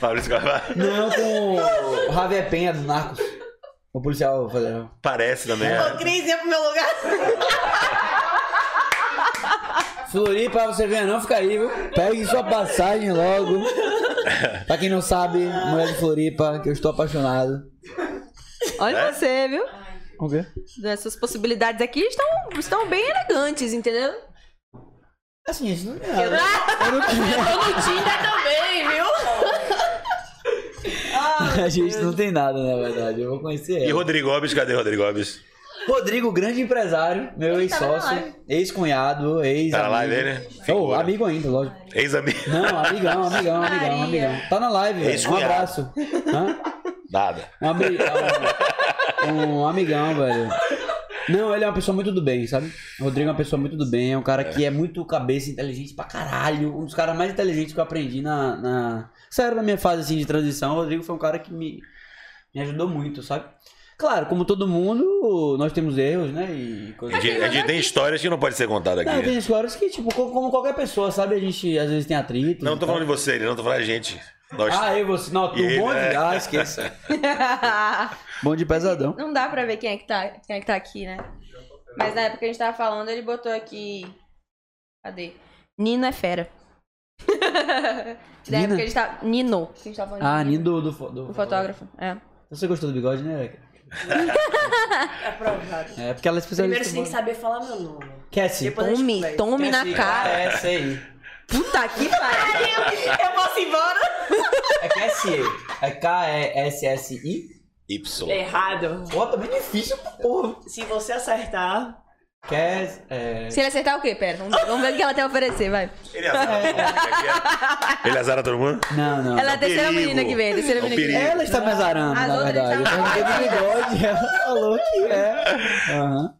Fabrício Carvalho. Não, com o Javier Penha dos Narcos. O policial federal. Parece também. é. Ô, Cris, ia pro meu lugar. Floripa, você venha não fica aí, viu? Pegue sua passagem logo. Pra quem não sabe, mulher de Floripa, que eu estou apaixonado. Olha você, viu? O quê? Essas possibilidades aqui estão, estão bem elegantes, entendeu? Assim, isso não é. a gente não tem nada, na verdade. Eu vou conhecer E ela. Rodrigo Alves, cadê Rodrigo Alves? Rodrigo, grande empresário, meu ex-sócio, ex-cunhado, ex Tá na live dele? Oh, Figura. amigo ainda, lógico. Ex-amigo. Não, amigão, amigão, amigão, amigão. Tá na live, velho. Um Ex-cunhado. abraço. Hã? Nada. Um, ami- um- um amigão, velho. Não, ele é uma pessoa muito do bem, sabe? O Rodrigo é uma pessoa muito do bem, é um cara que é muito cabeça, inteligente pra caralho. Um dos caras mais inteligentes que eu aprendi na. na... Sério, na minha fase assim, de transição, o Rodrigo foi um cara que me, me ajudou muito, sabe? Claro, como todo mundo, nós temos erros, né? E A coisas. gente, a gente tem histórias que não pode ser contada Não, aqui. tem histórias que, tipo, co- como qualquer pessoa, sabe? A gente às vezes tem atrito. Então, Não tô falando de você, ele não tô falando de gente. Nós... Ah, eu vou. Não, E tu ele, bom né? de. Ah, esqueça. Bom de pesadão. Não dá pra ver quem é que tá, quem é que tá aqui, né? Mas na época que a gente tava falando, ele botou aqui. Cadê? Nino é fera. Da Nina? época que a gente tava. Nino. Que a gente tava falando de Ah, Nino do, do, fo- do O fotógrafo. É. Você gostou do bigode, né, Erika? Aprovado. É, porque ela é Primeiro você especialista. tem que saber falar meu nome. Cassie. Depois a gente Tome, é, conversa. tome na Cassie, cara. É essa aí. Puta que pariu. Eu posso ir embora? É Cassie. É K-E-S-S-I. é. Y. É Errado. Pô, também difícil pro povo. Se você acertar. Cass. É. Se ele acertar o quê? Pera, vamos, vamos ver o que ela tem a oferecer, vai. Ele azara todo mundo. aqui é- Ele azara todo mundo? Não, não. Ela é a um terceira perigo. menina que vem, a terceira É um menina que vem. perigo. Ela está me azarando, As na outras verdade. Eu estavam- perguntei do bigode, ela falou que é. Aham.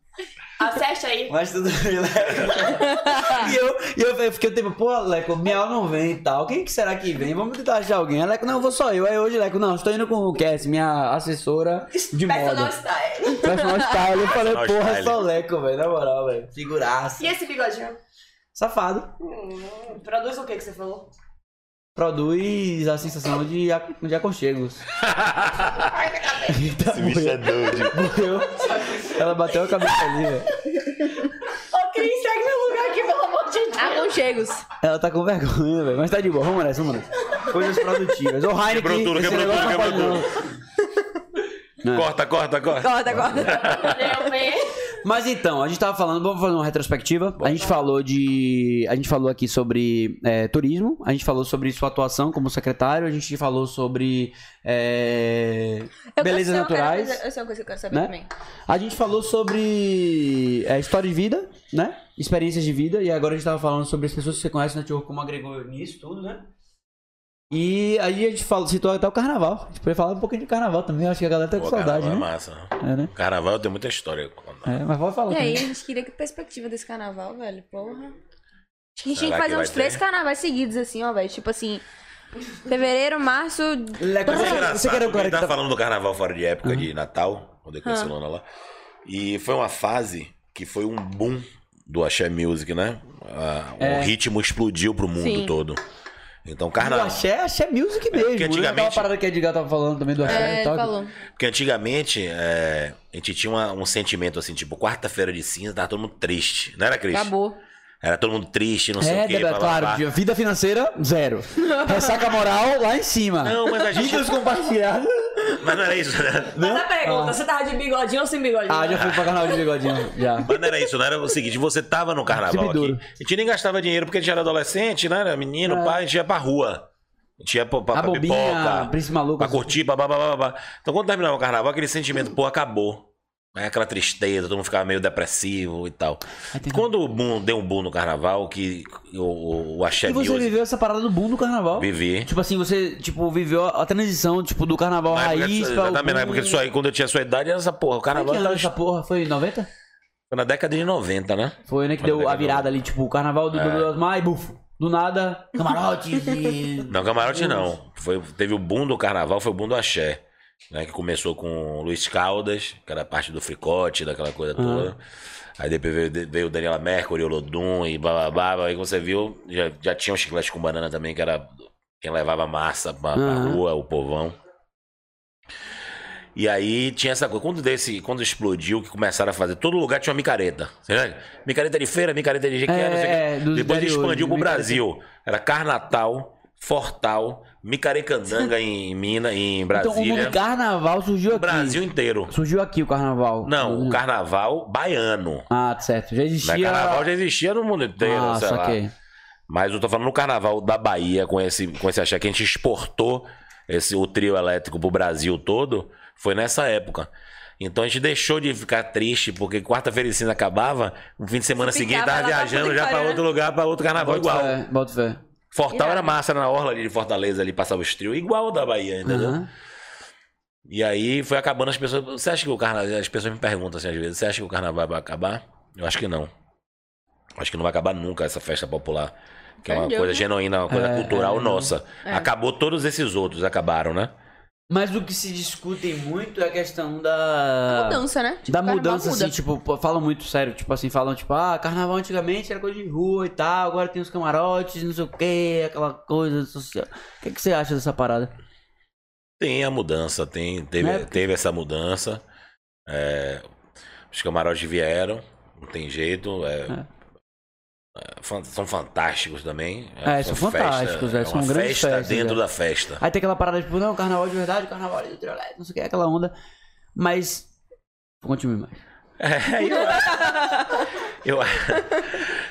Acerte aí. Mas tudo bem, Leco. e eu, e eu fiquei o tempo, pô, Leco, Miau não vem e tal. Quem que será que vem? Vamos tentar achar alguém. Aí Leco, não, vou só eu. Aí hoje, Leco, não, estou indo com o Cass, minha assessora de moda. style. Personal um style. Eu falei, Personal porra, um style. só Leco, velho, na moral, velho. Figuraça. E esse bigodinho? Safado. Hum, produz o que que você falou? Produz a sensação de, ac- de aconchegos. Eita, Esse bicho é morreu. doido. Morreu. Ela bateu a cabeça ali, velho. Ô, Cris, segue meu lugar aqui, pelo amor de Deus. Aconchegos. Ela tá com vergonha, velho. Mas tá de boa, vamos nessa, vamos nessa. Coisas produtivas. Ô, Heineken, Quebrou tudo, esse quebrou negócio tudo, não quebrou pode não. Corta, corta, corta. Corta, corta. né? Mas então, a gente tava falando, vamos fazer uma retrospectiva. A gente falou de. A gente falou aqui sobre é, turismo, a gente falou sobre sua atuação como secretário, a gente falou sobre é, Eu belezas quero saber uma- naturais. Eu sei uma coisa que eu quero saber Né? também. A gente falou sobre é, história de vida, né? Experiências de vida. E agora a gente tava falando sobre as pessoas que você conhece na Network, como agregou nisso tudo, né? E aí a gente falou, citou até o carnaval. A gente podia falar um pouquinho de carnaval também. eu Acho que a galera tá com Pô, saudade, carnaval é né? massa. É, né? Carnaval tem muita história. pra contar. É, mas pode falar. E aí, também. a gente queria que perspectiva desse carnaval, velho. Porra. Acho que a gente tinha Será que que fazer vai uns três ter? carnavais seguidos, assim, ó, velho. Tipo assim, fevereiro, março. Leco, Mas é você, engraçado, você que tá era o cara ele que Ah. tava tava... falando do carnaval fora de época de Natal, quando eu conheci Lona lá. E foi uma fase que foi um boom do Axé Music, né? Ah, o É. ritmo explodiu pro mundo Sim. todo. Então, Do carnaval. axé, axé music mesmo. É, porque né? antigamente- Aquela parada que a Edgar tava falando também do axé É, e ele tal. falou. Porque antigamente é, a gente tinha uma- um sentimento assim, tipo, quarta-feira de cinza, tava todo mundo triste. Não era, Cris? Acabou. Era todo mundo triste, não sei É, o quê. Débora, blá, blá, claro, blá. de- vida financeira, zero. Ressaca moral lá em cima. Não, mas a gente. Vídeos compartilhados. mas não era isso, né? Mas a pergunta, você tava de bigodinho ou sem bigodinho? Ah, já fui pra carnaval de bigodinho. Já. Mas não era isso, não era o seguinte, você tava no carnaval aqui. Exibiduro. A gente nem gastava dinheiro porque a gente era adolescente, né? Era menino, pai, a gente ia pra rua. A gente ia pra, pra, É. A pra bobinha, pipoca, príncipe maluco. assim. pra curtir, babá, babá, babá. Então quando terminava o carnaval, aquele sentimento, pô, acabou. Aí aquela tristeza, todo mundo ficava meio depressivo e tal. Quando o boom, deu um boom no carnaval, que o, o, o Axé E você é Music- viveu essa parada do boom do carnaval? Vivi. Tipo assim, você tipo, viveu a transição tipo, do carnaval Na época, raiz pra o exatamente, na boom. época é disso aí, quando eu tinha sua idade, era essa porra. O Foi carnaval que ano tava essa porra? Foi em 90? na década de 90, né? Foi, né, que Foi deu na a década de virada ali, tipo, o carnaval do É. Dudu Osmar e bufo. Do nada, camarote e... Não, camarote não. Foi, teve o boom do carnaval, foi o boom do axé. Né, que começou com o Luiz Caldas, que era parte do fricote, daquela coisa toda. Aí depois veio, veio Daniela Mercury, Olodum e bababá. Aí você viu, já, já tinha um chiclete com banana também, que era quem levava massa pra, pra Aham. rua, o povão. E aí tinha essa coisa. Quando, desse, quando explodiu, que começaram a fazer. Todo lugar tinha uma micareta. Você lembra? É, Micareta de feira, micareta de jequié, não sei o quê. dos Depois interiores, expandiu pro né, cara? Brasil. Era Carnatal, Fortal, Micarecandanga em Minas, em Então o nome Brasília. carnaval surgiu o aqui. Brasil inteiro. Surgiu aqui o carnaval. Não, o carnaval baiano. Ah, certo. Já Né? existia. Carnaval já existia no mundo inteiro, ah, sei lá. saquei. Mas eu tô falando no carnaval da Bahia, com esse, com esse axé que a gente exportou esse, o trio elétrico pro Brasil todo, foi nessa época. Então a gente deixou de ficar triste, porque quarta-feira e cinza acabava, no fim de semana Ficava seguinte tava lá pra viajando puta já que pra né? pariu. outro lugar, pra outro carnaval Bota igual. fé, Bota fé. Fortal era massa era na orla ali de Fortaleza, ali passava os trios, igual da Bahia, entendeu? Aham. E aí foi acabando as pessoas. Você acha que o carnaval. As pessoas me perguntam assim às vezes: você acha que o carnaval vai acabar? Eu acho que não. Acho que não vai acabar nunca essa festa popular. Que é uma Entendeu, coisa né? genuína, uma coisa É, cultural é, nossa. Acabou todos esses outros, acabaram, né? Mas o que se discute muito é a questão da. Mudança, né? da carnaval mudança, muda. assim, tipo, pô, falam muito sério, tipo assim, falam, tipo, ah, carnaval antigamente era coisa de rua e tal, agora tem os camarotes, não sei o que, aquela coisa social. O que, que você acha dessa parada? Tem a mudança, tem, teve, Né? teve essa mudança. É, os camarotes vieram, não tem jeito. é, É. é, fan- são fantásticos também. É, são fantásticos, é, é são uma grandes festa festas, dentro é. da festa. Aí tem aquela parada, tipo, não, carnaval de verdade, carnaval de trolete, não sei o que, aquela onda. Mas. Continue mais. É, eu, eu,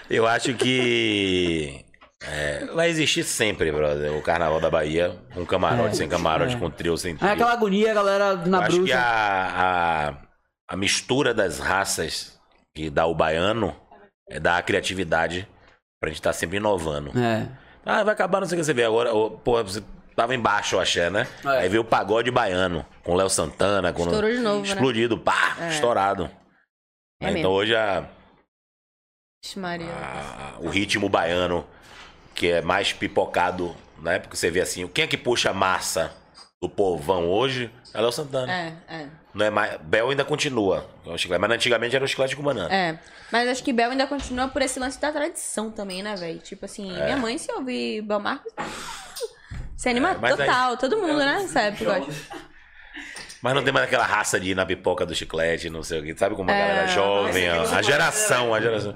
eu acho que é, vai existir sempre, brother, o Carnaval da Bahia, com camarote, É. sem camarote, É. com trio, sem Aí trio. aquela agonia, a galera na eu acho que bruxa. a, a, a mistura das raças que dá o baiano é dar a criatividade pra gente estar sempre inovando. É. Ah, vai acabar, não sei o que você vê agora. ô, Pô, você tava embaixo, eu achei, né? É. Aí veio o pagode baiano, com Léo Santana, com Estourou de novo, né? explodido, pá, estourado. É então mesmo. hoje a. Vixe, Maria. a- o ritmo baiano, que é mais pipocado, né? Porque você vê assim, quem é que puxa a massa do povão hoje? É Léo Santana. É, é. Não é mais, Bel ainda continua, é o chiclete, mas antigamente era o chiclete com banana. É, mas acho que Bel ainda continua por esse lance da tradição também, né, velho? Tipo assim, É. minha mãe se ouvir Bel Marcos... Se anima É, um mas aí- total, todo mundo, né? Nessa época, eu acho. Mas não tem mais aquela raça de ir na pipoca do chiclete, não sei o que. Sabe como a É, galera jovem, ó, a geração, a geração.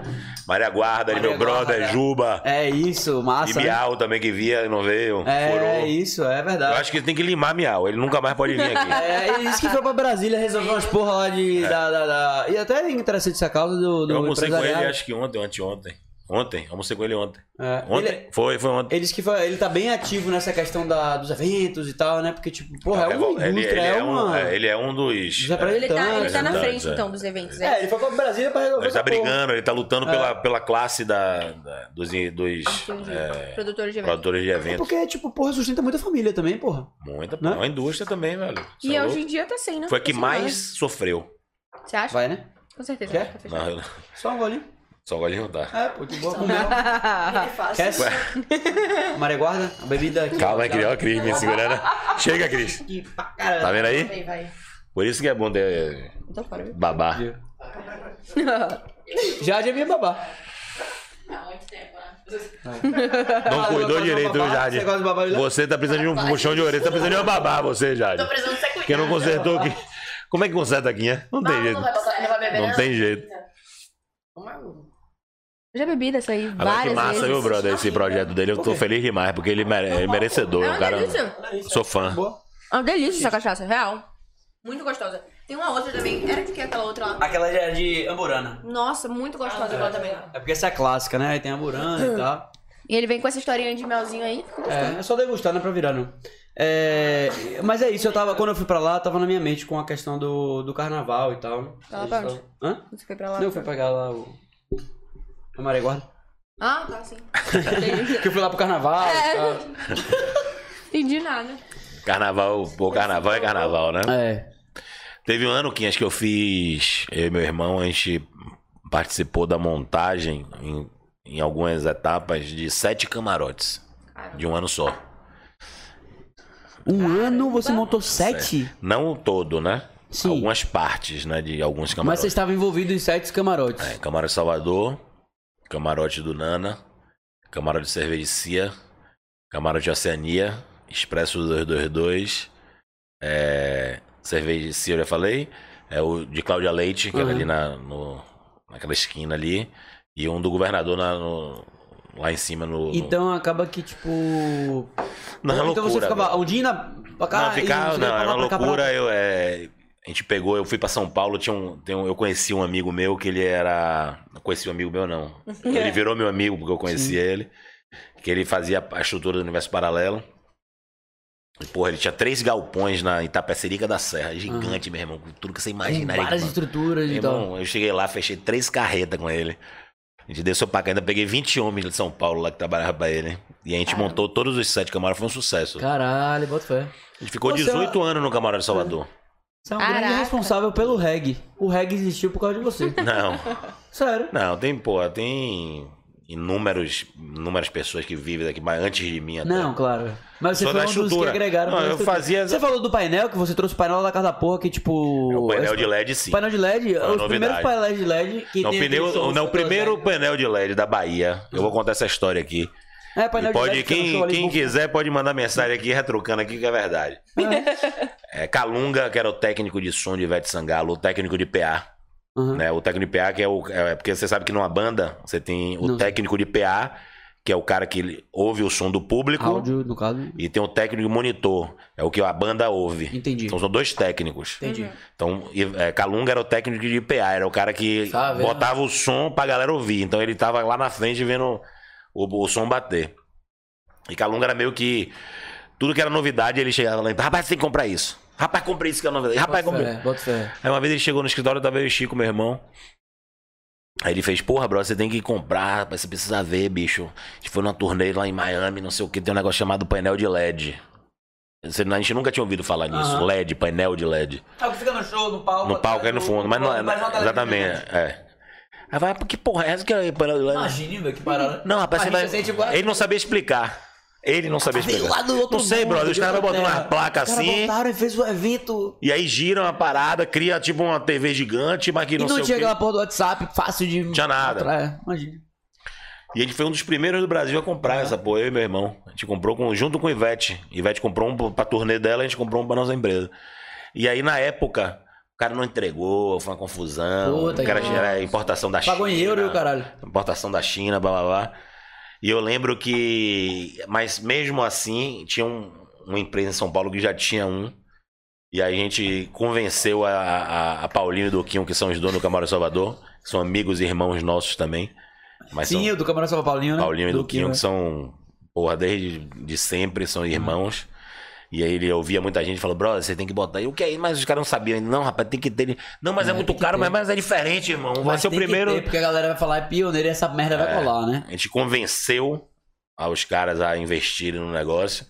Maria Guarda, Maria meu brother, Guarda. Juba, É isso, massa. e né? Bial também que via e não veio, É, furou. isso, é Eu verdade. acho que ele tem que limar Miau, ele nunca mais pode vir aqui. É, e isso que foi pra Brasília resolver É. umas porra lá de. Da, da, da- E até é interessante essa causa do, do Eu almocei com ele, empresariado. acho que ontem, ou anteontem. Ontem, almocei com ele ontem. É, Ontem? ele- Foi, foi ontem. Ele disse que foi- ele tá bem ativo nessa questão da- dos eventos e tal, né? Porque, tipo, porra, é, Ele- uma ele, indústria, ele é, é um, uma... é, ele é um dos. Já pra é, Ele tá, ele tá na Representantes, frente, é. então, dos eventos. É, ele foi pra Brasília pra resolver. ele tá essa porra. brigando, ele tá lutando É. pela, pela classe da, da- dos, dos é, Produtor de eventos. produtores de É eventos. porque, tipo, porra, sustenta muita família também, porra. Muita, Né? é uma indústria também, velho. E Só- hoje em dia tá sem, né? Foi a que Tá sem nada. mais sofreu. Você acha? Vai, né? Com certeza. Quer? Tá fechado. Não, eu Só um golinho. só gosto de rodar. É, pô, que boa um comida. É Quer essa? Maré guarda, a bebida aqui. Calma aí, Cris. Ó, Cris me segurando. Chega, Cris. Que pra caralho. Tá vendo aí? Por isso que é bom ter Então fora, viu? babá. Já de é minha babá. Não Ah, eu cuidou gosto de direito, viu, babá? Jade? Você gosta de babá de lá? Você tá precisando de um puxão de orelha. Tá precisando de uma babá, você, Jade. precisando ser cuidado. Porque não consertou aqui. Como é que conserta aqui, né? Não tem jeito. Não vai, botar, não vai beber, Não né? tem jeito. Eu já bebi dessa aí Agora que várias massa, vezes. viu, brother, esse projeto dele. Eu tô feliz demais, porque ele mere- é merecedor. É É um uma cara. delícia. Sou fã. Boa. É uma delícia essa cachaça, real. Muito gostosa. Tem uma outra também. Era de que aquela outra lá? Aquela já é de amburana. Nossa, muito gostosa agora também. É porque essa é clássica, né? Aí tem amburana e tal. E ele vem com essa historinha de melzinho aí. É, é só degustar, não é pra virar, não. É, mas é isso, eu tava, quando eu fui pra lá, tava na minha mente com a questão do, do carnaval e tal. Tava pra onde? Hã? Você foi pra lá? Não, eu fui pegar lá o. A Maré Guarda. Ah, tá, sim. Que eu fui lá pro carnaval É. e tal. Entendi nada. Carnaval, pô, carnaval é carnaval, né? É. Teve um ano, Quinhas, que eu fiz. Eu e meu irmão, a gente participou da montagem em, em algumas etapas de sete camarotes. De um ano só. Um ano você montou sete? Não o todo, né? Sim. Algumas partes, né? De alguns Mas você camarotes. estava envolvido em sete camarotes. É, camarote Salvador, camarote do Nana, camarote Cervecia, camarote Oceania, Expresso 222, é, Cervecia, eu já falei, é o de Cláudia Leite, que era Uhum. ali na, no- naquela esquina ali, e um do governador na, no, lá em cima no. no- Então acaba que, tipo. Não, é então você loucura, ficava velho. um dia indo pra cá. não, ficava, e não, pra era lá, uma pra cá, pra lá. loucura. Eu, é, a gente pegou, eu fui pra São Paulo, tinha um, tem um- eu conheci um amigo meu que ele era. Não conheci um amigo meu, não. Ele virou meu amigo porque eu conheci ele. Que ele fazia a estrutura do universo paralelo. E, porra, ele tinha três galpões na Itapecerica da Serra, é gigante, Ah. meu irmão, com tudo que você Com imaginaria. várias que- estruturas Meu e tal. irmão, eu cheguei lá, fechei três carretas com ele. A gente desceu pra cá, ainda peguei 20 homens de São Paulo lá que trabalhavam pra ele. E a gente montou todos os sete camarotes, foi um sucesso. Caralho, bota fé. A gente ficou Você- é 18 anos no camarote de Salvador. Você é um grande Caraca. responsável pelo reggae. O reggae existiu por causa de você. Não, Sério. não, tem, pô, tem inúmeros, inúmeras pessoas que vivem daqui, mas antes de mim até. Não, claro. Mas você Só foi da um dos que estrutura. agregaram. Não, pra eu estrutura. fazia- Você falou do painel, que você trouxe o painel lá da casa da porra, que tipo... É O painel de LED. LED, sim. Painel de LED, uma os primeiros novidade. painéis de LED que Não, o tem pneu- aquele som não, o super primeiro legal. painel de LED da Bahia. Eu vou contar essa história aqui. É, painel E de pode, LED. que tem um quem, show ali, quem bom. quiser pode mandar mensagem aqui, retrucando aqui, que é verdade. Uhum. É, Calunga, que era o técnico de som de Ivete Sangalo, o técnico de PA. Uhum. Né? O técnico de PA, que é o. É, porque você sabe que numa banda você tem o Não. técnico de PA, que é o cara que ele ouve o som do público, Áudio, no caso. e tem o técnico de monitor, é o que a banda ouve. Entendi. Então são dois técnicos. Entendi. Então, e- é, Calunga era o técnico de PA, era o cara que Sabe, né? botava o som pra galera ouvir. Então ele tava lá na frente vendo o, o som bater. E Calunga era meio que. Tudo que era novidade, ele chegava lá e rapaz, você tem que comprar isso. Rapaz, compra isso que é novidade. Rapaz, Bota compra. fé, bota fé. Aí uma vez ele chegou no escritório, tava eu e o Chico, meu irmão. Aí ele fez, porra, bro, você tem que comprar, rapaz, você precisa ver, bicho. A gente foi numa turnê lá em Miami, não sei o que, tem um negócio chamado painel de LED. Você- A gente nunca tinha ouvido falar nisso. Aham. LED, painel de LED. É o que fica no show, no palco. No palco aí no fundo, mas não é. não é- tá Exatamente, né? é. Aí vai, "Pô, que porra é essa que é painel de LED? Imagine, velho, que parada. Não, rapaz, você Imagina, vai... você sente igual- Ele não sabia explicar. Ele não sabia Veio explicar. lá um do outro não sei, mundo, brother. Os de caras vão outra botando uma terra. placa Os caras assim. voltaram e fez o evento. E aí giram a parada, cria tipo uma TV gigante, mas que E não, não sei tinha o quê. aquela porra do WhatsApp fácil de. Tinha nada. Atrair. Imagina. E ele foi um dos primeiros do Brasil a comprar É. essa porra, eu e meu irmão. A gente comprou com- junto com o Ivete. Ivete comprou um pra turnê dela, a gente comprou um pra nossa empresa. E aí, na época, o cara não entregou, foi uma confusão. Puta o cara que tinha era importação da Pagou China. em euro e o caralho. Importação da China, blá blá blá. E eu lembro que. Mas mesmo assim, tinha um- uma empresa em São Paulo que já tinha um. E a gente convenceu a, a, a Paulinho e o Duquinho, que são os donos do Camarão Salvador, que são amigos e irmãos nossos também. Mas são- Sim, o do Camarão São Paulinho, né? Paulinho e Luquinho, né? que são, porra, desde de sempre, são irmãos. E aí ele ouvia muita gente e falou, brother, você tem que botar. E o que é isso? Mas os caras não sabiam ainda. Não, rapaz, tem que ter. Ele, Não, mas é, É, muito tem que caro, ter. mas, mas é diferente, irmão. Vai Mas ser o tem que primeiro. ter, porque a galera vai falar, é pioneiro e essa merda vai colar, né? A gente convenceu aos caras a investirem no negócio.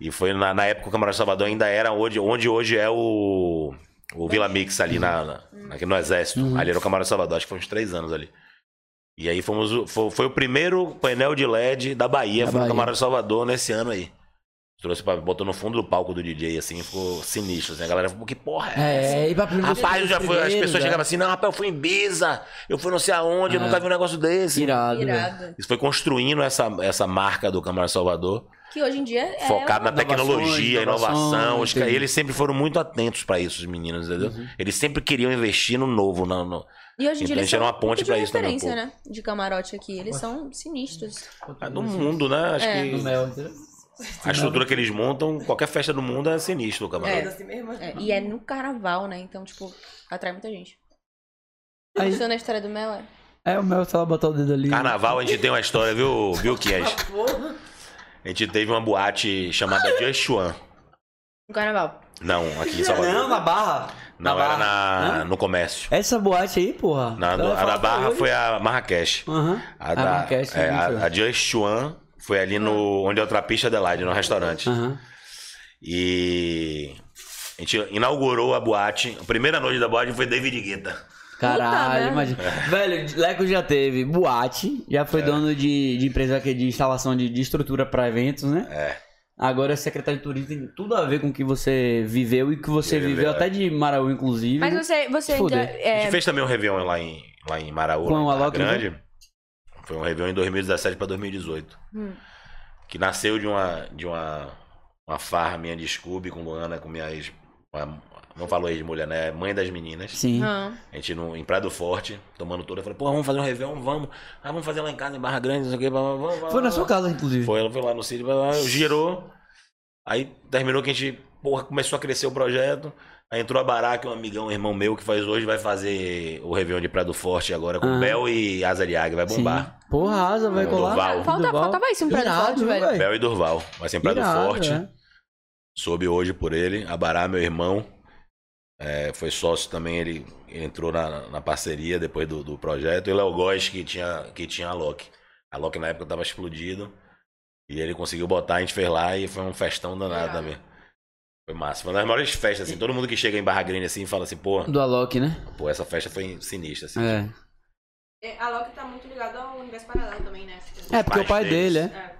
E foi na, na época o Camarão Salvador ainda era onde, onde hoje é o, o Vila Mix ali na, na, aqui no Exército. Uhum. Ali era o Camarão Salvador, acho que foi uns três anos ali. E aí fomos, o- foi, foi o primeiro painel de LED da Bahia, Da foi no Bahia. Camarão Salvador nesse ano aí. Trouxe pra, botou no fundo do palco do DJ, assim, ficou sinistro, assim. A galera falou, que porra é essa? É, e pra primeiro. né? Rapaz, eu já fui, as pessoas chegavam assim, não, rapaz, eu fui em Biza, eu fui não sei aonde, eu É. nunca vi um negócio desse. Irado. né? velho. Irado. Isso foi construindo essa, essa marca do Camarão Salvador, Que hoje em dia é. focado na Inovações, tecnologia, inovações, inovação. Os caras- entendi. eles sempre foram muito atentos pra isso, os meninos, entendeu? Eles sempre queriam investir no novo. No, no- E hoje em dia Então, eles eles são geram uma ponte ponto de pra isso também, referência, pô. né? De camarote aqui. Eles são sinistros. Ah, do mundo, né? Acho É. Tá Do que mel, entendeu? a estrutura que eles montam, qualquer festa do mundo é sinistro, o Camarão. É. É, e é no carnaval, né? Então, tipo, atrai muita gente. Aí- Funciona a história do Mel, é? É, o mel, se ela botar o dedo ali. Carnaval, a gente tem uma história, viu, viu, Kies? A gente teve uma boate chamada Just One. No carnaval. Não, aqui em Salvador. Não, na barra. Não, na era Barra. na, Hã? Então, no comércio. Essa boate aí, porra. Na- ela vai a da falar Barra hoje. foi a Marrakech. Aham. A, A da, Marrakech, é, muito. a, a Just One foi ali no onde é o Trapiche Adelaide, no restaurante. Aham. E a gente inaugurou a boate. A primeira noite da boate foi David Guetta. merda. Caralho, imagina. É. Velho, Leco já teve boate, já foi dono de, de empresa que- é de instalação de, de estrutura pra eventos, né? É. Agora é secretário de turismo, tem tudo a ver com o que você viveu e que você Viveu, viveu é. até de Maraú, inclusive. né? Mas você, você Se ainda. fuder. A É, gente fez também um Réveillon lá em, lá em Maraú, Com lá em o Barra Alok, Grande. Foi um Réveillon em 2017 pra 2018. Que nasceu de uma, de uma, uma farra minha de Scooby com Luana, com minha ex. Uma, Não falo ex de mulher, né? Mãe das meninas. Sim. Ah. A gente no, em Praia do Forte, tomando toda. Eu falei, pô, vamos fazer um Réveillon, vamos. Ah, vamos fazer lá em casa, em Barra Grande, não sei o quê. blá, blá, blá, blá, Foi na blá, sua blá." casa, inclusive. Foi, ela foi lá no sítio, blá, blá, girou. Aí terminou que a gente, porra, começou a crescer o projeto. Aí entrou a Baraca, um amigão, um irmão meu, que faz hoje, vai fazer o Réveillon de Praia do Forte agora com Ah. Bel e Asa de Águia, vai Sim. bombar. Porra, asa, vai É, colar. Durval. Falta- faltava isso, um prato Irado, forte, velho. Bel e Durval, vai ser em Praia Irado, do Forte. é. Soube hoje por ele. Abará, meu irmão, é, foi sócio também. Ele, ele entrou na, na parceria depois do, do projeto. E Léo Góes, que tinha, que tinha a Loki. A Loki na época tava explodido. E ele conseguiu botar, a gente fez lá e foi um festão danado também. Foi massa. Foi uma das maiores festas, assim. Todo mundo que chega em Barra Grande assim fala assim, pô, Do Alok, né? pô essa festa foi sinistra, assim. É. A Loki tá muito ligada ao universo paralelo também, né? É, porque o pai pais deles. dele, é.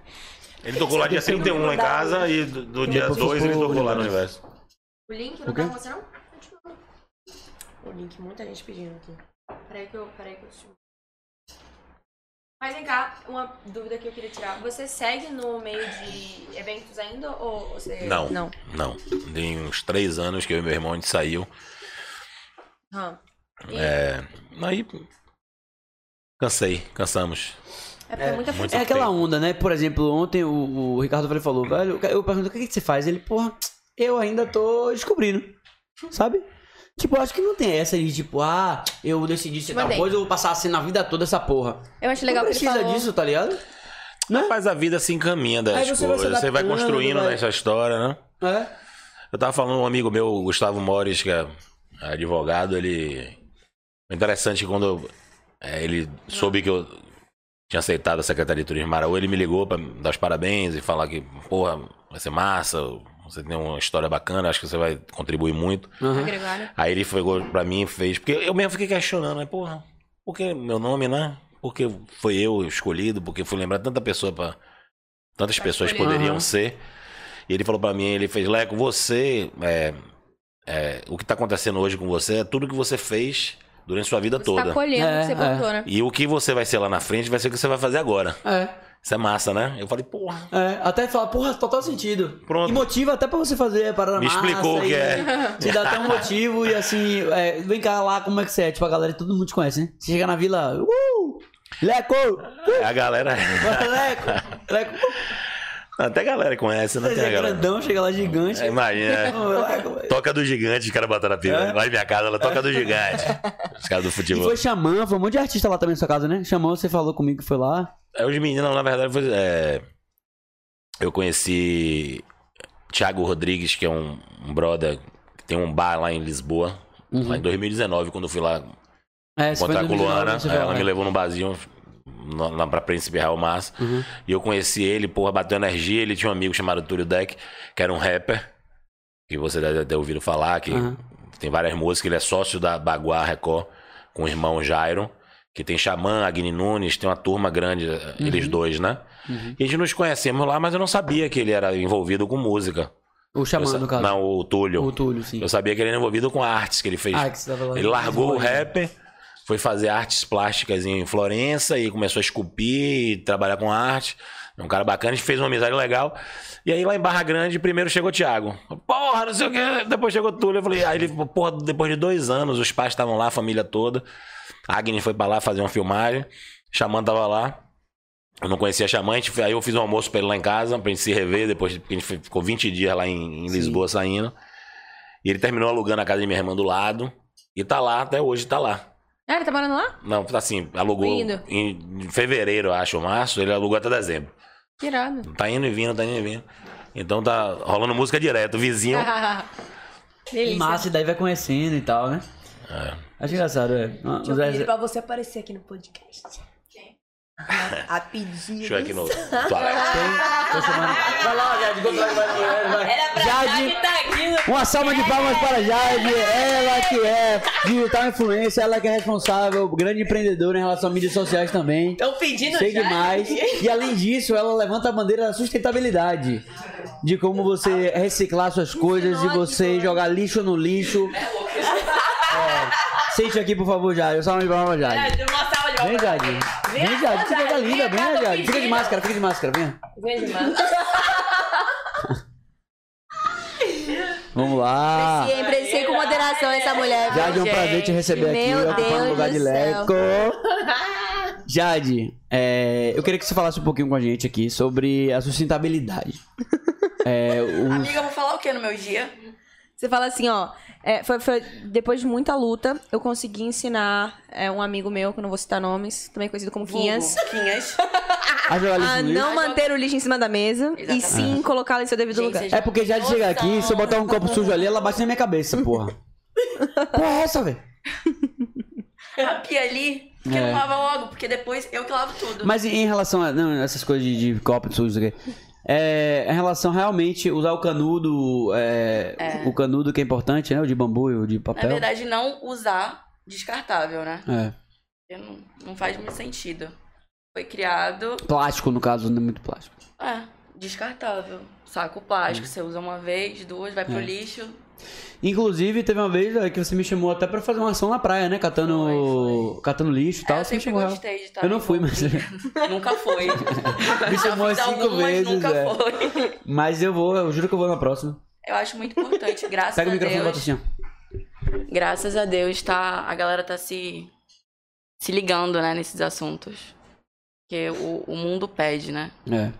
Ele tocou lá dia 31 lá em casa e do, do dia Depois 2 ele ficou tocou lá no Universo. universo. O link O não quê? tá com você, não? Eu te mando. O link, muita gente pedindo aqui. Peraí que eu. Peraí que eu te... Mas vem cá, uma dúvida que eu queria tirar. Você segue no meio de eventos ainda ou você. Não. Não. Não. Tem uns três anos que eu e meu irmão a gente saiu. Hã. E é, É. Aí. Cansei, cansamos. porque é muita muito É aquela tempo. onda, né? Por exemplo, ontem o, o Ricardo Velho falou, velho, eu pergunto o que, que você faz? Ele, porra, eu ainda tô descobrindo. Sabe? Tipo, eu acho que não tem essa de tipo, ah, eu decidi ser tal Mandei. coisa, eu vou passar assim na vida toda essa porra. Eu acho legal não que ele precisa falou. disso, tá ligado? Né? Mas a vida se encaminha das Aí você vai se coisas. Você vai adaptando, construindo vai- nessa história, né? É. Eu tava falando, um amigo meu, o Gustavo Mores, que é advogado, ele. é Interessante que quando eu- é, ele soube que eu tinha aceitado a Secretaria de Turismo Maraú, ele me ligou pra me dar os parabéns e falar que, porra, vai ser massa, você tem uma história bacana, acho que você vai contribuir muito. né, Aham. Gregório. Aí ele foi pra mim e fez. Porque eu mesmo fiquei questionando, né? Porra, por que meu nome, né? Porque foi eu escolhido, porque fui lembrar tanta pessoa pra. Tantas pessoas escolher. poderiam Aham. ser. E ele falou pra mim, ele fez, Leco, você. é, é, o que tá acontecendo hoje com você é tudo que você fez durante sua vida Você toda. tá colhendo o É, que você é. plantou, né? E o que você vai ser lá na frente vai ser o que você vai fazer agora. É, Isso é massa, né? Eu falei, porra. é. Até falar, porra, total sentido. Pronto. E motiva até pra você fazer a parada Me massa explicou o e- que é. Te dá até um motivo e assim, é, vem cá lá, como é que você é? Tipo, a galera, todo mundo te conhece, né? Você chega na vila, uh! Leco! A galera. Leco! Leco! Até a galera conhece, né? Você Tem a é galera. grandão, chega lá gigante. É, Imagina. Leco, velho. Toca do gigante, os caras botaram a pipa. É? Lá em minha casa, ela toca do gigante. Os caras do E futebol. foi Xamã, foi um monte de artista lá também na sua casa, né? Xamã, você falou comigo que foi lá. É, Os meninos, na verdade, foi, é, eu conheci Thiago Rodrigues, que é um, um brother que tem um bar lá em Lisboa. Uhum. Lá em 2019, quando eu fui lá É, você foi encontrar em 2019, com Luana, você aí falou, ela é. me levou num barzinho na- lá pra Príncipe Real Massa. Uhum. E eu conheci ele, porra, bateu energia. Ele tinha um amigo chamado Túlio Deck, que era um rapper. Que você deve ter ouvido falar, que Aham. tem várias músicas. Ele é sócio da Baguá Record, com o irmão Jairo. Que tem Xamã, Agni Nunes, tem uma turma grande, Uhum. eles dois, né? E a gente nos conhecemos lá, mas eu não sabia que ele era envolvido com música. O Eu Xamã, sa- no caso. Não, o Túlio. O Túlio, sim. Eu sabia que ele era envolvido com artes, que ele fez Ah, que você tava lá. ele largou o rap, foi fazer artes plásticas em Florença e começou a esculpir e trabalhar com arte. É Um cara bacana, a gente fez uma amizade legal. E aí lá em Barra Grande, primeiro chegou o Thiago. Porra, não sei o quê. Depois chegou o Túlio. Eu falei, aí ele, porra, depois de dois anos, os pais estavam lá, a família toda. A Agni foi pra lá fazer uma filmagem. Xamã tava lá. Eu não conhecia Xamã, a gente foi- aí eu fiz um almoço pra ele lá em casa, pra gente se rever, depois que a gente ficou 20 dias lá em, em Lisboa saindo. E ele terminou alugando a casa de minha irmã do lado. E tá lá, até hoje tá lá. Ah, ele tá morando lá? Não, tá assim, alugou Lindo. em fevereiro, eu acho, ou março, ele alugou até dezembro. Que irado. Tá indo e vindo, tá indo e vindo. Então tá rolando música direto, vizinho. E Delícia. massa, e daí vai conhecendo e tal, né? Acho engraçado, é. Mas- Eu pedi pra você aparecer aqui no podcast. Deixa A eu pedido. ir aqui no toalete. Tô chamando. Vai lá, Jade, enquanto vai, vai, vai, vai. Jade, uma salva de palmas para Jade. Ela que é digital influencer, ela que é responsável, grande empreendedora em relação a mídias sociais também. Estão pedindo Sei já. demais. É, E além disso, ela levanta a bandeira da sustentabilidade. De como você reciclar suas coisas e você jogar lixo no lixo. É. Sente aqui, por favor, Jade. Um Salve de palmas, Jade. Uma salva de Vem, palmas. Jade. É, Vem, Jade. Que coisa linda. cá, Vem, tô Jade. Fica de pedindo. máscara, fica de máscara. Vem. Vem demais. Vamos lá. Ah. E empreendei com disposição dessa mulher. viu, Jade, é um gente? prazer te receber aqui, Meu ocupando o Deus lugar de do céu. Leco. Jade, é, eu queria que você falasse um pouquinho com a gente aqui sobre a sustentabilidade. É, o- Amiga, eu vou falar o que no meu dia? Você fala assim, ó. é, foi, foi- depois de muita luta, eu consegui ensinar é, um amigo meu, que eu não vou citar nomes, também conhecido como Quinhas, Vulgo, Quinhas. a Ah, jornalista a do não manter o lixo em cima da mesa e Exatamente. sim colocá-lo em seu devido lugar. É porque já de chegar aqui, se eu botar um copo sujo ali, ela bate na minha cabeça, porra. Porra, é essa, velho. A pia ali, porque É. não lava logo, porque depois eu que lavo tudo. Mas em em relação a. Não, essas coisas de, de copo de sujo, isso aqui. É, em relação a realmente usar o canudo. é, O canudo que é importante, né? O de bambu e o de Na É papel. verdade, não usar descartável, né? É. Porque Não, não faz muito sentido. Foi criado, Plástico, no caso, não é muito plástico. é, descartável. Saco plástico, você usa uma vez, duas, vai pro Hum. É. lixo. Inclusive, teve uma vez é, que você me chamou até pra fazer uma ação na praia, né? Catando, Foi, catando lixo e tal. É, eu você me sempre chamou. real. gostei de estar Tá Eu não fui, mas- envolvida. Nunca foi. Me chamou Fiz cinco algumas, vezes. nunca é. foi. Mas eu vou, eu juro que eu vou na próxima. Eu acho muito importante, graças Pega o a microfone e bota Deus. assim, ó. Graças a Deus, tá, a galera tá se, se ligando, né, nesses assuntos. Porque o, o mundo pede, né? É.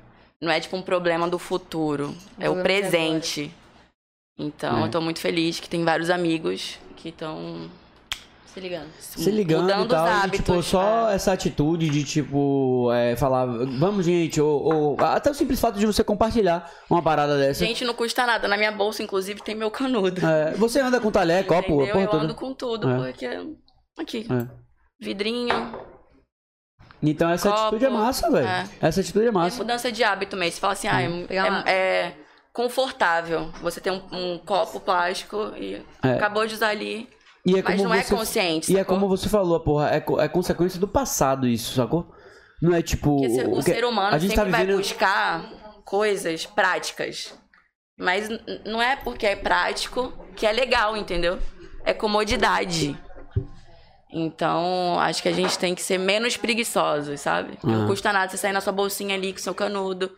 Não é tipo um problema do futuro, é o problema de presente. Então, É. eu tô muito feliz que tem vários amigos que estão Se ligando. Se ligando mudando e tal, os e, hábitos. tipo, só é. essa atitude de, tipo, é, falar, vamos, gente, ou, ou- Até o simples fato de você compartilhar uma parada dessa. Gente, não custa nada. Na minha bolsa, inclusive, tem meu canudo. É, você anda com talher, copo, a Entendeu? porra Eu ando toda. com tudo, É. porque... Aqui, É. vidrinho. Então essa Copo, atitude é massa, velho. é. Essa atitude é É massa. mudança de hábito mesmo. Você fala assim, ah, é- Pegar uma- é, é confortável. Você tem um, um copo plástico e É. acabou de usar ali. E é mas como não é você- consciente. E é sacou? como você falou, porra, é, co- é consequência do passado isso, sacou? Não é tipo. Porque o, o que- ser humano a gente sempre tá vai vivendo- buscar coisas práticas. Mas n- não é porque é prático que é legal, entendeu? É comodidade. Então, acho que a gente tem que ser menos preguiçosos, sabe? Não Aham. custa nada você sair na sua bolsinha ali com seu canudo.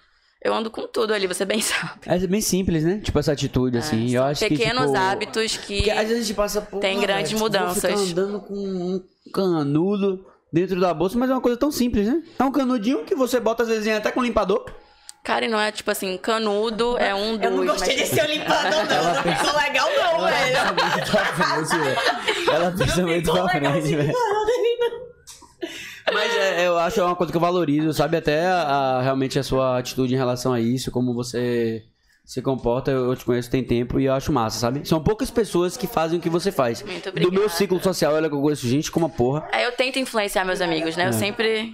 Eu ando com tudo ali, você bem sabe. É bem simples, né? Tipo, essa atitude, assim. eu São acho que, É, pequenos tipo, hábitos que. Porque às vezes a gente passa por. Tem "Ah, grandes velho, mudanças. Vou ficar andando com um canudo dentro da bolsa, mas é uma coisa tão simples, né? É um canudinho que você bota às vezes até com um limpador. Cara, e não é tipo assim, canudo é um dos. Eu não gostei mas- desse seu limpador, não. Não ficou legal, não, velho. Ela pensa muito pra frente, velho. Ela pensa muito pra frente, velho. Mas é, eu acho uma coisa que eu valorizo, sabe? Até a- realmente a sua atitude em relação a isso, como você se comporta, eu eu te conheço tem tempo e eu acho massa, sabe? São poucas pessoas que fazem o que você faz. Muito Do meu obrigada. ciclo social, olha que eu conheço gente como a porra. É, eu tento influenciar meus amigos, É. né? Eu sempre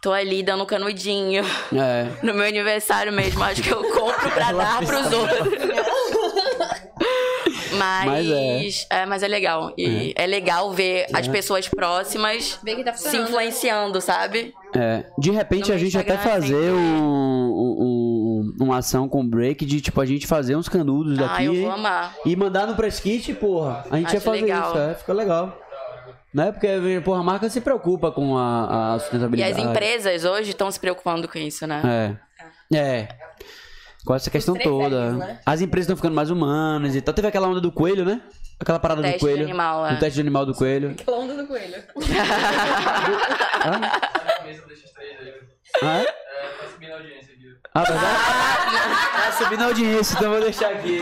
tô ali dando um canudinho. É, No meu aniversário mesmo, acho que eu compro pra dar pros outros. Mas, Mas é. mas é legal. E é, legal ver as pessoas próximas Vê que tá se funcionando. influenciando, sabe? É, de repente No a gente até Instagram fazer tem- um, um- um- uma ação com break de tipo a gente fazer uns canudos Ah, daqui eu vou amar. e mandar no press kit, porra. A gente ia Acho fazer legal. isso, é, fica legal. Não é porque, porra, a marca se preocupa com a, a E sustentabilidade. as empresas hoje estão se preocupando com isso, né? É. É. Com essa questão três toda. L's, né? As empresas estão ficando mais humanas e tal. Teve aquela onda do coelho, né? Aquela parada Teste do coelho. de animal, é. Do teste de animal do coelho. Aquela onda do coelho. É, Ah, ah é? Ah, tá, tá. tá subindo a audiência, então eu vou deixar aqui.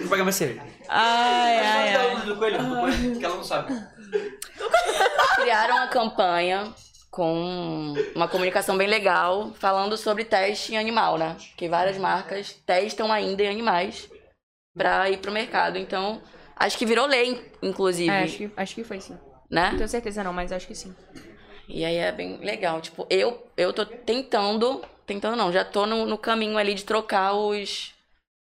Vou pegar mais cerveja. É. Ai, ai, ai. Do coelho, do coelho, que ela não sabe. criaram uma campanha com uma comunicação bem legal falando sobre teste em animal, né? Que várias marcas testam ainda em animais pra ir pro mercado. Então, acho que virou lei, inclusive, É, acho que, acho que foi sim. Não né? tenho certeza não, mas acho que sim. E aí é bem legal. Tipo, eu eu tô tentando, tentando não, já tô no, no caminho ali de trocar os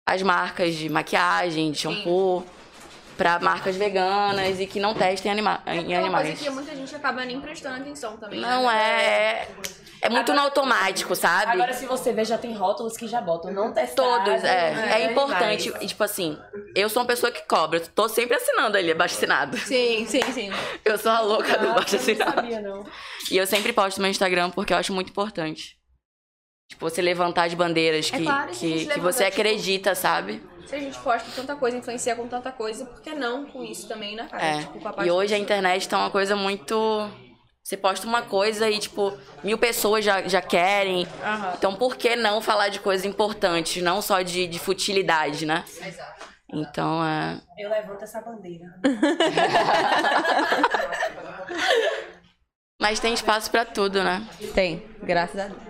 as marcas de maquiagem, de shampoo pra marcas veganas e que não testem anima em É uma coisa animais. que muita gente acaba nem prestando atenção também. né? Não é. É muito no automático, sabe? Agora, se você ver, já tem rótulos que já botam. Não testado. Todos, né? é. É importante. Animais. E, tipo assim, eu sou uma pessoa que cobra. eu Tô sempre assinando ali, abaixo assinado. Sim, sim, sim. Eu sou a louca do abaixo Eu é. não assinado. sabia, não. E eu sempre posto no meu Instagram porque eu acho muito importante. Tipo, você levantar as bandeiras que, claro, a gente que, que levanta, você tipo- acredita, sabe? Se a gente posta tanta coisa, influencia com tanta coisa, por que não com isso também, né, cara? É. Tipo, com a parte e hoje a do- internet tá uma coisa muito. Você posta uma coisa e, tipo, mil pessoas já, já querem. Então, por que não falar de coisas importantes, não só de, de futilidade, né? Então, é. Eu levanto essa bandeira. Mas tem espaço pra tudo, né? Tem, graças a Deus.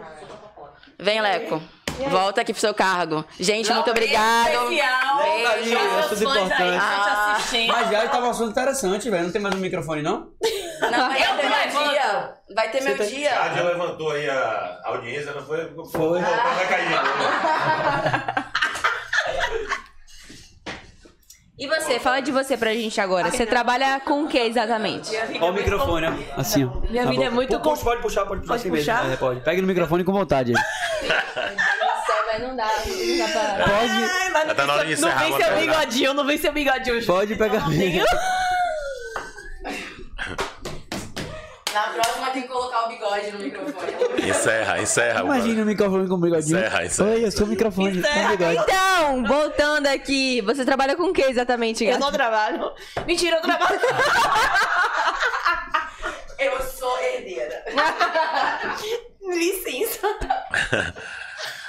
Vem, Leco. Volta aqui pro seu cargo. Gente, muito obrigado. Beijo. Beijo. Isso é importante. Ah. assistindo. Mas já tava um assunto interessante, velho. Não tem mais um microfone, não? Não, vai ter meu levanto. dia. Vai ter meu A dia. Dia Ah, levantou aí a a audiência, não foi? Foi. Vai cair. né? E você, fala de você pra gente agora. Você trabalha com o que exatamente? Ó o microfone, ó. Assim, ó. Minha Tá vida bom. é muito Pu- puxa, Pode puxar, pode puxar. Pode assim mesmo. puxar? É, pode. Pega no microfone com vontade. aí. Mas não dá, não dá pra... Pode, Ai, mas Já tá na hora de não encerrar, vem vamos seu terminar. bigodinho, não vem seu bigodinho. Ju. pode pegar. Na próxima tem que colocar o bigode no microfone. Encerra, encerra. Imagina o microfone com o bigodinho. Tá, Encerra, encerra. Oi, eu sou o microfone. Com bigode. Então, voltando aqui, você trabalha com o que exatamente, Eu gata? não trabalho. Mentira, eu trabalho. Eu sou herdeira. Licença.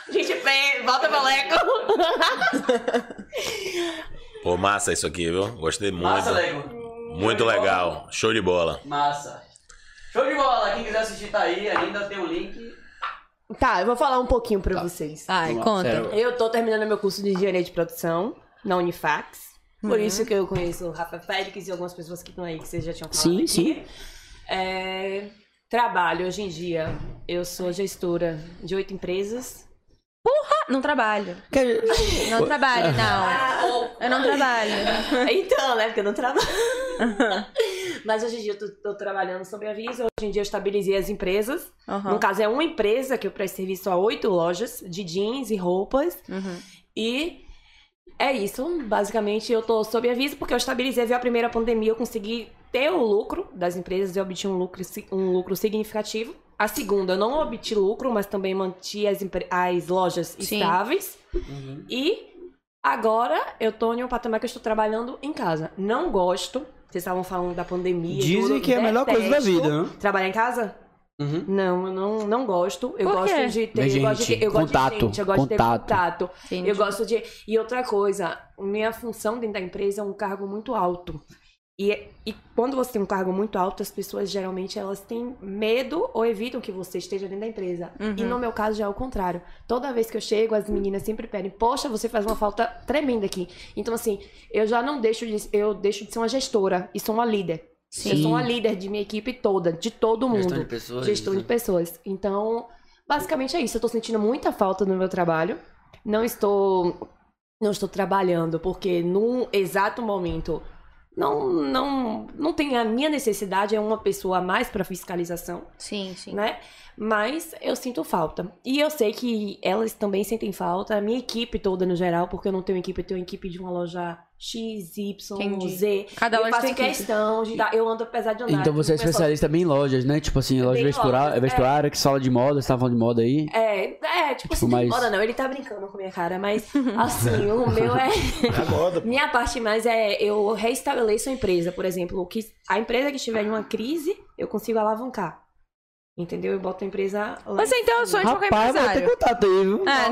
Gente, vem, volta pra Leco. Pô, massa isso aqui, viu? Gostei muito. Massa, Lego. Muito legal. Show de bola. Massa. Show de bola. Quem quiser assistir tá aí, ainda tem o link. Tá, eu vou falar um pouquinho pra vocês. Ai, conta. Eu tô terminando meu curso de engenharia de produção na Unifax. Por isso que eu conheço o Rafa Félix e algumas pessoas que estão aí que vocês já tinham falado. Sim, aqui. sim. É, trabalho hoje em dia. Eu sou gestora de oito empresas. Ah, não trabalho. Não trabalho, não. Eu não trabalho. Então, né? Porque eu não trabalho. Mas hoje em dia eu tô, tô trabalhando sobre aviso. Hoje em dia eu estabilizei as empresas. No Aham. caso, é uma empresa que eu presto serviço a oito lojas de jeans e roupas. Uhum. E é isso. Basicamente, eu tô sob aviso porque eu estabilizei, veio a primeira pandemia, eu consegui ter o lucro das empresas, eu obtive um lucro, si- um lucro significativo. A segunda, eu não obti lucro, mas também manti as, empre- as lojas Sim. estáveis. Uhum. E agora eu tô em um patamar que eu estou trabalhando em casa. Não gosto. Vocês estavam falando da pandemia. e Dizem tudo, que é a melhor coisa da detesto. vida, né? Trabalhar em casa? Uhum. Não, eu não, não gosto. Eu Por gosto quê? de ter. Mas, eu gosto de, gente, eu gosto de contato, gente, eu gosto contato. de ter contato. Entendi. Eu gosto de. E outra coisa, minha função dentro da empresa é um cargo muito alto. E, e quando você tem um cargo muito alto, as pessoas geralmente elas têm medo ou evitam que você esteja dentro da empresa. E Uhum. no meu caso já é o contrário. Toda vez que eu chego, as meninas sempre pedem: "Poxa, você faz uma falta tremenda aqui". Então assim, eu já não deixo de, eu deixo de ser uma gestora e sou uma líder. Eu sou uma líder de minha equipe toda, de todo mundo Gestão de pessoas. né? gestão de pessoas. Então, basicamente é isso. Eu tô sentindo muita falta no meu trabalho. Não estou não estou trabalhando porque num exato momento não não não tem a minha necessidade é uma pessoa a mais para fiscalização, Sim, sim. né? Mas eu sinto falta. E eu sei que elas também sentem falta, a minha equipe toda no geral, porque eu não tenho equipe, eu tenho equipe de uma loja X, Y, Entendi. Z. Cada eu loja faço tem equipe. questão de dar, eu ando apesar de andar. Então você é o pessoal especialista também em lojas, né? Tipo assim, loja Bem vestuária, lojas, é. vestuária que sala de moda, você tava falando de moda aí. É, é, tipo, assim, mas- não moda não, ele tá brincando com a minha cara, mas assim, o meu é. Agora. Minha parte mais é eu reestabeleço a empresa, por exemplo, o que a empresa que estiver em uma crise, eu consigo alavancar. Entendeu? Eu boto a empresa lá. Você então é o sonho de qualquer Rapaz, vai ter empresário. contato aí, viu? É,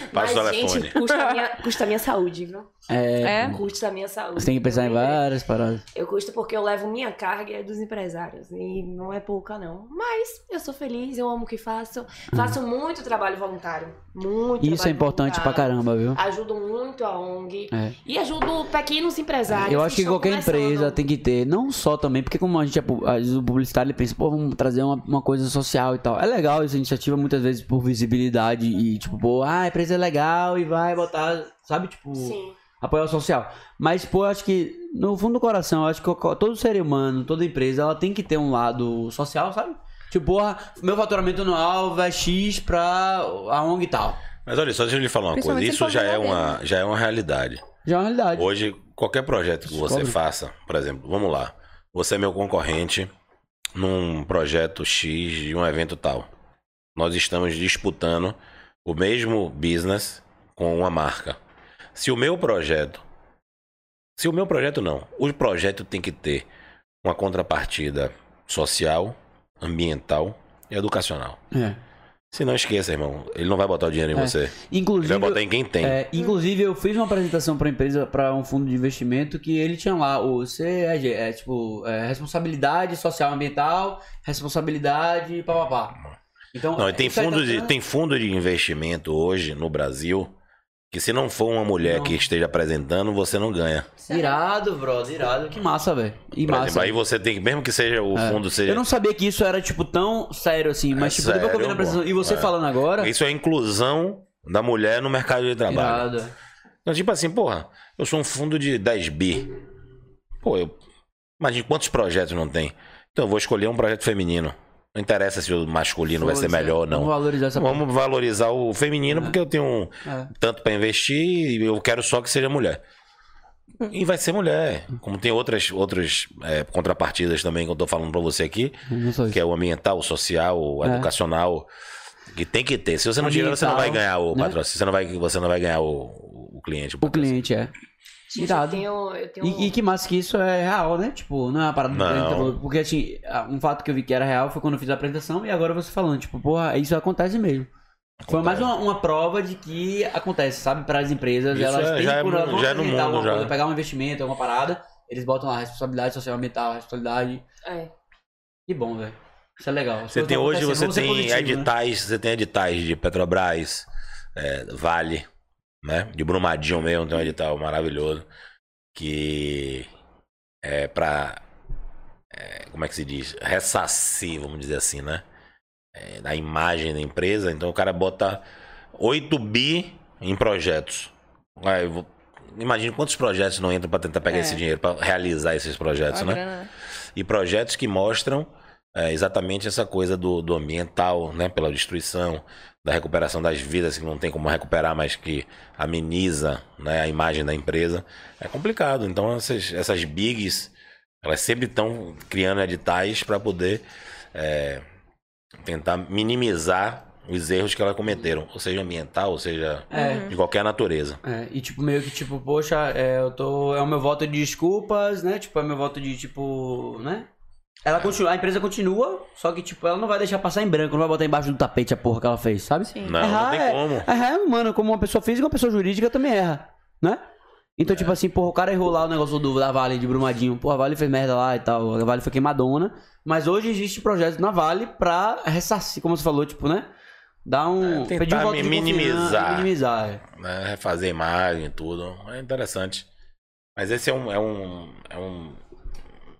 né? Passa o Mas, gente, telefone. custa a minha, custa a minha saúde, viu? É. É. Custa a minha saúde. Você tem que pensar em várias paradas. Eu custo porque eu levo minha carga e é dos empresários. E não é pouca, não. Mas eu sou feliz, eu amo o que faço. Faço muito trabalho voluntário. Muito Hum. Isso é trabalho importante pra voluntário. caramba, viu? Ajudo muito a ONG É. e ajudo pequenos empresários. Eu acho que estão qualquer começando. empresa tem que ter, não só também, porque como a gente é, pu- às vezes o publicitário ele pensa, pô, vamos trazer uma, uma coisa social e tal. É legal essa iniciativa muitas vezes por visibilidade e tipo, pô, ah, a empresa é legal e vai botar, sabe, tipo, Sim. apoiar o social. Mas, pô, eu acho que no fundo do coração, eu acho que co- todo ser humano, toda empresa, ela tem que ter um lado social, sabe? Tipo, porra, meu faturamento anual vai X pra a ONG e tal. Mas olha, só deixa eu lhe falar uma coisa. Principalmente Isso se já é, for uma, já é uma realidade. Já é uma realidade. Hoje, qualquer projeto que você Descobre. faça, por exemplo, vamos lá. Você é meu concorrente num projeto X de um evento tal. Nós estamos disputando o mesmo business com uma marca. Se o meu projeto. Se o meu projeto não. O projeto tem que ter uma contrapartida social, ambiental e educacional. É. Se não esqueça, irmão, ele não vai botar o dinheiro em É. você. Ele Inclusive, vai botar em quem tem. É, inclusive, eu fiz uma apresentação pra empresa, pra um fundo de investimento, que ele tinha lá o CEG, é tipo, é, responsabilidade social ambiental, responsabilidade papapá. Então, Não, e tem isso aí tá fundo, de, sendo- tem fundo de investimento hoje no Brasil que se não for uma mulher Não. que esteja apresentando, você não ganha. É, Irado, brother, irado. Que massa, velho. E Por exemplo, massa. aí você tem que, mesmo que seja o É. fundo seja. Eu não sabia que isso era, tipo, tão sério assim, mas, É tipo, depois que eu vi sério, na apresentação, pô. e você É. falando agora, Isso é a inclusão da mulher no mercado de trabalho. irado. Então, tipo assim, porra, eu sou um fundo de 10 bi. Pô, eu. Imagina quantos projetos não tem. Então eu vou escolher um projeto feminino. Não interessa se o masculino vai ser Foda-se, é. melhor ou não. Vamos valorizar essa porra. Vamos valorizar o feminino porque eu tenho um- É. tanto pra investir e eu quero só que seja mulher. E vai ser mulher. Como tem outras, outras é, contrapartidas também que eu tô falando pra você aqui, Não sou que é o ambiental, o social, o É. educacional, que tem que ter. Se você não tiver, você não vai Ambiental, ganhar o né? patrocínio, você não vai, você não vai ganhar o, o cliente. O cliente, é. Gente, eu Irado. tenho. Eu tenho... um E, e que massa que isso é real, né? Tipo, não é uma parada do Não. que a gente tá falando. Porque assim, a- um fato que eu vi que era real foi quando eu fiz a apresentação e agora você falando, tipo, porra, isso acontece mesmo. Foi mais uma, uma prova de que acontece, sabe? Para as empresas, Isso elas é- têm já é por mu- alguma já é no coisa, mundo, alguma já. coisa, pegar um investimento, alguma parada, eles botam lá responsabilidade social ambiental, responsabilidade. É. Que bom, velho. Isso é legal. As Você coisas tem tão hoje, acontecendo, você vamos ser tem positivo, né? editais, você tem editais de Petrobras, é, Vale, né? De Brumadinho mesmo, tem um edital maravilhoso. Que é pra. é, como é que se diz? Ressarcir, vamos dizer assim, né? É, da imagem da empresa. Então o cara bota 8 bi em projetos. Aí, eu vou- imagina quantos projetos não entram pra tentar É. pegar esse dinheiro, pra realizar esses projetos, né? e projetos que mostram é, exatamente essa coisa do, do ambiental, né? Pela destruição, da recuperação das vidas que não tem como recuperar, mas que ameniza né, a imagem da empresa. É complicado. Então essas, essas bigs, elas sempre estão criando editais para poder é, tentar minimizar os erros que elas cometeram, ou seja ambiental, ou seja É. Uhum, de qualquer natureza. É, e tipo, meio que tipo, poxa, é, eu tô. É o meu voto de desculpas, né? Tipo, é o meu voto de tipo, né? É. Ela continua, a empresa continua, só que tipo, ela não vai deixar passar em branco, não vai botar embaixixo do tapete a porra que ela fez, sabe? Sim. Não, não Errar tem é- como. Errar é humano, como uma pessoa física, uma pessoa jurídica também erra, né? É. Então, tipo assim, porra, o cara errou lá o negócio do, da Vale de Brumadinho. Porra, a Vale fez merda lá e tal. A Vale foi queimadona. Mas hoje existe projeto na Vale pra ressarcir, como você falou, tipo, né? Dar um. É, tentar pedir um voto de minimizar. confiança, Minimizar. é. né, refazer imagem e tudo. É interessante. Mas esse é um. É um, é um,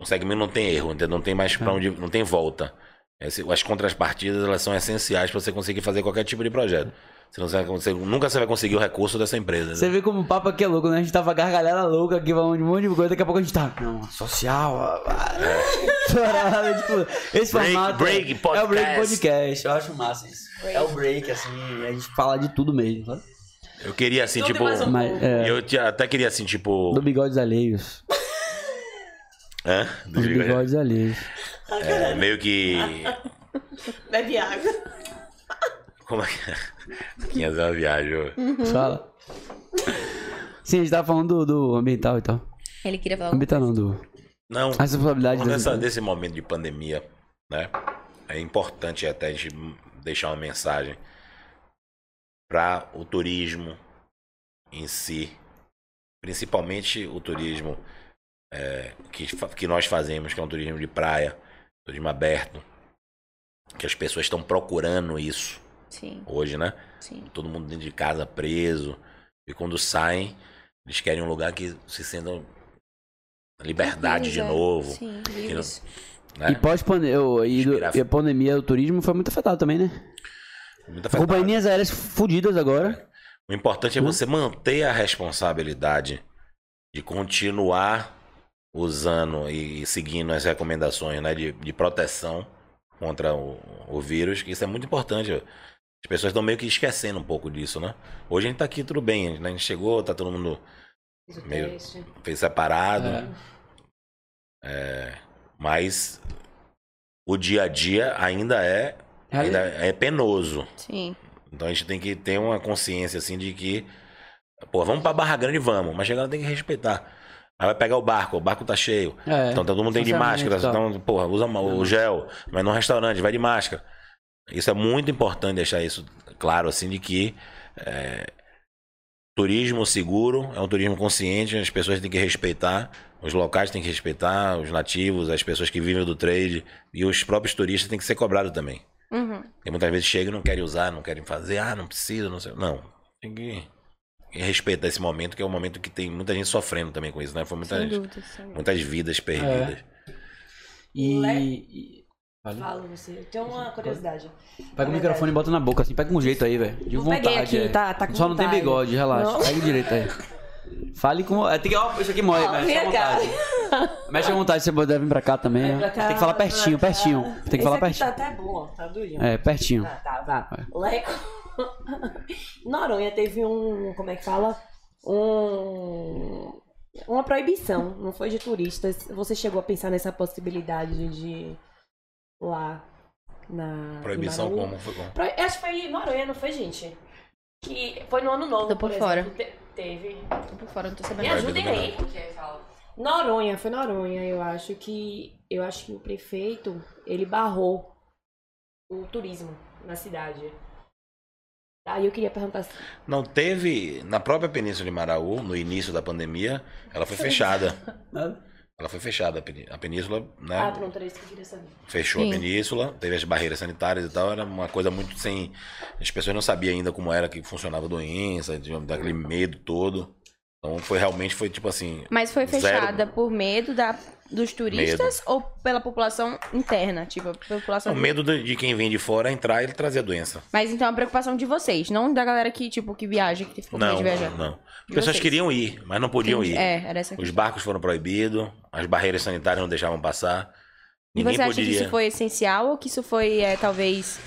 um segmento não tem erro, entendeu? não tem mais Hum. pra onde. não tem volta. Esse- as contrapartidas elas são essenciais pra você conseguir fazer qualquer tipo de projeto. Você não vai conseguir- nunca você vai conseguir o recurso dessa empresa. né? Você entendeu? vê como o papo aqui é louco, né? A gente tava gargalhada louca aqui, falando de um monte de coisa, daqui a pouco a gente tá. Não, social. ah, ah. Parada, tipo, esse Break- formato. break É o break podcast. podcast, eu acho massa isso. É o break, assim, a gente fala de tudo mesmo, sabe? Eu queria assim, tipo. Mas, é, Eu te- até queria assim, tipo. do bigodes alheios. hã? Dos bigodes alheios. É, meio que. Bebe água. Como é que é? Quinhas é uma viagem. ô. Hum. Fala. Sim, a gente tava falando do, do ambiental e tal. Ele queria falar alguma Ambiental não, do. Não. A responsabilidade Falando dessa- né? das desse momento de pandemia, né? É importante até a gente deixar uma mensagem para o turismo em si, principalmente o turismo é, que, fa- que nós fazemos, que é um turismo de praia, turismo aberto, que as pessoas estão procurando isso Sim, hoje, né? sim. Todo mundo dentro de casa preso e quando saem eles querem um lugar que se sintam liberdade de Tranquilos, é. novo. Sim, que não- livros. né? E pós-pandemia, e, do- e a pandemia, o turismo foi muito afetado também, né? Muita afetada. Companhias aéreas fodidas agora. O importante é você manter a responsabilidade de continuar usando e seguindo as recomendações né, de, de proteção contra o, o vírus, que isso é muito importante. As pessoas estão meio que esquecendo um pouco disso, né? Hoje a gente tá aqui tudo bem, né? a gente chegou, tá todo mundo Fiz o meio- teste. fez separado, É. É, mas o dia a dia ainda é, ainda é penoso. Sim. Então a gente tem que ter uma consciência assim de que Pô, vamos pra Barra Grande, vamos. Mas chegando tem que respeitar. Aí vai pegar o barco, o barco tá cheio. É. Então todo mundo tem de Funcionamento máscara. e tal. Então, porra, usa ma- o gel. Mas no restaurante, vai de máscara. Isso é muito importante deixar isso claro, assim, de que é, turismo seguro é um turismo consciente, as pessoas têm que respeitar, os locais têm que respeitar, os nativos, as pessoas que vivem do trade e os próprios turistas têm que ser cobrados também. Uhum. Porque muitas vezes chegam e não querem usar, não querem fazer, ah, não preciso, não sei. Não, tem que respeitar esse momento, que é um momento que tem muita gente sofrendo também com isso, né? Foi muita gente- muitas É. vidas perdidas. E. e- Fala você. Eu tenho uma curiosidade. Pega o microfone e bota na boca, assim, pega com jeito aí, velho. De Não vontade. peguei aqui, é. tá- tá com Só não tem vontade. bigode, relaxa. Não. Pega direito aí. Fale com. é, Tem que, ó, isso aqui morre, Ó, mexe à Ah, vem cá. vontade. Mexe à vontade, você deve vir pra cá também. Vai né? pra cá, tem que falar vai pertinho, pra cá. pertinho. Tem que Esse falar aqui pertinho. Tá até bom, ó, tá durinho. É, pertinho. Ah, tá, vá. Leco. Noronha teve um, como é que fala? Um uma proibição, não foi de turistas. Você chegou a pensar nessa possibilidade de lá na Proibição em Maranhão? como? Foi como? Pro- Acho que foi em Noronha, não foi, gente? Que foi no ano novo, Tô por exemplo, te- teve. Tô por fora, não tô Me sabendo. Vai, ajudem tudo bem. aí. Noronha, foi Noronha, eu acho que eu acho que o prefeito, ele barrou o turismo na cidade. Aí eu queria perguntar se Não teve, na própria Península de Maraú, no início da pandemia, ela foi fechada. Ela foi fechada, a peni- a península, né? Ah, pronto, era isso que eu queria saber. Fechou a península, teve as barreiras sanitárias e tal, era uma coisa muito sem. As pessoas não sabiam ainda como era que funcionava a doença, tinha daquele medo todo. Então foi realmente, foi tipo assim. Mas foi Zero. fechada por medo da, dos turistas ou pela população interna? Tipo, a população. O medo de de quem vem de fora entrar e trazer a doença. Mas então é uma preocupação de vocês, não da galera que, tipo, que viaja, que ficou com medo Não, de viajar. não. As E pessoas vocês? queriam ir, mas não podiam ir. É, era essa Os questão. barcos foram proibidos, as barreiras sanitárias não deixavam passar. E Ninguém você acha que poderia. isso foi essencial ou que isso foi, é, talvez,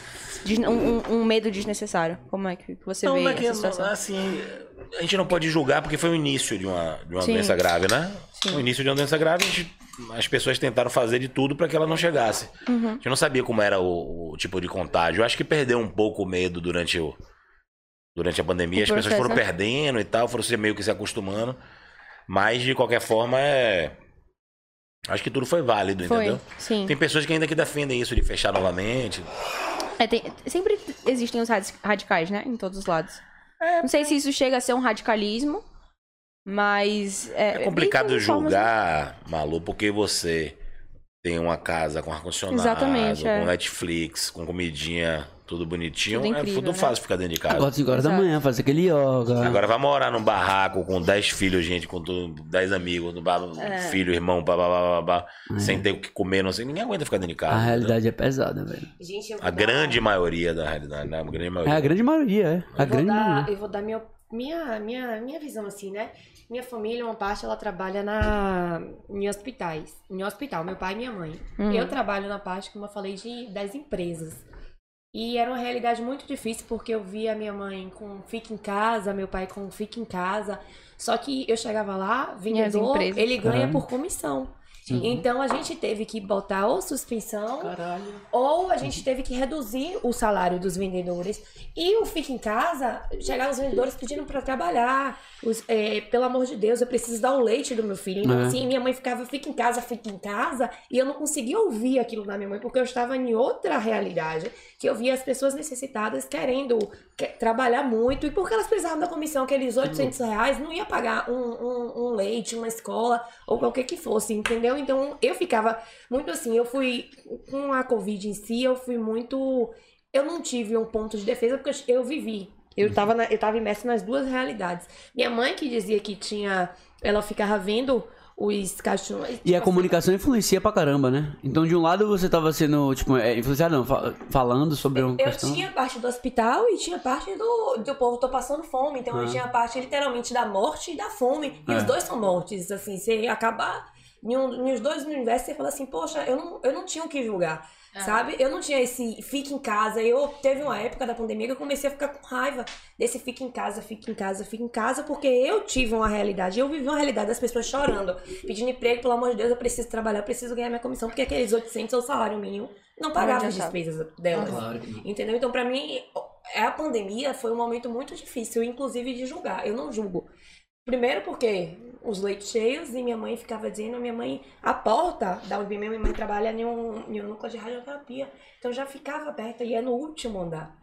des- um, um- um medo desnecessário? Como é que você Não, vê não é essa que- situação? assim, a gente não pode julgar porque foi o início de uma, de uma Sim. doença grave, né? Sim. O início de uma doença grave, a gente- as pessoas tentaram fazer de tudo para que ela não chegasse. Uhum. A gente não sabia como era o, o tipo de contágio. Eu acho que perdeu um pouco o medo durante o durante a pandemia. O as pessoas processo, foram né? perdendo e tal, foram se meio que se acostumando. Mas de qualquer forma, é... acho que tudo foi válido, Foi, entendeu? sim. Tem pessoas que ainda que defendem isso de fechar novamente. É, tem- sempre existem os radi- radicais, né? Em todos os lados. Não sei se isso chega a ser um radicalismo, mas. É, É complicado bem que de forma- julgar, Malu, porque você tem uma casa com ar-condicionado, Exatamente, com é. Netflix, com comidinha, tudo bonitinho. Tudo é incrível, tudo né? fácil ficar dentro de casa. Agora 5 horas da Exato. manhã, fazer aquele yoga. Agora vai morar num barraco com 10 filhos, gente, com 10 amigos, no bar, um filho, irmão, blá, blá, blá, blá, blá, sem ter o que comer, não sei. Ninguém aguenta ficar dentro de casa. É. A entendeu? realidade é pesada, velho. Gente, eu vou A dar- grande maioria da realidade, né? A grande É maioria. a grande maioria, é. A eu vou grande dar, maioria. eu vou dar minha, minha, minha, minha visão assim, né? Minha família, uma parte, ela trabalha na, em hospitais. Em hospital, meu pai e minha mãe. Hum. Eu trabalho na parte, como eu falei, de, das empresas. E era uma realidade muito difícil, porque eu via minha mãe com fica em casa, meu pai com fica em casa. Só que eu chegava lá, vendedor, empresas? ele ganha Caramba. por comissão. Então a gente teve que botar ou suspensão, ou a gente teve que reduzir o salário dos vendedores. E o Fica em Casa, chegaram os vendedores pedindo para trabalhar. Os, eh, pelo amor de Deus, eu preciso dar o leite do meu filho. Então, É. assim, minha mãe ficava, fica em casa, fica em casa. E eu não conseguia ouvir aquilo da minha mãe, porque eu estava em outra realidade. Que eu via as pessoas necessitadas querendo que- trabalhar muito. E porque elas precisavam da comissão, aqueles 800 reais, não ia pagar um, um- um leite, uma escola, ou qualquer que fosse, entendeu? Então, eu ficava muito assim, eu fui com a Covid em si, eu fui muito. Eu não tive um ponto de defesa porque eu- eu vivi. Uhum. Eu tava, na- eu tava imersa nas duas realidades. Minha mãe que dizia que tinha. Ela ficava vendo os tipo, cachorros. E a comunicação influencia pra caramba, né? Então, de um lado, você tava sendo, tipo, é, influenciado, não, fa- falando sobre uma Eu questão. tinha parte do hospital e tinha parte do, do povo tô passando fome. Então Ah. eu tinha parte literalmente da morte e da fome. E É. os dois são mortes, assim, se acabar. Em um- nos dois universos você fala assim, poxa, eu não, eu não tinha o que julgar. Sabe? Eu não tinha esse fique em casa. Eu teve uma época da pandemia que eu comecei a ficar com raiva desse fique em casa, fique em casa, fique em casa, porque eu tive uma realidade. Eu vivi uma realidade das pessoas chorando, pedindo emprego, pelo amor de Deus, eu preciso trabalhar, eu preciso ganhar minha comissão, porque aqueles 800 é o salário mínimo. Não pagava as adiantava. despesas delas. Claro que Entendeu? Então, pra mim, a pandemia foi um momento muito difícil, inclusive de julgar. Eu não julgo. Primeiro porque os leitos cheios e minha mãe ficava dizendo, minha mãe, a porta da UBM, minha mãe trabalha em um, em um núcleo de radioterapia. Então já ficava aberta e é no último andar.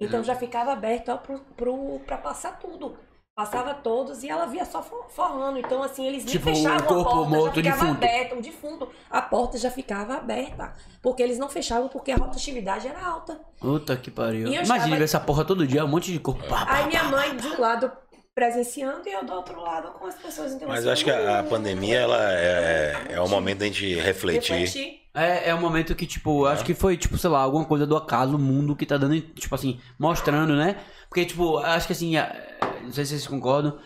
Então Uhum. já ficava aberta ó, pro, pro, pra passar tudo. Passava todos e ela via só for- forrando. Então, assim, eles nem Tipo, um fechavam a corpo porta, morto, já ficava defunto. aberta, um defunto. A porta já ficava aberta. Porque eles não fechavam porque a rotatividade era alta. Puta que pariu. E eu Imagina estava- ver essa porra todo dia, um monte de corpo. Pá, pá, Aí minha mãe de um lado presenciando e eu do outro lado com as pessoas. Então, Mas assim, eu acho que a, a hum, pandemia ela é, é o momento da gente refletir. refletir. É, é um momento que, tipo, É. acho que foi, tipo, sei lá, alguma coisa do acaso, o mundo que tá dando, tipo assim, mostrando, né? Porque, tipo, acho que assim, a- não sei se vocês concordam,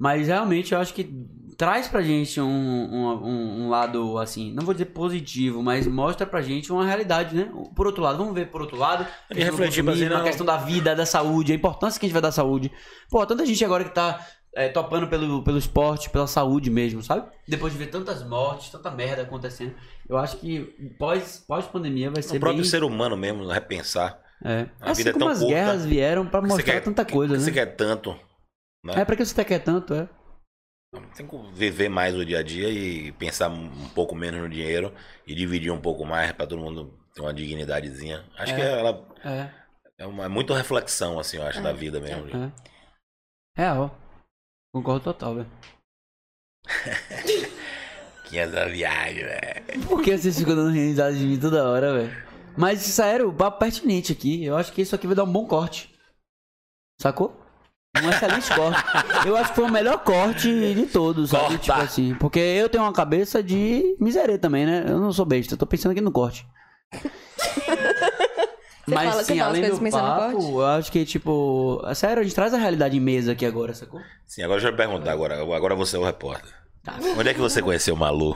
mas realmente eu acho que traz pra gente um, um, um- um lado, assim, não vou dizer positivo, mas mostra pra gente uma realidade, né? Por outro lado, vamos ver por outro lado. E questão do refletir, um consumismo, fazer, a não. questão da vida, da saúde, a importância que a gente vai dar à saúde. Pô, tanta gente agora que tá é, topando pelo, pelo esporte, pela saúde mesmo, sabe? Depois de ver tantas mortes, tanta merda acontecendo. Eu acho que pós, pós pandemia vai ser O próprio bem... ser humano mesmo, né? repensar. É. a assim vida é como tão as curta. guerras vieram pra Você mostrar quer- tanta coisa, que né? Você quer né? tanto. É pra que você quer tanto, é. Tem que viver mais o dia a dia e pensar um pouco menos no dinheiro e dividir um pouco mais pra todo mundo ter uma dignidadezinha. Acho que ela É, é, uma, é muito reflexão, assim, eu acho, da vida mesmo. é. Real. É, Concordo total, velho. Que é da viagem, né? velho. Por que vocês ficam dando risada de mim toda hora, velho? Mas, sério, o papo é pertinente aqui. Eu acho que isso aqui vai dar um bom corte. Sacou? Um excelente corte. Eu acho que foi o melhor corte de todos, sabe? Corta. Tipo assim. Porque eu tenho uma cabeça de miserê também, né? Eu não sou besta, eu tô pensando aqui no corte. Mas fala- você sim, fala as além coisas do pensando no papo, corte? eu acho que, tipo. é Sério, a gente traz a realidade em mesa aqui agora, sacou? Sim, agora deixa eu perguntar agora. Agora você é o repórter. Tá. Onde é que você conheceu o Malu?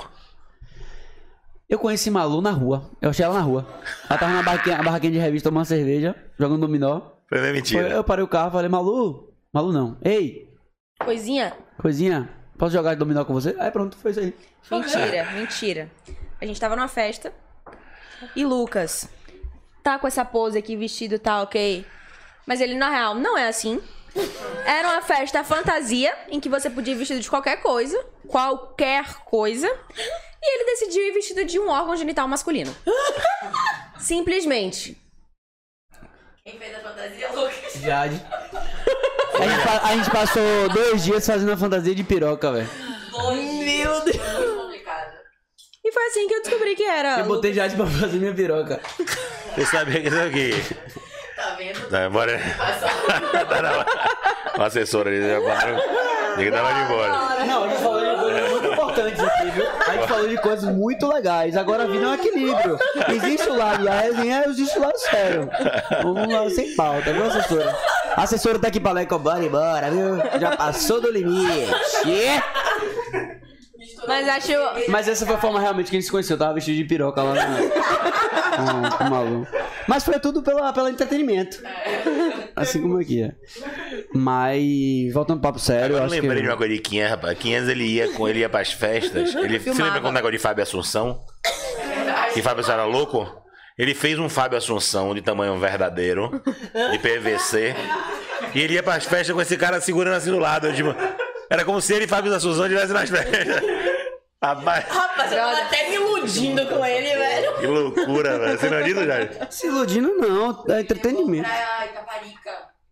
Eu conheci Malu na rua. Eu achei ela na rua. Ela tava na barraquinha, na barraquinha de revista tomando cerveja, jogando dominó. Foi minha mentira. Foi- eu parei o carro falei, Malu, Malu não. Ei, Coisinha? coisinha, posso jogar de dominó com você? Aí pronto, foi isso aí. Mentira, mentira. A gente tava numa festa e Lucas tá com essa pose aqui, vestido tá ok. Mas ele, na real, não é assim. Era uma festa fantasia em que você podia ir vestido de qualquer coisa, qualquer coisa. E ele decidiu ir vestido de um órgão genital masculino. Simplesmente. Quem fez a fantasia, Lucas? Jade. A gente, pa- a gente passou dois dias fazendo a fantasia de piroca, velho. Meu Deus! Foi muito complicado. E foi assim que eu descobri que era. Eu botei Jade pra fazer minha piroca. Você sabe que sabe que. Tá vendo? Tá, bora. tá na hora. O assessor ali já parou. Tem que dar hora de né? ir embora. Não, a gente falou de coisas muito importantes aqui, viu? A gente falou de coisas muito legais. Agora a vida é um equilíbrio. Existe o lado da resenha, existe o lado sério. Vamos lá, sem pauta, viu, assessora? A assessora tá aqui pra lá e cobrar e bora, viu? Já passou do limite. Mas acho. Mas essa foi a forma realmente que a gente se conheceu. Eu tava vestido de piroca lá na... com, com o maluco. Mas foi tudo pela, pelo entretenimento. Assim como aqui, é. Mas, voltando pro papo sério, Agora eu eu acho lembrei que... de uma coisa de Quinhas, rapaz. Quinhas ele ia com ele ia pras festas. Ele, você lembra quando o negócio de Fábio Assunção? Que Fábio Assunção era louco? Ele fez um Fábio Assunção de tamanho verdadeiro, de PVC. E ele ia pras festas com esse cara segurando assim do lado. eu, tipo, era como se ele e Fábio Assunção estivessem nas festas. Rapaz, Rapaz, eu tava até me iludindo com ele, velho. que loucura, velho. Você não é lindo, Jair? Tá Se iludindo, não. É entretenimento. Pra Itaparica,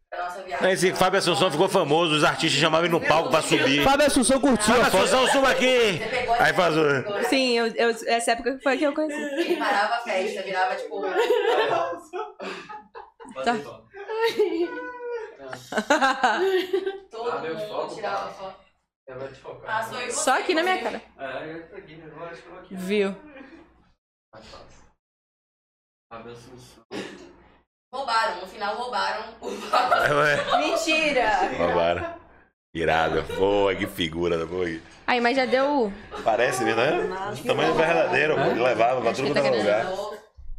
pra nossa viagem. Aí Esse Fábio Assunção ficou famoso, os artistas chamavam ele no palco pra subir. Fábio Assunção curtiu Fábio a foto. Assunção, suba aqui! Aí faz o... Sim, eu- eu- essa época foi que eu conheci. Ele assim, parava a festa, virava tipo. Todo Ah, meu foco, mundo cara. tirava foto. Ah, sou eu. Só aqui na minha cara. Viu? Roubaram, no final roubaram o Aí vai- É. Mentira! Roubaram. Irado. Boa, que figura. Boa. Aí, mas já deu. Parece mesmo, né? O tamanho verdadeiro, pô. Ele levava pra tudo tá quanto era lugar.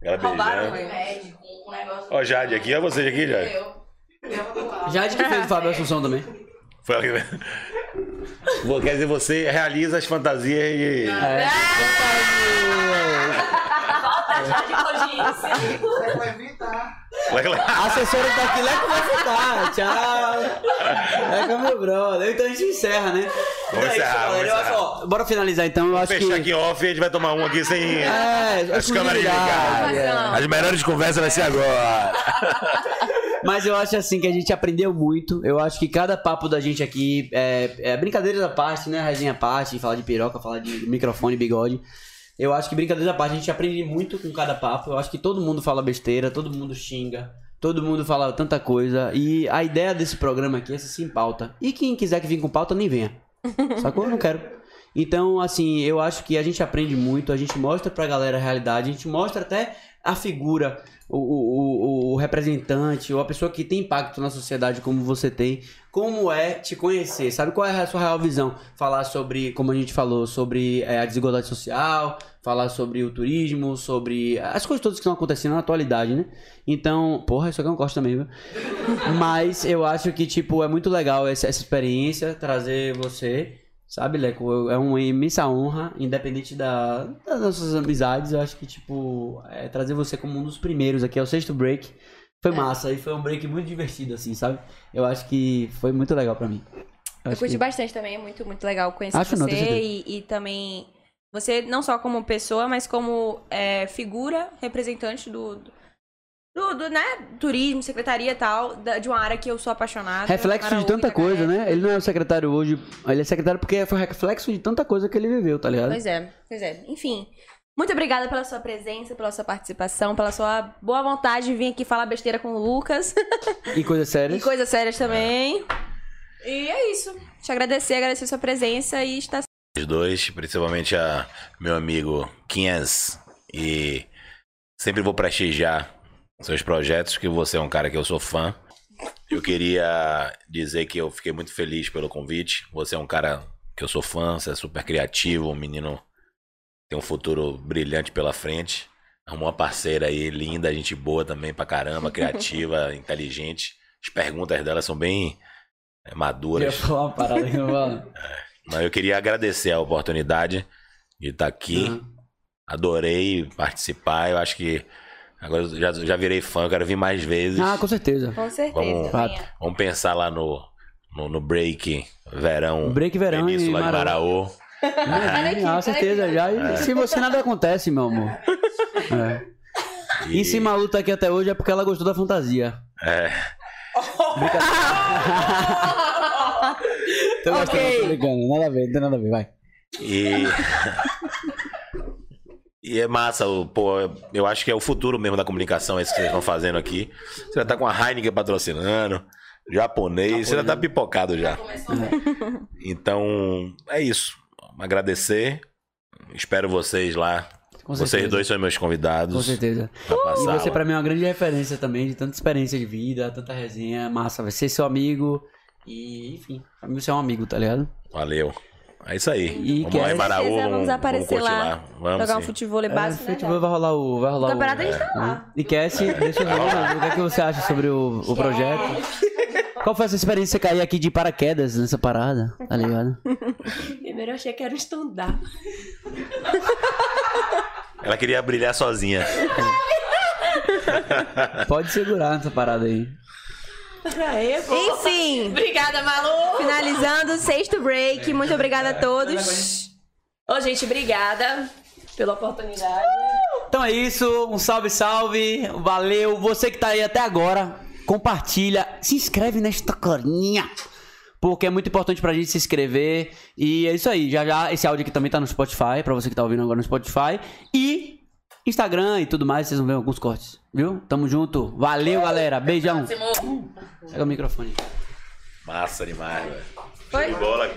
Ela Roubaram beijando. meu médico, um negócio. Ó, Jade aqui. Ó, você aqui, Jade. Eu. Jade Ah, que fez o Fábio Assunção também. Foi ela que- Vou- Quer dizer, você realiza as fantasias e. Ah. É. Assessora tá aqui, Leco vai ficar. Tchau. Leco é meu brother. Então a gente encerra, né? Vamos É isso, encerrar, galera. vamos Eu acho, encerrar. ó, Bora finalizar então. Eu acho Fechar que. aqui em off e a gente vai tomar um aqui sem. É, As câmeras exclusividade, ligadas. é. As melhores conversas vai ser agora. Mas eu acho assim que a gente aprendeu muito. Eu acho que cada papo da gente aqui é, é brincadeira da parte, né? Resenha à parte, falar de piroca, falar de microfone, bigode. Eu acho que brincadeira da parte, a gente aprende muito com cada papo. Eu acho que todo mundo fala besteira, todo mundo xinga, todo mundo fala tanta coisa. E a ideia desse programa aqui é ser sem pauta. E quem quiser que vir com pauta, nem venha. Sacou? Eu não quero. Então, assim, eu acho que a gente aprende muito, a gente mostra pra galera a realidade, a gente mostra até a figura, o, o, o- o representante, ou a pessoa que tem impacto na sociedade como você tem, como é te conhecer, sabe? Qual é a sua real visão? Falar sobre, como a gente falou, sobre eh, a desigualdade social, falar sobre o turismo, sobre as coisas todas que estão acontecendo na atualidade, né? Então, porra, isso aqui é um corte também, viu? Mas eu acho que, tipo, é muito legal essa, essa experiência, trazer você, sabe, Leco? Eu- É uma imensa honra, independente da- das nossas amizades, eu acho que, tipo, é, trazer você como um dos primeiros aqui, é o sexto break. Foi massa, e foi um break muito divertido, assim, sabe? Eu acho que foi muito legal pra mim. Eu acho curti que- bastante também, é muito, muito legal conhecer Acho não, tenho você certeza. e, e também você não só como pessoa, mas como é, figura representante do, do, do, né, turismo, secretaria e tal, da- de uma área que eu sou apaixonada. Reflexo de Araújo, tanta Itacaré. coisa, né? Ele não é o secretário hoje, ele é secretário porque foi reflexo de tanta coisa que ele viveu, tá ligado? Pois é, pois é. Enfim, muito obrigada pela sua presença, pela sua participação, pela sua boa vontade de vir aqui falar besteira com o Lucas E coisas é. e sérias. coisas sérias também. E é isso. Te agradecer, agradecer sua presença e estar Os dois, principalmente a meu amigo Quinhas. E sempre vou prestigiar seus projetos, que você é um cara que eu sou fã. Eu queria dizer que eu fiquei muito feliz pelo convite. Você é um cara que eu sou fã, você é super criativo, um menino que tem um futuro brilhante pela frente. Arrumou uma parceira aí linda, gente boa também pra caramba, criativa, inteligente. As perguntas dela são bem eh, Eu ia maduras. falar uma parada que eu não falo. Mas eu queria agradecer a oportunidade de estar aqui. Uhum. Adorei participar. Eu acho que agora eu já, já virei fã, eu quero vir mais vezes. Ah, com certeza. com Vamos- certeza. Fato. Vamos pensar lá no, no, no break verão, Break verão e Península de Maraú. Maraú. Imagine, Ah, certeza já. E Se você nada acontece, meu amor. É. E se Malu tá aqui até hoje é porque ela gostou da fantasia. É, Tô gostando, tô brincando. Nada a ver, não tem nada a ver, vai. E. E é massa, o- pô, eu acho que é o futuro mesmo da comunicação, esse que vocês estão fazendo aqui. Você já tá com a Heineken patrocinando, japonês, você já tá né? pipocado É. já. Então, é isso. Agradecer. Espero vocês lá. Com vocês certeza. dois são meus convidados. Com certeza. pra E passar você lá. pra mim é uma grande referência também, de tanta experiência de vida, tanta resenha, massa. Vai ser seu amigo. E, enfim, pra mim você é um amigo, tá ligado? Valeu. É isso aí. E vamos que- lá em Maraú, Certeza, vamos, vamos aparecer curtir lá, Vamos Jogar um sim. futebol básico, É, né? futebol é vai rolar o. Vai rolar O o campeonato a gente tá lá. E Cassie, deixa eu ver o que, é que você acha sobre o, o projeto. Qual foi essa experiência de você cair aqui de paraquedas nessa parada? Tá ligado? Primeiro eu achei que era um stand-up. Ela queria brilhar sozinha. Pode segurar nessa parada aí. Aê, pô. é. Enfim, Obrigada, Malu! finalizando o sexto break. Muito obrigada a todos. Ô, gente, obrigada pela oportunidade. Então é isso, um salve, salve, valeu. Você que tá aí até agora, compartilha, se inscreve nesta corinha. Porque é muito importante pra gente se inscrever. E é isso aí, já já esse áudio aqui também tá no Spotify, pra você que tá ouvindo agora no Spotify. E Instagram e tudo mais, vocês vão ver alguns cortes, viu? Tamo junto, valeu galera, beijão. Simão. Pega o microfone. Massa demais, velho. Foi? bola.